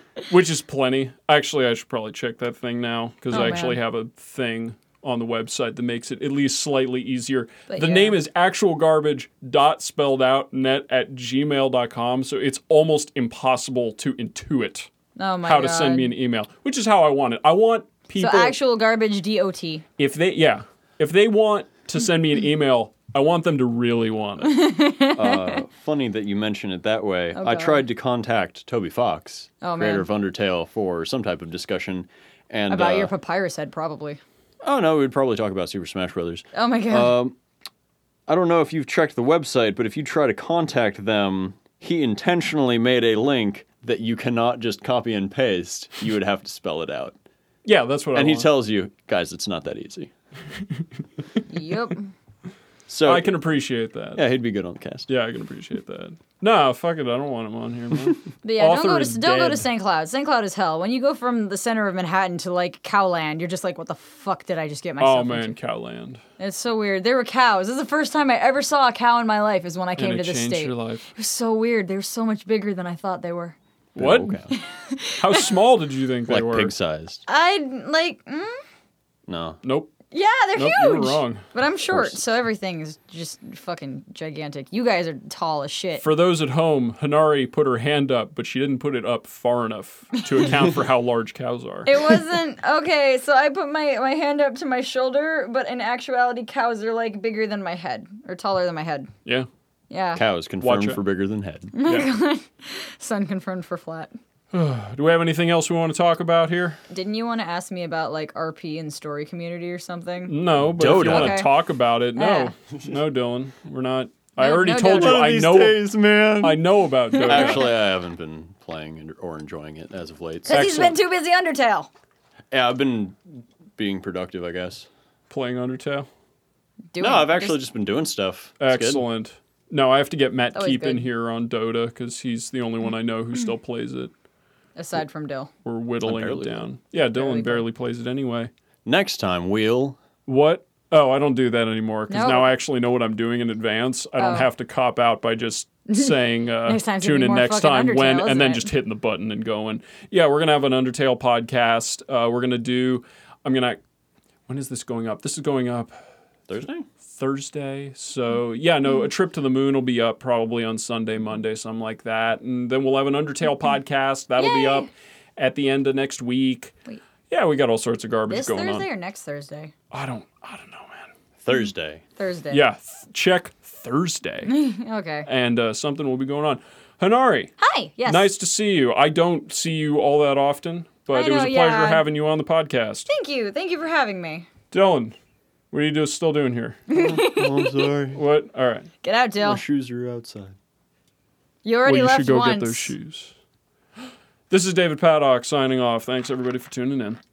S2: [laughs] which is plenty. Actually, I should probably check that thing now because
S1: Oh,
S2: I actually
S1: man.
S2: have a thing on the website that makes it at least slightly easier.
S1: But
S2: the
S1: yeah.
S2: name is actual garbage dot spelled out net at gmail.com. So it's almost impossible to intuit
S1: Oh my
S2: how
S1: god.
S2: to send me an email, which is how I want it. I want
S1: so
S2: people
S1: actual garbage dot.
S2: if they yeah If they want to send me an email, I want them to really want
S1: [laughs]
S2: it.
S3: Funny that you mention it that way. I
S1: Oh, God.
S3: tried to contact Toby Fox,
S1: Oh,
S3: creator
S1: man.
S3: of Undertale, for some type of discussion. And
S1: About
S3: uh,
S1: your papyrus head, probably.
S3: oh no, we'd probably talk about Super Smash Brothers.
S1: Oh my
S2: Um,
S1: god.
S3: I don't know if you've checked the website, but if you try to contact them, he intentionally made a link that you cannot just copy and paste. You would have to spell it out.
S2: Yeah, that's what I
S3: And he
S2: want.
S3: tells you, guys, it's not that easy.
S1: yep.
S3: So
S2: I can appreciate that.
S3: yeah, he'd be good on the cast.
S2: Yeah, I can appreciate that. No, fuck it. I don't want him on
S1: [laughs]
S2: here, man.
S1: But yeah, don't
S2: Author
S1: go to
S2: is
S1: don't go
S2: dead.
S1: to St. Cloud. St. Cloud is hell. When you go from the center of Manhattan to like Cowland, you're just like, what the fuck did I just get myself
S2: oh man,
S1: into?
S2: Cowland.
S1: It's so weird. There were cows. This is the first time I ever saw a cow in my life. Is when I came to
S2: And it
S1: this
S2: changed
S1: state.
S2: your
S1: It
S2: life.
S1: was so weird. They were so much bigger than I thought they were.
S2: What?
S3: Okay.
S2: How small did you think they
S3: Like
S2: were?
S3: pig sized.
S1: I like, mm,
S3: No.
S2: Nope.
S1: yeah, they're
S2: Nope, you
S1: huge.
S2: were wrong.
S1: But I'm short, so everything is just fucking gigantic. You guys are tall as shit.
S2: For those at home, Hanari put her hand up, but she didn't put it up far enough to account for how large
S1: [laughs]
S2: cows are.
S1: It wasn't okay. So I put my my hand up to my shoulder, but in actuality, cows are like bigger than my head or taller than my head.
S2: Yeah.
S1: Yeah.
S3: Cows confirmed
S2: it.
S3: for bigger than head.
S1: Oh
S2: yeah.
S1: Sun confirmed for flat.
S2: Do we have anything else we want to talk about here?
S1: Didn't you want to ask me about like RP and story community or something?
S2: No, but if you
S3: Dodo.
S2: want
S1: Okay.
S2: to talk about it, no.
S1: Ah.
S2: [laughs] No, Dylan. We're not. I
S1: No-
S2: already
S1: no
S2: told
S1: Dodo.
S2: you I know
S3: man.
S2: I know about Dodo.
S3: Actually, I haven't been playing and- or enjoying it as of late.
S1: Because he's been too busy Undertale.
S3: Yeah, I've been being productive, I guess.
S2: playing Undertale.
S1: Doing
S3: No, I've actually just been doing stuff. It's good.
S2: Excellent. No, I have to get Matt
S1: Always
S2: Keep in
S1: good.
S2: here on Dota because he's the only one I know who still plays it.
S1: aside from Dill.
S2: We're whittling it
S3: barely
S2: down. Yeah, Dylan
S1: Barely.
S2: barely plays it anyway.
S3: Next time, wheel.
S2: What? Oh, I don't do that anymore because
S1: No.
S2: now I actually know what I'm doing in advance. I
S1: Oh.
S2: don't have to cop out
S1: [laughs]
S2: by just saying uh,
S1: Next time's gonna
S2: tune
S1: be
S2: in
S1: more
S2: next
S1: fucking
S2: time when,
S1: Undertale,
S2: and
S1: isn't
S2: then
S1: it?
S2: just hitting the button and going. Yeah, we're gonna have an Undertale podcast. Uh, we're gonna do. I'm gonna. When is this going up? This is going up
S3: Thursday?
S2: Thursday. So
S1: Mm-hmm.
S2: yeah, no, a trip to the moon will be up probably on Sunday, Monday, something like that, and then we'll have an Undertale podcast that'll be
S1: Mm-hmm. Yay!
S2: up at the end of next week.
S1: Wait.
S2: Yeah, we got all sorts of garbage
S1: This
S2: going
S1: Thursday
S2: on.
S1: or next Thursday?
S2: I don't. I don't know, man.
S3: Thursday.
S1: Thursday. Mm.
S2: Yeah, th- check Thursday,
S1: [laughs] Okay.
S2: and uh, something will be going on. Hanari,
S1: Hi. Yes.
S2: nice to see you. I don't see you all that often, but
S1: I
S2: it was
S1: know,
S2: a pleasure
S1: yeah.
S2: having you on the podcast.
S1: Thank you. Thank you for having me.
S2: Dylan, what are you do, still doing here?
S1: [laughs]
S3: Oh,
S2: [laughs]
S3: I'm sorry.
S2: What? All right.
S1: Get out, Dill.
S3: My shoes are outside.
S1: you already
S2: well, you
S1: left
S2: should go
S1: once.
S2: [gasps] get those shoes. This is David Paddock signing off. Thanks everybody for tuning in.